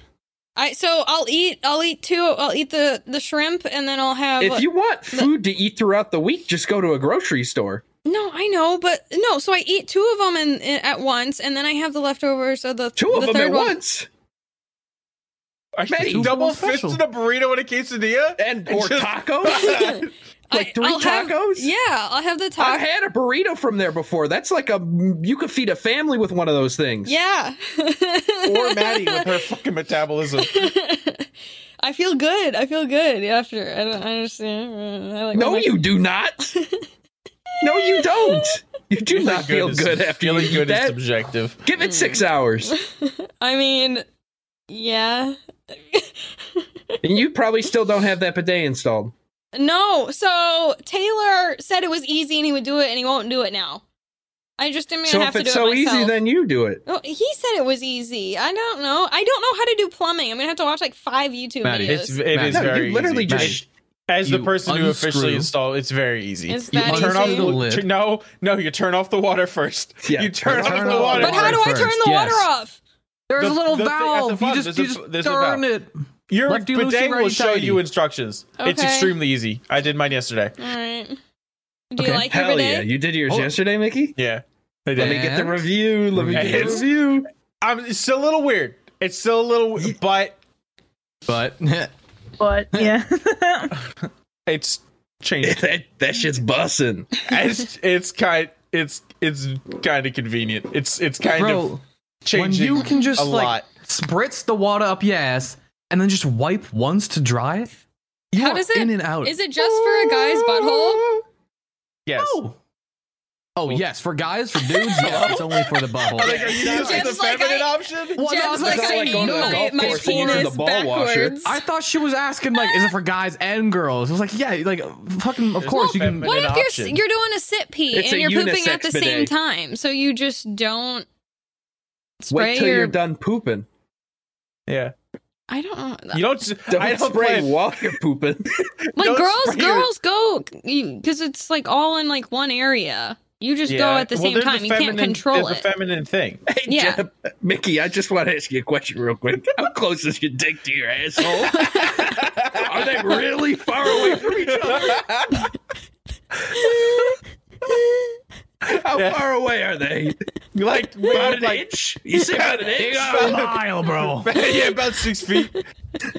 [SPEAKER 2] I so I'll eat I'll eat two I'll eat the the shrimp and then I'll have
[SPEAKER 1] if you want food to eat throughout the week just go to a grocery store
[SPEAKER 2] no I know but no so I eat two of them in, in- at once and then I have the leftovers of the
[SPEAKER 1] two of
[SPEAKER 2] the
[SPEAKER 1] them at
[SPEAKER 2] third one.
[SPEAKER 1] once
[SPEAKER 3] Are you
[SPEAKER 1] Maddie,
[SPEAKER 3] double
[SPEAKER 4] one special.
[SPEAKER 3] fisted a burrito and a quesadilla?
[SPEAKER 1] and or
[SPEAKER 3] Just-
[SPEAKER 1] tacos
[SPEAKER 2] I-
[SPEAKER 1] like 3
[SPEAKER 2] I'll have-
[SPEAKER 1] tacos
[SPEAKER 2] yeah, I'll have the
[SPEAKER 1] I've
[SPEAKER 2] tacos.
[SPEAKER 1] had a burrito from there before. That's like a you could feed a family with one of those things.
[SPEAKER 2] Yeah.
[SPEAKER 3] Or Maddie with her fucking metabolism.
[SPEAKER 2] I feel good. I feel good after. I don't I understand. I like
[SPEAKER 1] No,
[SPEAKER 2] Oh my-
[SPEAKER 1] you do not. no, you don't. You do
[SPEAKER 3] Feeling
[SPEAKER 1] not feel
[SPEAKER 3] is-
[SPEAKER 1] good after you
[SPEAKER 3] feeling
[SPEAKER 1] eat
[SPEAKER 3] good is
[SPEAKER 1] that.
[SPEAKER 3] subjective.
[SPEAKER 1] Give
[SPEAKER 2] Mm.
[SPEAKER 1] it six hours,
[SPEAKER 2] I mean, yeah.
[SPEAKER 1] and you probably still don't have that bidet installed.
[SPEAKER 2] No. So Taylor said it was easy and he would do it, and he won't do it now. I just didn't
[SPEAKER 1] so
[SPEAKER 2] have
[SPEAKER 1] if
[SPEAKER 2] to do
[SPEAKER 1] it's so
[SPEAKER 2] it myself.
[SPEAKER 1] easy, then you do it.
[SPEAKER 2] Oh, he said it was easy. I don't know. I don't know how to do plumbing. I'm gonna have to watch like five YouTube
[SPEAKER 4] Maddie,
[SPEAKER 2] videos.
[SPEAKER 3] It's, it is
[SPEAKER 4] No, you
[SPEAKER 3] very
[SPEAKER 1] literally
[SPEAKER 3] easy.
[SPEAKER 1] just-
[SPEAKER 3] It- as the
[SPEAKER 4] you
[SPEAKER 3] person who officially
[SPEAKER 4] unscrew-
[SPEAKER 3] installed, it's very easy.
[SPEAKER 2] It's
[SPEAKER 4] You
[SPEAKER 2] that
[SPEAKER 4] turn off
[SPEAKER 2] easy.
[SPEAKER 4] the lid.
[SPEAKER 3] Turn- no, no, you turn off the water first.
[SPEAKER 1] Yeah,
[SPEAKER 3] you turn,
[SPEAKER 4] turn
[SPEAKER 3] off
[SPEAKER 4] off
[SPEAKER 3] the
[SPEAKER 4] the
[SPEAKER 3] water.
[SPEAKER 2] but how do I
[SPEAKER 4] First,
[SPEAKER 2] turn the water
[SPEAKER 4] yes.
[SPEAKER 2] off?
[SPEAKER 4] There's
[SPEAKER 3] The-
[SPEAKER 4] a little
[SPEAKER 3] the thing at the
[SPEAKER 4] valve. You
[SPEAKER 3] front, there's
[SPEAKER 4] just,
[SPEAKER 3] a-
[SPEAKER 4] you just
[SPEAKER 3] there's a
[SPEAKER 4] turn
[SPEAKER 3] valve.
[SPEAKER 4] it.
[SPEAKER 3] Your
[SPEAKER 4] Lefty
[SPEAKER 3] bidet
[SPEAKER 4] loosey,
[SPEAKER 3] will
[SPEAKER 4] righty
[SPEAKER 3] show you
[SPEAKER 4] tighty.
[SPEAKER 3] instructions. It's
[SPEAKER 2] Okay.
[SPEAKER 3] extremely easy. I did mine yesterday.
[SPEAKER 2] All right. Do you
[SPEAKER 4] Okay.
[SPEAKER 2] like
[SPEAKER 1] Hell
[SPEAKER 2] every
[SPEAKER 1] yeah,
[SPEAKER 2] day?
[SPEAKER 1] you did yours
[SPEAKER 4] Oh.
[SPEAKER 1] yesterday, Mickey.
[SPEAKER 3] Yeah, I
[SPEAKER 1] Let
[SPEAKER 3] did.
[SPEAKER 1] me get the
[SPEAKER 4] And?
[SPEAKER 1] review. Let me get the
[SPEAKER 3] It's-
[SPEAKER 1] review.
[SPEAKER 3] I'm, it's still a little weird. It's still a little, but
[SPEAKER 4] But
[SPEAKER 5] But yeah,
[SPEAKER 3] it's changed.
[SPEAKER 1] that that shit's bussin'.
[SPEAKER 3] it's it's kind it's it's kind of convenient. It's it's kind of
[SPEAKER 4] bro, when
[SPEAKER 3] changing.
[SPEAKER 4] you can
[SPEAKER 3] a
[SPEAKER 4] just like
[SPEAKER 3] lot.
[SPEAKER 4] spritz the water up your ass and then just wipe once to dry it, you
[SPEAKER 2] How
[SPEAKER 4] are
[SPEAKER 2] does it-
[SPEAKER 4] in and out.
[SPEAKER 2] Is it just for a guy's butthole?
[SPEAKER 3] yes.
[SPEAKER 4] Oh. Oh yes, for guys, for dudes, yes, it's only for the butthole.
[SPEAKER 3] Like, are you
[SPEAKER 2] Just
[SPEAKER 3] using the
[SPEAKER 2] like
[SPEAKER 3] feminine
[SPEAKER 2] I-
[SPEAKER 3] option?
[SPEAKER 4] Well,
[SPEAKER 2] Jeb's
[SPEAKER 4] no,
[SPEAKER 2] like,
[SPEAKER 4] it's not
[SPEAKER 2] I
[SPEAKER 4] like
[SPEAKER 2] need
[SPEAKER 4] going to a
[SPEAKER 2] my,
[SPEAKER 1] golf
[SPEAKER 2] my
[SPEAKER 1] course and using
[SPEAKER 2] penis
[SPEAKER 1] the ball washer.
[SPEAKER 2] backwards.
[SPEAKER 4] I thought she was asking like, is it for guys and girls? It was like, yeah, like fucking, of course you can.
[SPEAKER 3] Well,
[SPEAKER 2] what
[SPEAKER 3] an
[SPEAKER 2] if you're
[SPEAKER 3] option.
[SPEAKER 2] you're doing a sit pee
[SPEAKER 1] It's
[SPEAKER 2] and
[SPEAKER 1] a
[SPEAKER 2] you're pooping at
[SPEAKER 1] unisex
[SPEAKER 2] the same
[SPEAKER 1] bidet.
[SPEAKER 2] time, so you just don't spray
[SPEAKER 1] Wait till
[SPEAKER 2] your?
[SPEAKER 1] you're done pooping.
[SPEAKER 3] Yeah.
[SPEAKER 2] I don't know.
[SPEAKER 3] You don't.
[SPEAKER 1] Don't
[SPEAKER 3] I don't
[SPEAKER 1] spray
[SPEAKER 3] play.
[SPEAKER 1] while you're pooping.
[SPEAKER 2] like
[SPEAKER 3] don't
[SPEAKER 2] girls,
[SPEAKER 3] spray your-
[SPEAKER 2] girls go because it's like all in like one area. You just go at the
[SPEAKER 3] Well,
[SPEAKER 2] same
[SPEAKER 3] there's a
[SPEAKER 2] time. You can't
[SPEAKER 3] feminine-
[SPEAKER 2] control
[SPEAKER 3] there's
[SPEAKER 2] it.
[SPEAKER 3] a feminine thing.
[SPEAKER 1] Hey,
[SPEAKER 2] Yeah.
[SPEAKER 1] Jeb, Mickey, I just want to ask you a question real quick. How close is your dick to your asshole? Are they really far away from each other? How far away are they?
[SPEAKER 3] Like, we
[SPEAKER 1] About
[SPEAKER 3] would,
[SPEAKER 1] an
[SPEAKER 3] like
[SPEAKER 1] inch? You say about an inch?
[SPEAKER 4] mile, bro.
[SPEAKER 3] yeah, about six feet.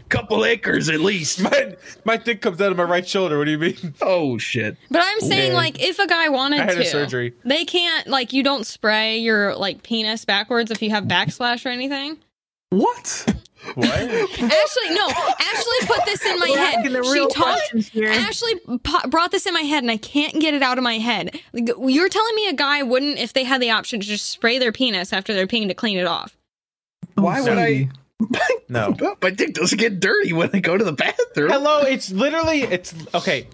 [SPEAKER 1] couple acres at least.
[SPEAKER 3] My my dick comes out of my right shoulder. What do you mean?
[SPEAKER 1] Oh, shit.
[SPEAKER 2] But I'm saying, like, if a guy wanted
[SPEAKER 3] I had
[SPEAKER 2] to,
[SPEAKER 3] a surgery.
[SPEAKER 2] they can't. Like, you don't spray your like penis backwards if you have backsplash or anything.
[SPEAKER 4] What?
[SPEAKER 3] What?
[SPEAKER 2] Ashley, no. Ashley put this in my
[SPEAKER 5] We're
[SPEAKER 2] head.
[SPEAKER 5] asking the
[SPEAKER 2] She
[SPEAKER 5] real
[SPEAKER 2] talked.
[SPEAKER 5] questions here.
[SPEAKER 2] Ashley po- brought this in my head, and I can't get it out of my head. Like, You're telling me a guy wouldn't, if they had the option, to just spray their penis after they're peeing to clean it off?
[SPEAKER 3] Oh,
[SPEAKER 1] Why would I?
[SPEAKER 3] No.
[SPEAKER 1] My dick doesn't get dirty when I go to the bathroom.
[SPEAKER 3] Hello. It's literally. It's okay.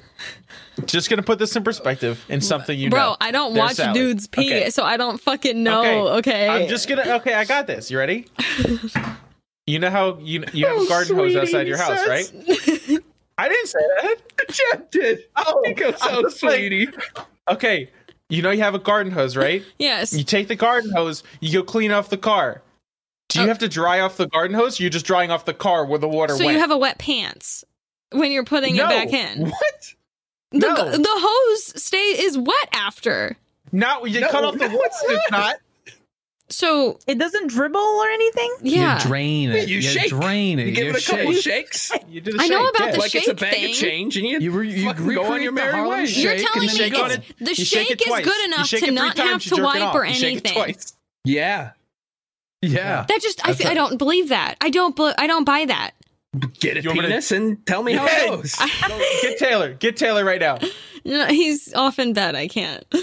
[SPEAKER 3] Just gonna put this in perspective in something you
[SPEAKER 2] Bro,
[SPEAKER 3] know.
[SPEAKER 2] I don't
[SPEAKER 3] There's
[SPEAKER 2] watch
[SPEAKER 3] Sally.
[SPEAKER 2] dudes pee,
[SPEAKER 3] Okay.
[SPEAKER 2] so I don't fucking know. Okay,
[SPEAKER 3] I'm just gonna. Okay, I got this. You ready? you know how you you
[SPEAKER 2] Oh,
[SPEAKER 3] have a garden hose
[SPEAKER 1] sweetie,
[SPEAKER 3] outside your
[SPEAKER 1] he
[SPEAKER 3] house,
[SPEAKER 1] says-
[SPEAKER 3] right? I didn't say that.
[SPEAKER 1] Jeb did.
[SPEAKER 3] Oh,
[SPEAKER 1] He goes,
[SPEAKER 3] I
[SPEAKER 1] oh,
[SPEAKER 3] was like-
[SPEAKER 1] sweetie.
[SPEAKER 3] Okay, you know you have a garden hose, right?
[SPEAKER 2] yes.
[SPEAKER 3] You take the garden hose, you go clean off the car. Do Do you have to dry off the garden hose? Or you're just drying off the car where the water
[SPEAKER 2] Oh. So
[SPEAKER 3] went.
[SPEAKER 2] you have a wet pants when you're putting
[SPEAKER 3] No.
[SPEAKER 2] it back in.
[SPEAKER 1] What?
[SPEAKER 2] The,
[SPEAKER 3] No.
[SPEAKER 2] the hose stay is wet after.
[SPEAKER 3] not you
[SPEAKER 1] No,
[SPEAKER 3] cut off the
[SPEAKER 1] no.
[SPEAKER 3] woods. It's not.
[SPEAKER 2] So
[SPEAKER 5] It doesn't dribble or anything.
[SPEAKER 2] yeah,
[SPEAKER 4] You drain it.
[SPEAKER 1] You shake.
[SPEAKER 4] drain it.
[SPEAKER 1] You give it a couple
[SPEAKER 4] shake.
[SPEAKER 1] shakes,
[SPEAKER 3] You did a
[SPEAKER 2] I know
[SPEAKER 3] shake,
[SPEAKER 2] about
[SPEAKER 3] yeah.
[SPEAKER 2] the
[SPEAKER 1] like it's a
[SPEAKER 2] shake
[SPEAKER 1] bag
[SPEAKER 2] thing.
[SPEAKER 1] of change, and you,
[SPEAKER 4] You, re- you
[SPEAKER 1] fucking go on
[SPEAKER 4] recreate
[SPEAKER 1] your
[SPEAKER 4] the
[SPEAKER 1] merry
[SPEAKER 4] Harlem
[SPEAKER 1] way.
[SPEAKER 4] shake.
[SPEAKER 2] you're
[SPEAKER 4] and
[SPEAKER 2] telling
[SPEAKER 1] then
[SPEAKER 2] me
[SPEAKER 1] you go
[SPEAKER 2] it's,
[SPEAKER 1] on
[SPEAKER 2] the
[SPEAKER 3] You
[SPEAKER 2] shake,
[SPEAKER 3] it
[SPEAKER 2] is
[SPEAKER 3] twice.
[SPEAKER 2] good
[SPEAKER 3] You
[SPEAKER 2] enough
[SPEAKER 3] shake
[SPEAKER 2] to
[SPEAKER 3] it three
[SPEAKER 2] not have
[SPEAKER 3] times,
[SPEAKER 2] to
[SPEAKER 3] you jerk it
[SPEAKER 2] wipe
[SPEAKER 3] off.
[SPEAKER 2] or
[SPEAKER 3] You shake it
[SPEAKER 2] anything.
[SPEAKER 3] twice.
[SPEAKER 1] yeah,
[SPEAKER 4] Yeah.
[SPEAKER 2] That just I,
[SPEAKER 4] That's
[SPEAKER 2] f-
[SPEAKER 4] a-
[SPEAKER 2] I don't believe that. I don't bel I don't buy that.
[SPEAKER 1] get a
[SPEAKER 3] You want me to-
[SPEAKER 1] penis and tell me how it
[SPEAKER 3] Yeah.
[SPEAKER 1] goes.
[SPEAKER 3] Get Taylor. Get Taylor right now.
[SPEAKER 2] No, he's off in bed. I can't. Yeah.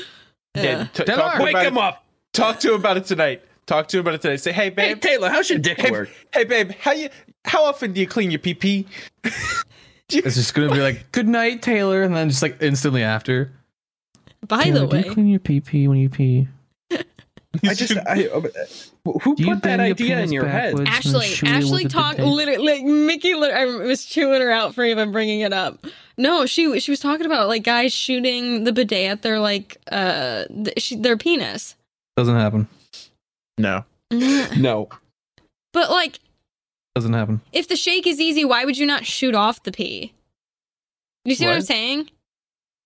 [SPEAKER 3] Then t-
[SPEAKER 4] Taylor,
[SPEAKER 3] talk,
[SPEAKER 1] Wake
[SPEAKER 3] about
[SPEAKER 1] him
[SPEAKER 3] it,
[SPEAKER 1] up.
[SPEAKER 3] talk to him about it tonight. Talk to him about it tonight. Say, hey,
[SPEAKER 1] Hey
[SPEAKER 3] babe.
[SPEAKER 1] Taylor, how's your dick
[SPEAKER 3] Hey,
[SPEAKER 1] work?
[SPEAKER 3] hey, babe. How you? How often do you clean your pee pee?
[SPEAKER 4] It's just gonna be like, good night, Taylor, and then just like instantly after.
[SPEAKER 2] By the way,
[SPEAKER 4] your pee pee when you pee?
[SPEAKER 1] I just, I, uh, who
[SPEAKER 4] Do you
[SPEAKER 1] put that
[SPEAKER 4] bend your
[SPEAKER 1] idea in
[SPEAKER 4] penis
[SPEAKER 1] your head?
[SPEAKER 4] backwards? It's gonna
[SPEAKER 2] Ashley,
[SPEAKER 4] shoot you with
[SPEAKER 2] Ashley
[SPEAKER 4] a
[SPEAKER 2] talked
[SPEAKER 4] big dick.
[SPEAKER 2] literally like Mickey. Lit- I was chewing her out for even bringing it up. No, she she was talking about like guys shooting the bidet at their like uh th- she, their penis.
[SPEAKER 4] Doesn't happen.
[SPEAKER 3] No.
[SPEAKER 2] but
[SPEAKER 1] No,
[SPEAKER 2] like,
[SPEAKER 4] Doesn't happen.
[SPEAKER 2] if the shake is easy, why would you not shoot off the pee? You see what, I'm
[SPEAKER 4] What?
[SPEAKER 2] saying?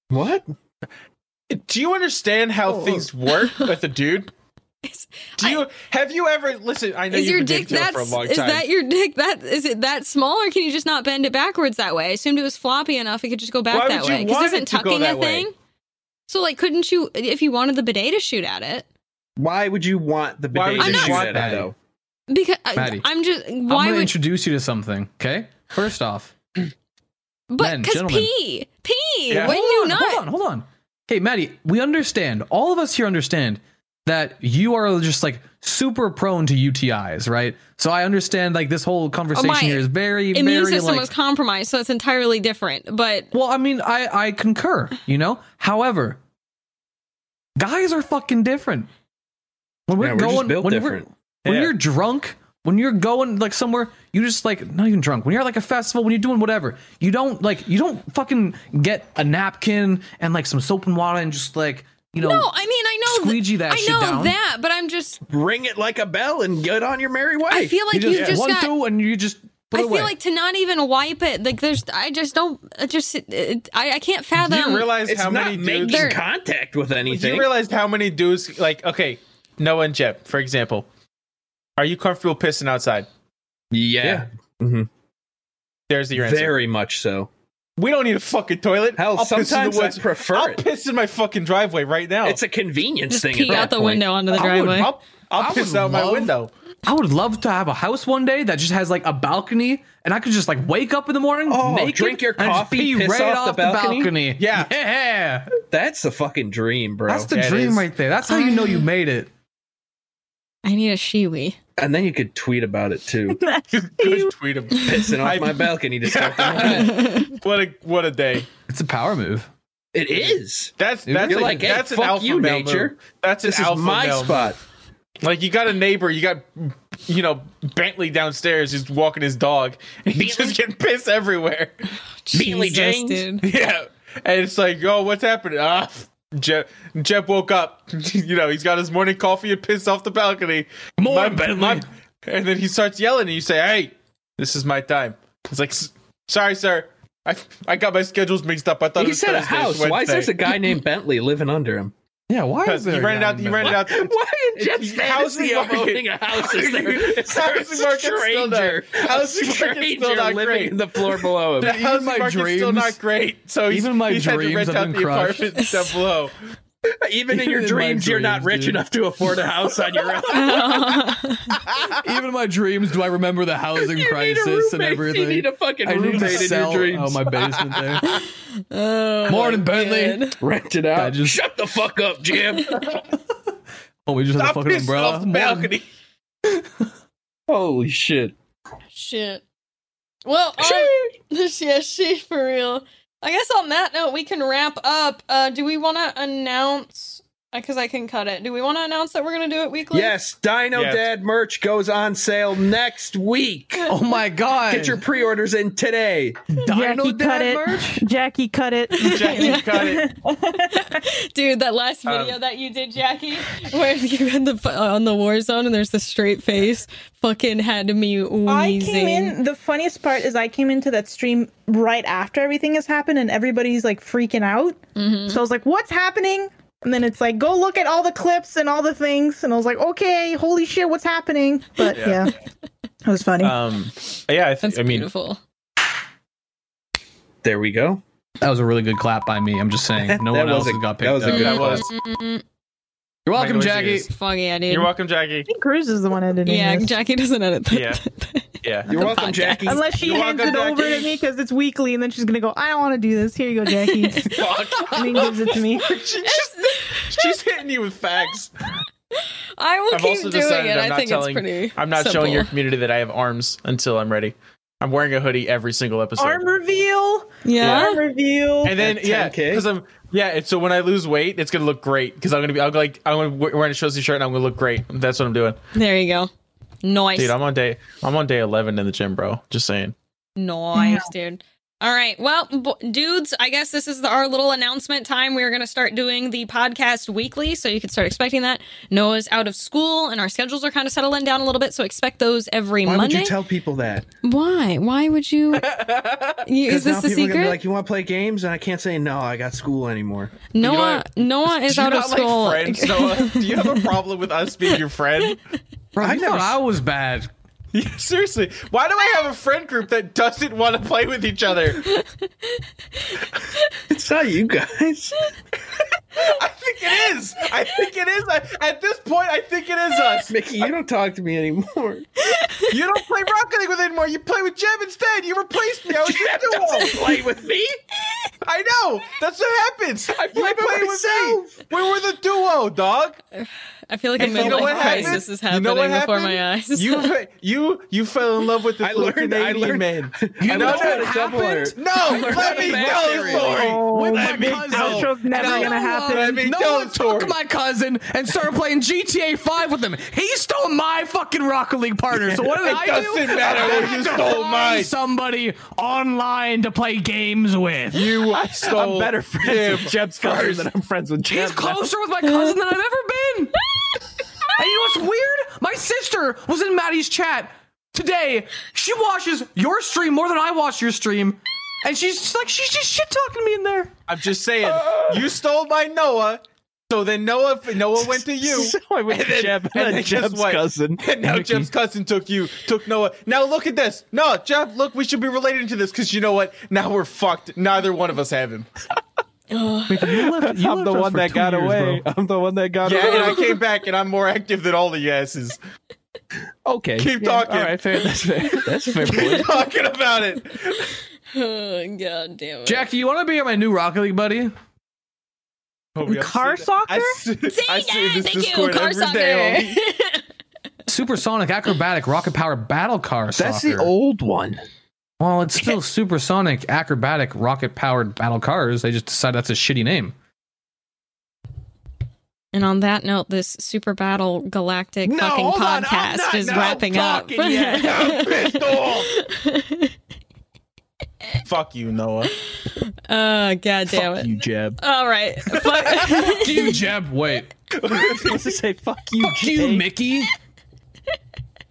[SPEAKER 1] what?
[SPEAKER 3] Do you understand how
[SPEAKER 1] Oh.
[SPEAKER 3] things work with a dude?
[SPEAKER 2] Is-
[SPEAKER 3] Do you have you ever listen? I know
[SPEAKER 2] Is
[SPEAKER 3] you've
[SPEAKER 2] your
[SPEAKER 3] been
[SPEAKER 2] dick
[SPEAKER 3] dating Taylor
[SPEAKER 2] that
[SPEAKER 3] for a long
[SPEAKER 2] is
[SPEAKER 3] time.
[SPEAKER 2] that your dick that is it that small or can you just not bend it backwards that way? I assumed it was floppy enough it could just go back
[SPEAKER 3] Why
[SPEAKER 2] that
[SPEAKER 3] would you
[SPEAKER 2] way.
[SPEAKER 3] want
[SPEAKER 2] isn't
[SPEAKER 3] it to go
[SPEAKER 2] tucking a
[SPEAKER 3] that way?
[SPEAKER 2] thing? So like, couldn't you if you wanted the bidet to shoot at it?
[SPEAKER 1] Why would you want the
[SPEAKER 3] Why
[SPEAKER 1] bidet
[SPEAKER 3] would
[SPEAKER 1] to
[SPEAKER 2] you
[SPEAKER 1] shoot
[SPEAKER 4] want
[SPEAKER 1] at
[SPEAKER 4] that?
[SPEAKER 1] it, though?
[SPEAKER 2] Because I-
[SPEAKER 4] Maddie,
[SPEAKER 2] I'm just
[SPEAKER 4] I'm
[SPEAKER 2] why
[SPEAKER 4] gonna
[SPEAKER 2] would
[SPEAKER 4] introduce you to something, okay? First off,
[SPEAKER 2] but
[SPEAKER 4] men,
[SPEAKER 2] because
[SPEAKER 4] gentlemen.
[SPEAKER 2] pee pee
[SPEAKER 3] Yeah.
[SPEAKER 2] when
[SPEAKER 4] hold
[SPEAKER 2] you
[SPEAKER 4] on,
[SPEAKER 2] not
[SPEAKER 4] hold on, hold on. Okay, Maddie, we understand. All of us here understand that you are just like super prone to UTIs, right? So I understand like this whole conversation
[SPEAKER 2] my
[SPEAKER 4] here is very,
[SPEAKER 2] immune
[SPEAKER 4] very
[SPEAKER 2] system
[SPEAKER 4] like
[SPEAKER 2] was compromised, so it's entirely different. But
[SPEAKER 4] Well, I mean, I I concur, you know. However, guys are fucking different. When
[SPEAKER 1] Yeah, we're just built
[SPEAKER 4] when
[SPEAKER 1] different.
[SPEAKER 4] We're, when
[SPEAKER 3] Yeah.
[SPEAKER 4] you're drunk, when you're going like somewhere, you just like not even drunk. When you're at, like a festival, when you're doing whatever, you don't like you don't fucking get a napkin and like some soap and water and just like you know.
[SPEAKER 2] no, I mean I know th-
[SPEAKER 4] Squeegee that
[SPEAKER 2] I
[SPEAKER 4] shit
[SPEAKER 2] know
[SPEAKER 4] down.
[SPEAKER 2] that, but I'm just
[SPEAKER 1] Ring it like a bell and get on your merry way.
[SPEAKER 2] I feel like you just,
[SPEAKER 4] one
[SPEAKER 2] got
[SPEAKER 4] two and you just. Put
[SPEAKER 2] I
[SPEAKER 4] it away.
[SPEAKER 2] feel like to not even wipe it, like there's, I just don't, I just, it, it, I, I can't
[SPEAKER 3] do
[SPEAKER 2] fathom.
[SPEAKER 3] you realize
[SPEAKER 1] it's
[SPEAKER 3] how
[SPEAKER 1] not
[SPEAKER 3] many
[SPEAKER 1] making
[SPEAKER 3] dudes?
[SPEAKER 2] um, They're-
[SPEAKER 1] contact with
[SPEAKER 3] Do
[SPEAKER 1] anything.
[SPEAKER 3] you realize how many dudes like? Okay, Noah and Jeb, for example. Are you comfortable pissing outside?
[SPEAKER 1] yeah,
[SPEAKER 3] There's your answer.
[SPEAKER 1] very much so.
[SPEAKER 3] We don't need a fucking toilet.
[SPEAKER 1] Hell,
[SPEAKER 3] I'll piss in
[SPEAKER 1] sometimes
[SPEAKER 3] the
[SPEAKER 1] I
[SPEAKER 3] woods.
[SPEAKER 1] prefer
[SPEAKER 3] I'll
[SPEAKER 1] it.
[SPEAKER 3] piss in my fucking driveway right now.
[SPEAKER 1] It's a convenience
[SPEAKER 2] just
[SPEAKER 1] thing. at
[SPEAKER 2] pee
[SPEAKER 1] that
[SPEAKER 2] out the
[SPEAKER 1] point.
[SPEAKER 2] window onto the
[SPEAKER 4] I would-
[SPEAKER 2] driveway.
[SPEAKER 3] I'll, I'll
[SPEAKER 4] I
[SPEAKER 3] piss
[SPEAKER 4] would
[SPEAKER 3] out my
[SPEAKER 4] love-
[SPEAKER 3] window.
[SPEAKER 4] I would love to have a house one day that just has like a balcony, and I could just like wake up in the morning,
[SPEAKER 1] Oh,
[SPEAKER 4] naked,
[SPEAKER 1] drink your
[SPEAKER 4] and just
[SPEAKER 1] coffee,
[SPEAKER 4] be
[SPEAKER 1] piss
[SPEAKER 4] right
[SPEAKER 1] off the balcony?
[SPEAKER 3] Yeah.
[SPEAKER 4] yeah,
[SPEAKER 1] That's the fucking dream, bro.
[SPEAKER 4] that's the
[SPEAKER 3] that
[SPEAKER 4] dream
[SPEAKER 3] is-
[SPEAKER 4] right there. That's how you know you made it.
[SPEAKER 2] I need a shiwi.
[SPEAKER 1] and then you could tweet about it too,
[SPEAKER 3] Good tweet him.
[SPEAKER 1] pissing off
[SPEAKER 3] I-
[SPEAKER 1] my balcony to start the morning.
[SPEAKER 3] What a what a day.
[SPEAKER 4] It's a power move.
[SPEAKER 1] It is.
[SPEAKER 3] That's
[SPEAKER 4] You're
[SPEAKER 3] that's a,
[SPEAKER 1] like, hey,
[SPEAKER 3] that's an
[SPEAKER 1] fuck
[SPEAKER 3] alpha
[SPEAKER 1] you,
[SPEAKER 3] male
[SPEAKER 1] nature.
[SPEAKER 3] move. That's an
[SPEAKER 1] This is
[SPEAKER 3] alpha
[SPEAKER 1] my
[SPEAKER 3] male
[SPEAKER 1] spot.
[SPEAKER 3] move. Like you got a neighbor, you got you know Bentley downstairs who's walking his dog, and he's just getting piss everywhere.
[SPEAKER 1] Bentley James.
[SPEAKER 2] dude.
[SPEAKER 3] Yeah, and it's like, oh, what's happening? Ah, Jeb, Jeb woke up. you know, he's got his morning coffee and pissed off the balcony.
[SPEAKER 4] More Bentley.
[SPEAKER 3] and then he starts yelling, and you say, "Hey, this is my time." It's like, "S- sorry, sir. I I got my schedules mixed up. I thought it
[SPEAKER 1] He
[SPEAKER 3] was
[SPEAKER 1] said a
[SPEAKER 3] Thursday,
[SPEAKER 1] house.
[SPEAKER 3] it's Wednesday.
[SPEAKER 1] Why is there a guy named Bentley living under him?
[SPEAKER 4] Yeah, why is
[SPEAKER 3] Because
[SPEAKER 4] there?
[SPEAKER 3] you
[SPEAKER 4] a
[SPEAKER 3] rented
[SPEAKER 4] guy
[SPEAKER 3] out. You
[SPEAKER 4] in
[SPEAKER 3] rented out.
[SPEAKER 1] Why in Jeff's
[SPEAKER 3] It's- how's
[SPEAKER 1] fantasy
[SPEAKER 3] the
[SPEAKER 1] of
[SPEAKER 3] market-
[SPEAKER 1] owning a house? Is there, is there a
[SPEAKER 3] How's the market still
[SPEAKER 1] stranger,
[SPEAKER 3] not-
[SPEAKER 1] a
[SPEAKER 3] how's the market still
[SPEAKER 1] stranger
[SPEAKER 3] not
[SPEAKER 1] living
[SPEAKER 3] great?
[SPEAKER 1] in the floor below
[SPEAKER 3] The
[SPEAKER 1] him?
[SPEAKER 3] housing
[SPEAKER 4] my
[SPEAKER 3] market's still
[SPEAKER 4] dreams-
[SPEAKER 3] not great, so he's,
[SPEAKER 4] even my
[SPEAKER 3] he's
[SPEAKER 4] dreams
[SPEAKER 3] had to rent
[SPEAKER 4] have
[SPEAKER 3] out
[SPEAKER 4] been
[SPEAKER 3] the
[SPEAKER 4] crushed.
[SPEAKER 3] apartment down below.
[SPEAKER 1] Even in
[SPEAKER 4] Even
[SPEAKER 1] your
[SPEAKER 4] in my
[SPEAKER 1] dreams, you're not
[SPEAKER 4] dreams,
[SPEAKER 1] rich
[SPEAKER 4] dude.
[SPEAKER 1] enough to afford a house on your own.
[SPEAKER 4] my- Even in my dreams, do I remember the housing
[SPEAKER 1] You need a
[SPEAKER 4] crisis and
[SPEAKER 1] roommate.
[SPEAKER 4] everything?
[SPEAKER 1] You need a fucking
[SPEAKER 4] I need
[SPEAKER 1] roommate
[SPEAKER 4] to
[SPEAKER 1] in your
[SPEAKER 4] sell
[SPEAKER 1] dreams.
[SPEAKER 4] oh, my basement there.
[SPEAKER 2] Oh,
[SPEAKER 4] Morning,
[SPEAKER 2] my
[SPEAKER 4] Bentley.
[SPEAKER 2] God.
[SPEAKER 1] Rent it out.
[SPEAKER 4] I just-
[SPEAKER 1] Shut the fuck up, Jim.
[SPEAKER 4] Oh, we just had
[SPEAKER 3] I
[SPEAKER 4] a fucking
[SPEAKER 3] pissed
[SPEAKER 4] umbrella.
[SPEAKER 3] off the
[SPEAKER 4] Morning.
[SPEAKER 3] balcony.
[SPEAKER 1] Holy shit.
[SPEAKER 2] Shit. Well, on- yeah, she for real. I guess on that note, we can wrap up. Uh, do we want to announce because I can cut it. Do we want to announce that we're gonna do it weekly?
[SPEAKER 1] Yes, Dino
[SPEAKER 3] Yes.
[SPEAKER 1] Dad merch goes on sale next week.
[SPEAKER 4] Oh my god!
[SPEAKER 1] Get your pre-orders in today.
[SPEAKER 4] Dino
[SPEAKER 5] Jackie cut
[SPEAKER 4] Dad
[SPEAKER 5] it.
[SPEAKER 4] merch.
[SPEAKER 5] Jackie cut it.
[SPEAKER 3] Jackie cut it.
[SPEAKER 2] dude. That last video that you did, Jackie, where you had the fu- on the war zone and there's the straight face, fucking had me wheezing.
[SPEAKER 5] I came in. The funniest part is I came into that stream right after everything has happened, and everybody's like freaking out. So I was like, "What's happening?" And then it's like, "Go look at all the clips and all the things." And I was like, "Okay, holy shit, what's happening?" But yeah, it was funny.
[SPEAKER 3] Um, yeah, I,
[SPEAKER 2] That's
[SPEAKER 3] th- I mean,
[SPEAKER 2] beautiful.
[SPEAKER 1] There we go.
[SPEAKER 4] That was a really good clap by me. I'm just saying. No
[SPEAKER 1] That
[SPEAKER 4] one
[SPEAKER 1] was
[SPEAKER 4] else
[SPEAKER 1] a-
[SPEAKER 4] has
[SPEAKER 1] that
[SPEAKER 4] got picked
[SPEAKER 1] was a
[SPEAKER 4] up.
[SPEAKER 1] good
[SPEAKER 3] that was.
[SPEAKER 4] You're
[SPEAKER 3] My
[SPEAKER 4] welcome,
[SPEAKER 3] noise
[SPEAKER 4] Jackie.
[SPEAKER 3] is-
[SPEAKER 2] Foggy, yeah, dude.
[SPEAKER 3] You're welcome, Jackie.
[SPEAKER 5] I think Cruz is the one editing.
[SPEAKER 2] yeah,
[SPEAKER 5] this.
[SPEAKER 2] Jackie doesn't edit that.
[SPEAKER 3] Yeah. Yeah.
[SPEAKER 1] You're welcome,
[SPEAKER 2] podcast.
[SPEAKER 1] Jackie.
[SPEAKER 5] Unless she
[SPEAKER 3] You're
[SPEAKER 5] hands it
[SPEAKER 3] welcome,
[SPEAKER 5] over to
[SPEAKER 3] Jackie.
[SPEAKER 5] me because it's weekly, and then she's gonna go, "I don't want to do this." Here you go, Jackie. and then gives it to me.
[SPEAKER 3] She just, she's hitting you with facts.
[SPEAKER 2] I will
[SPEAKER 3] I've
[SPEAKER 2] keep
[SPEAKER 3] also
[SPEAKER 2] doing
[SPEAKER 3] decided
[SPEAKER 2] it.
[SPEAKER 3] I'm
[SPEAKER 2] I
[SPEAKER 3] not
[SPEAKER 2] think
[SPEAKER 3] telling-
[SPEAKER 2] it's pretty.
[SPEAKER 3] I'm not
[SPEAKER 2] simple.
[SPEAKER 3] showing your community that I have arms until I'm ready. I'm wearing a hoodie every single episode.
[SPEAKER 5] Arm reveal.
[SPEAKER 2] Yeah.
[SPEAKER 5] Arm reveal.
[SPEAKER 3] and then
[SPEAKER 1] At
[SPEAKER 3] yeah,
[SPEAKER 1] 10K?
[SPEAKER 3] because I'm yeah. and So when I lose weight, it's gonna look great because I'm gonna be I'm like I'm gonna wear- wearing a Shosi shirt and I'm gonna look great. That's what I'm doing,
[SPEAKER 2] There you go. Nice.
[SPEAKER 3] dude. I'm on day I'm on day 11 in the gym, bro. Just saying.
[SPEAKER 2] Nice, dude. All right. Well, b- dudes, I guess this is the, our little announcement time. We're going to start doing the podcast weekly, so you can start expecting that. Noah's out of school, and our schedules are kind of settling down a little bit, so expect those every
[SPEAKER 1] Why would
[SPEAKER 2] Monday.
[SPEAKER 1] you tell people that?
[SPEAKER 2] Why? Why would you? you is
[SPEAKER 1] Because
[SPEAKER 2] this
[SPEAKER 1] now people are
[SPEAKER 2] the
[SPEAKER 1] gonna
[SPEAKER 2] secret?
[SPEAKER 1] be like, "You want to play games?" And I can't say no. I got school anymore.
[SPEAKER 2] Noah, Noah
[SPEAKER 3] Do
[SPEAKER 2] is
[SPEAKER 3] you
[SPEAKER 2] out of
[SPEAKER 3] not like
[SPEAKER 2] school.
[SPEAKER 3] friends, Noah? Do you have a problem with us being your friend?
[SPEAKER 4] Bro,
[SPEAKER 1] I
[SPEAKER 4] you
[SPEAKER 1] never
[SPEAKER 4] thought
[SPEAKER 1] s-
[SPEAKER 4] I was bad.
[SPEAKER 3] Yeah, Seriously, why do I have a friend group that doesn't want to play with each other?
[SPEAKER 1] It's not you guys.
[SPEAKER 3] I think it is. I think it is. I, at this point, I think it is us.
[SPEAKER 1] Mickey, you don't talk to me anymore.
[SPEAKER 3] You don't play Rocket League with anymore. You play with Jeb instead. You replaced me. I was your duo.
[SPEAKER 1] play with me.
[SPEAKER 3] I know. That's what happens. I
[SPEAKER 1] play by myself.
[SPEAKER 3] with me. We were the duo, dog.
[SPEAKER 2] I feel like a
[SPEAKER 3] And you know what
[SPEAKER 2] midlife
[SPEAKER 3] happened?
[SPEAKER 2] crisis is
[SPEAKER 3] You
[SPEAKER 2] happening
[SPEAKER 3] know what
[SPEAKER 2] before
[SPEAKER 3] happened?
[SPEAKER 2] my eyes.
[SPEAKER 3] You you you fell in love with the
[SPEAKER 1] I
[SPEAKER 3] little
[SPEAKER 1] learned- I
[SPEAKER 3] Canadian
[SPEAKER 1] learned-
[SPEAKER 3] man.
[SPEAKER 4] You
[SPEAKER 3] know
[SPEAKER 4] know
[SPEAKER 3] what
[SPEAKER 4] what
[SPEAKER 1] double
[SPEAKER 4] happened?
[SPEAKER 1] alert.
[SPEAKER 3] No,
[SPEAKER 1] how
[SPEAKER 3] let
[SPEAKER 1] to
[SPEAKER 3] me
[SPEAKER 1] make
[SPEAKER 3] go,
[SPEAKER 1] theory.
[SPEAKER 3] Tori.
[SPEAKER 5] Oh,
[SPEAKER 4] With
[SPEAKER 5] my
[SPEAKER 4] my
[SPEAKER 3] Let me
[SPEAKER 4] cousin.
[SPEAKER 3] go.
[SPEAKER 5] outro's never
[SPEAKER 4] No,
[SPEAKER 5] gonna happen.
[SPEAKER 3] let me
[SPEAKER 4] no
[SPEAKER 3] go,
[SPEAKER 4] one took
[SPEAKER 3] Tori.
[SPEAKER 4] my cousin and started playing GTA 5 with him. He stole my fucking Rocket League partner. So what did
[SPEAKER 3] It
[SPEAKER 4] I do?
[SPEAKER 3] doesn't matter
[SPEAKER 4] I
[SPEAKER 3] when
[SPEAKER 4] had
[SPEAKER 3] you
[SPEAKER 4] to
[SPEAKER 3] stole
[SPEAKER 4] find
[SPEAKER 3] mine.
[SPEAKER 4] Somebody online to play games with.
[SPEAKER 3] You stole
[SPEAKER 4] I'm better friends
[SPEAKER 3] him
[SPEAKER 4] with Jeb's cousin
[SPEAKER 3] first.
[SPEAKER 4] than I'm friends with Jeb. He's closer with my cousin than I've ever been. and you know what's weird? My sister was in Maddie's chat today. She watches your stream more than I watch your stream. And she's just like, she's just shit talking me in there.
[SPEAKER 3] I'm just saying, you stole my Noah. So then Noah Noah went to you.
[SPEAKER 4] I went
[SPEAKER 3] And then- and then guess what? And now Jeb's cousin took you, took Noah. Now look at this. No, Jeb, look, we should be related to this because you know what? Now we're fucked. Neither one of us have him.
[SPEAKER 4] I'm the one that got away.
[SPEAKER 1] I'm the one that got
[SPEAKER 3] Yeah, and I came back and I'm more active than all the asses.
[SPEAKER 1] Okay.
[SPEAKER 3] Keep talking.
[SPEAKER 1] All right, fair. That's fair. That's fair.
[SPEAKER 3] Keep talking about it.
[SPEAKER 2] oh, God damn it.
[SPEAKER 4] Jackie, you want to be my new Rocket League buddy?
[SPEAKER 3] Oh,
[SPEAKER 5] Car soccer?
[SPEAKER 3] I see, I see
[SPEAKER 2] Yeah,
[SPEAKER 3] this
[SPEAKER 2] thank
[SPEAKER 3] Discord
[SPEAKER 2] you, car
[SPEAKER 3] every day. Oh,
[SPEAKER 2] soccer.
[SPEAKER 4] Supersonic Acrobatic Rocket Power Battle Car.
[SPEAKER 1] That's the
[SPEAKER 4] Soccer.
[SPEAKER 1] old one.
[SPEAKER 4] Well, it's still Supersonic Acrobatic Rocket Powered Battle Cars. They just decided that's a shitty name.
[SPEAKER 2] And on that note, this Super Battle Galactic
[SPEAKER 3] No,
[SPEAKER 2] fucking
[SPEAKER 3] hold on, I'm
[SPEAKER 2] podcast
[SPEAKER 3] not-
[SPEAKER 2] is
[SPEAKER 3] no,
[SPEAKER 2] wrapping up.
[SPEAKER 3] fucking yet. I'm pissed off. Fuck you, Noah.
[SPEAKER 2] oh god damn it!
[SPEAKER 1] You Jeb.
[SPEAKER 2] All right, Fuck-
[SPEAKER 4] Fuck you, Jeb. Wait.
[SPEAKER 1] I was supposed to say fuck you,
[SPEAKER 4] Fuck you, Mickey.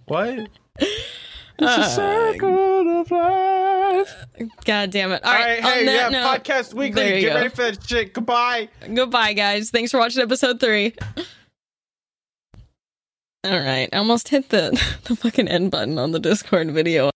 [SPEAKER 3] What?
[SPEAKER 2] god damn it! All
[SPEAKER 3] All
[SPEAKER 2] right,
[SPEAKER 3] right,
[SPEAKER 2] on
[SPEAKER 3] hey, yeah,
[SPEAKER 2] that note,
[SPEAKER 3] podcast weekly.
[SPEAKER 2] there you
[SPEAKER 3] Get
[SPEAKER 2] go.
[SPEAKER 3] ready for that shit. Goodbye.
[SPEAKER 2] goodbye, guys. Thanks for watching episode three. All right, I almost hit the the fucking end button on the Discord video.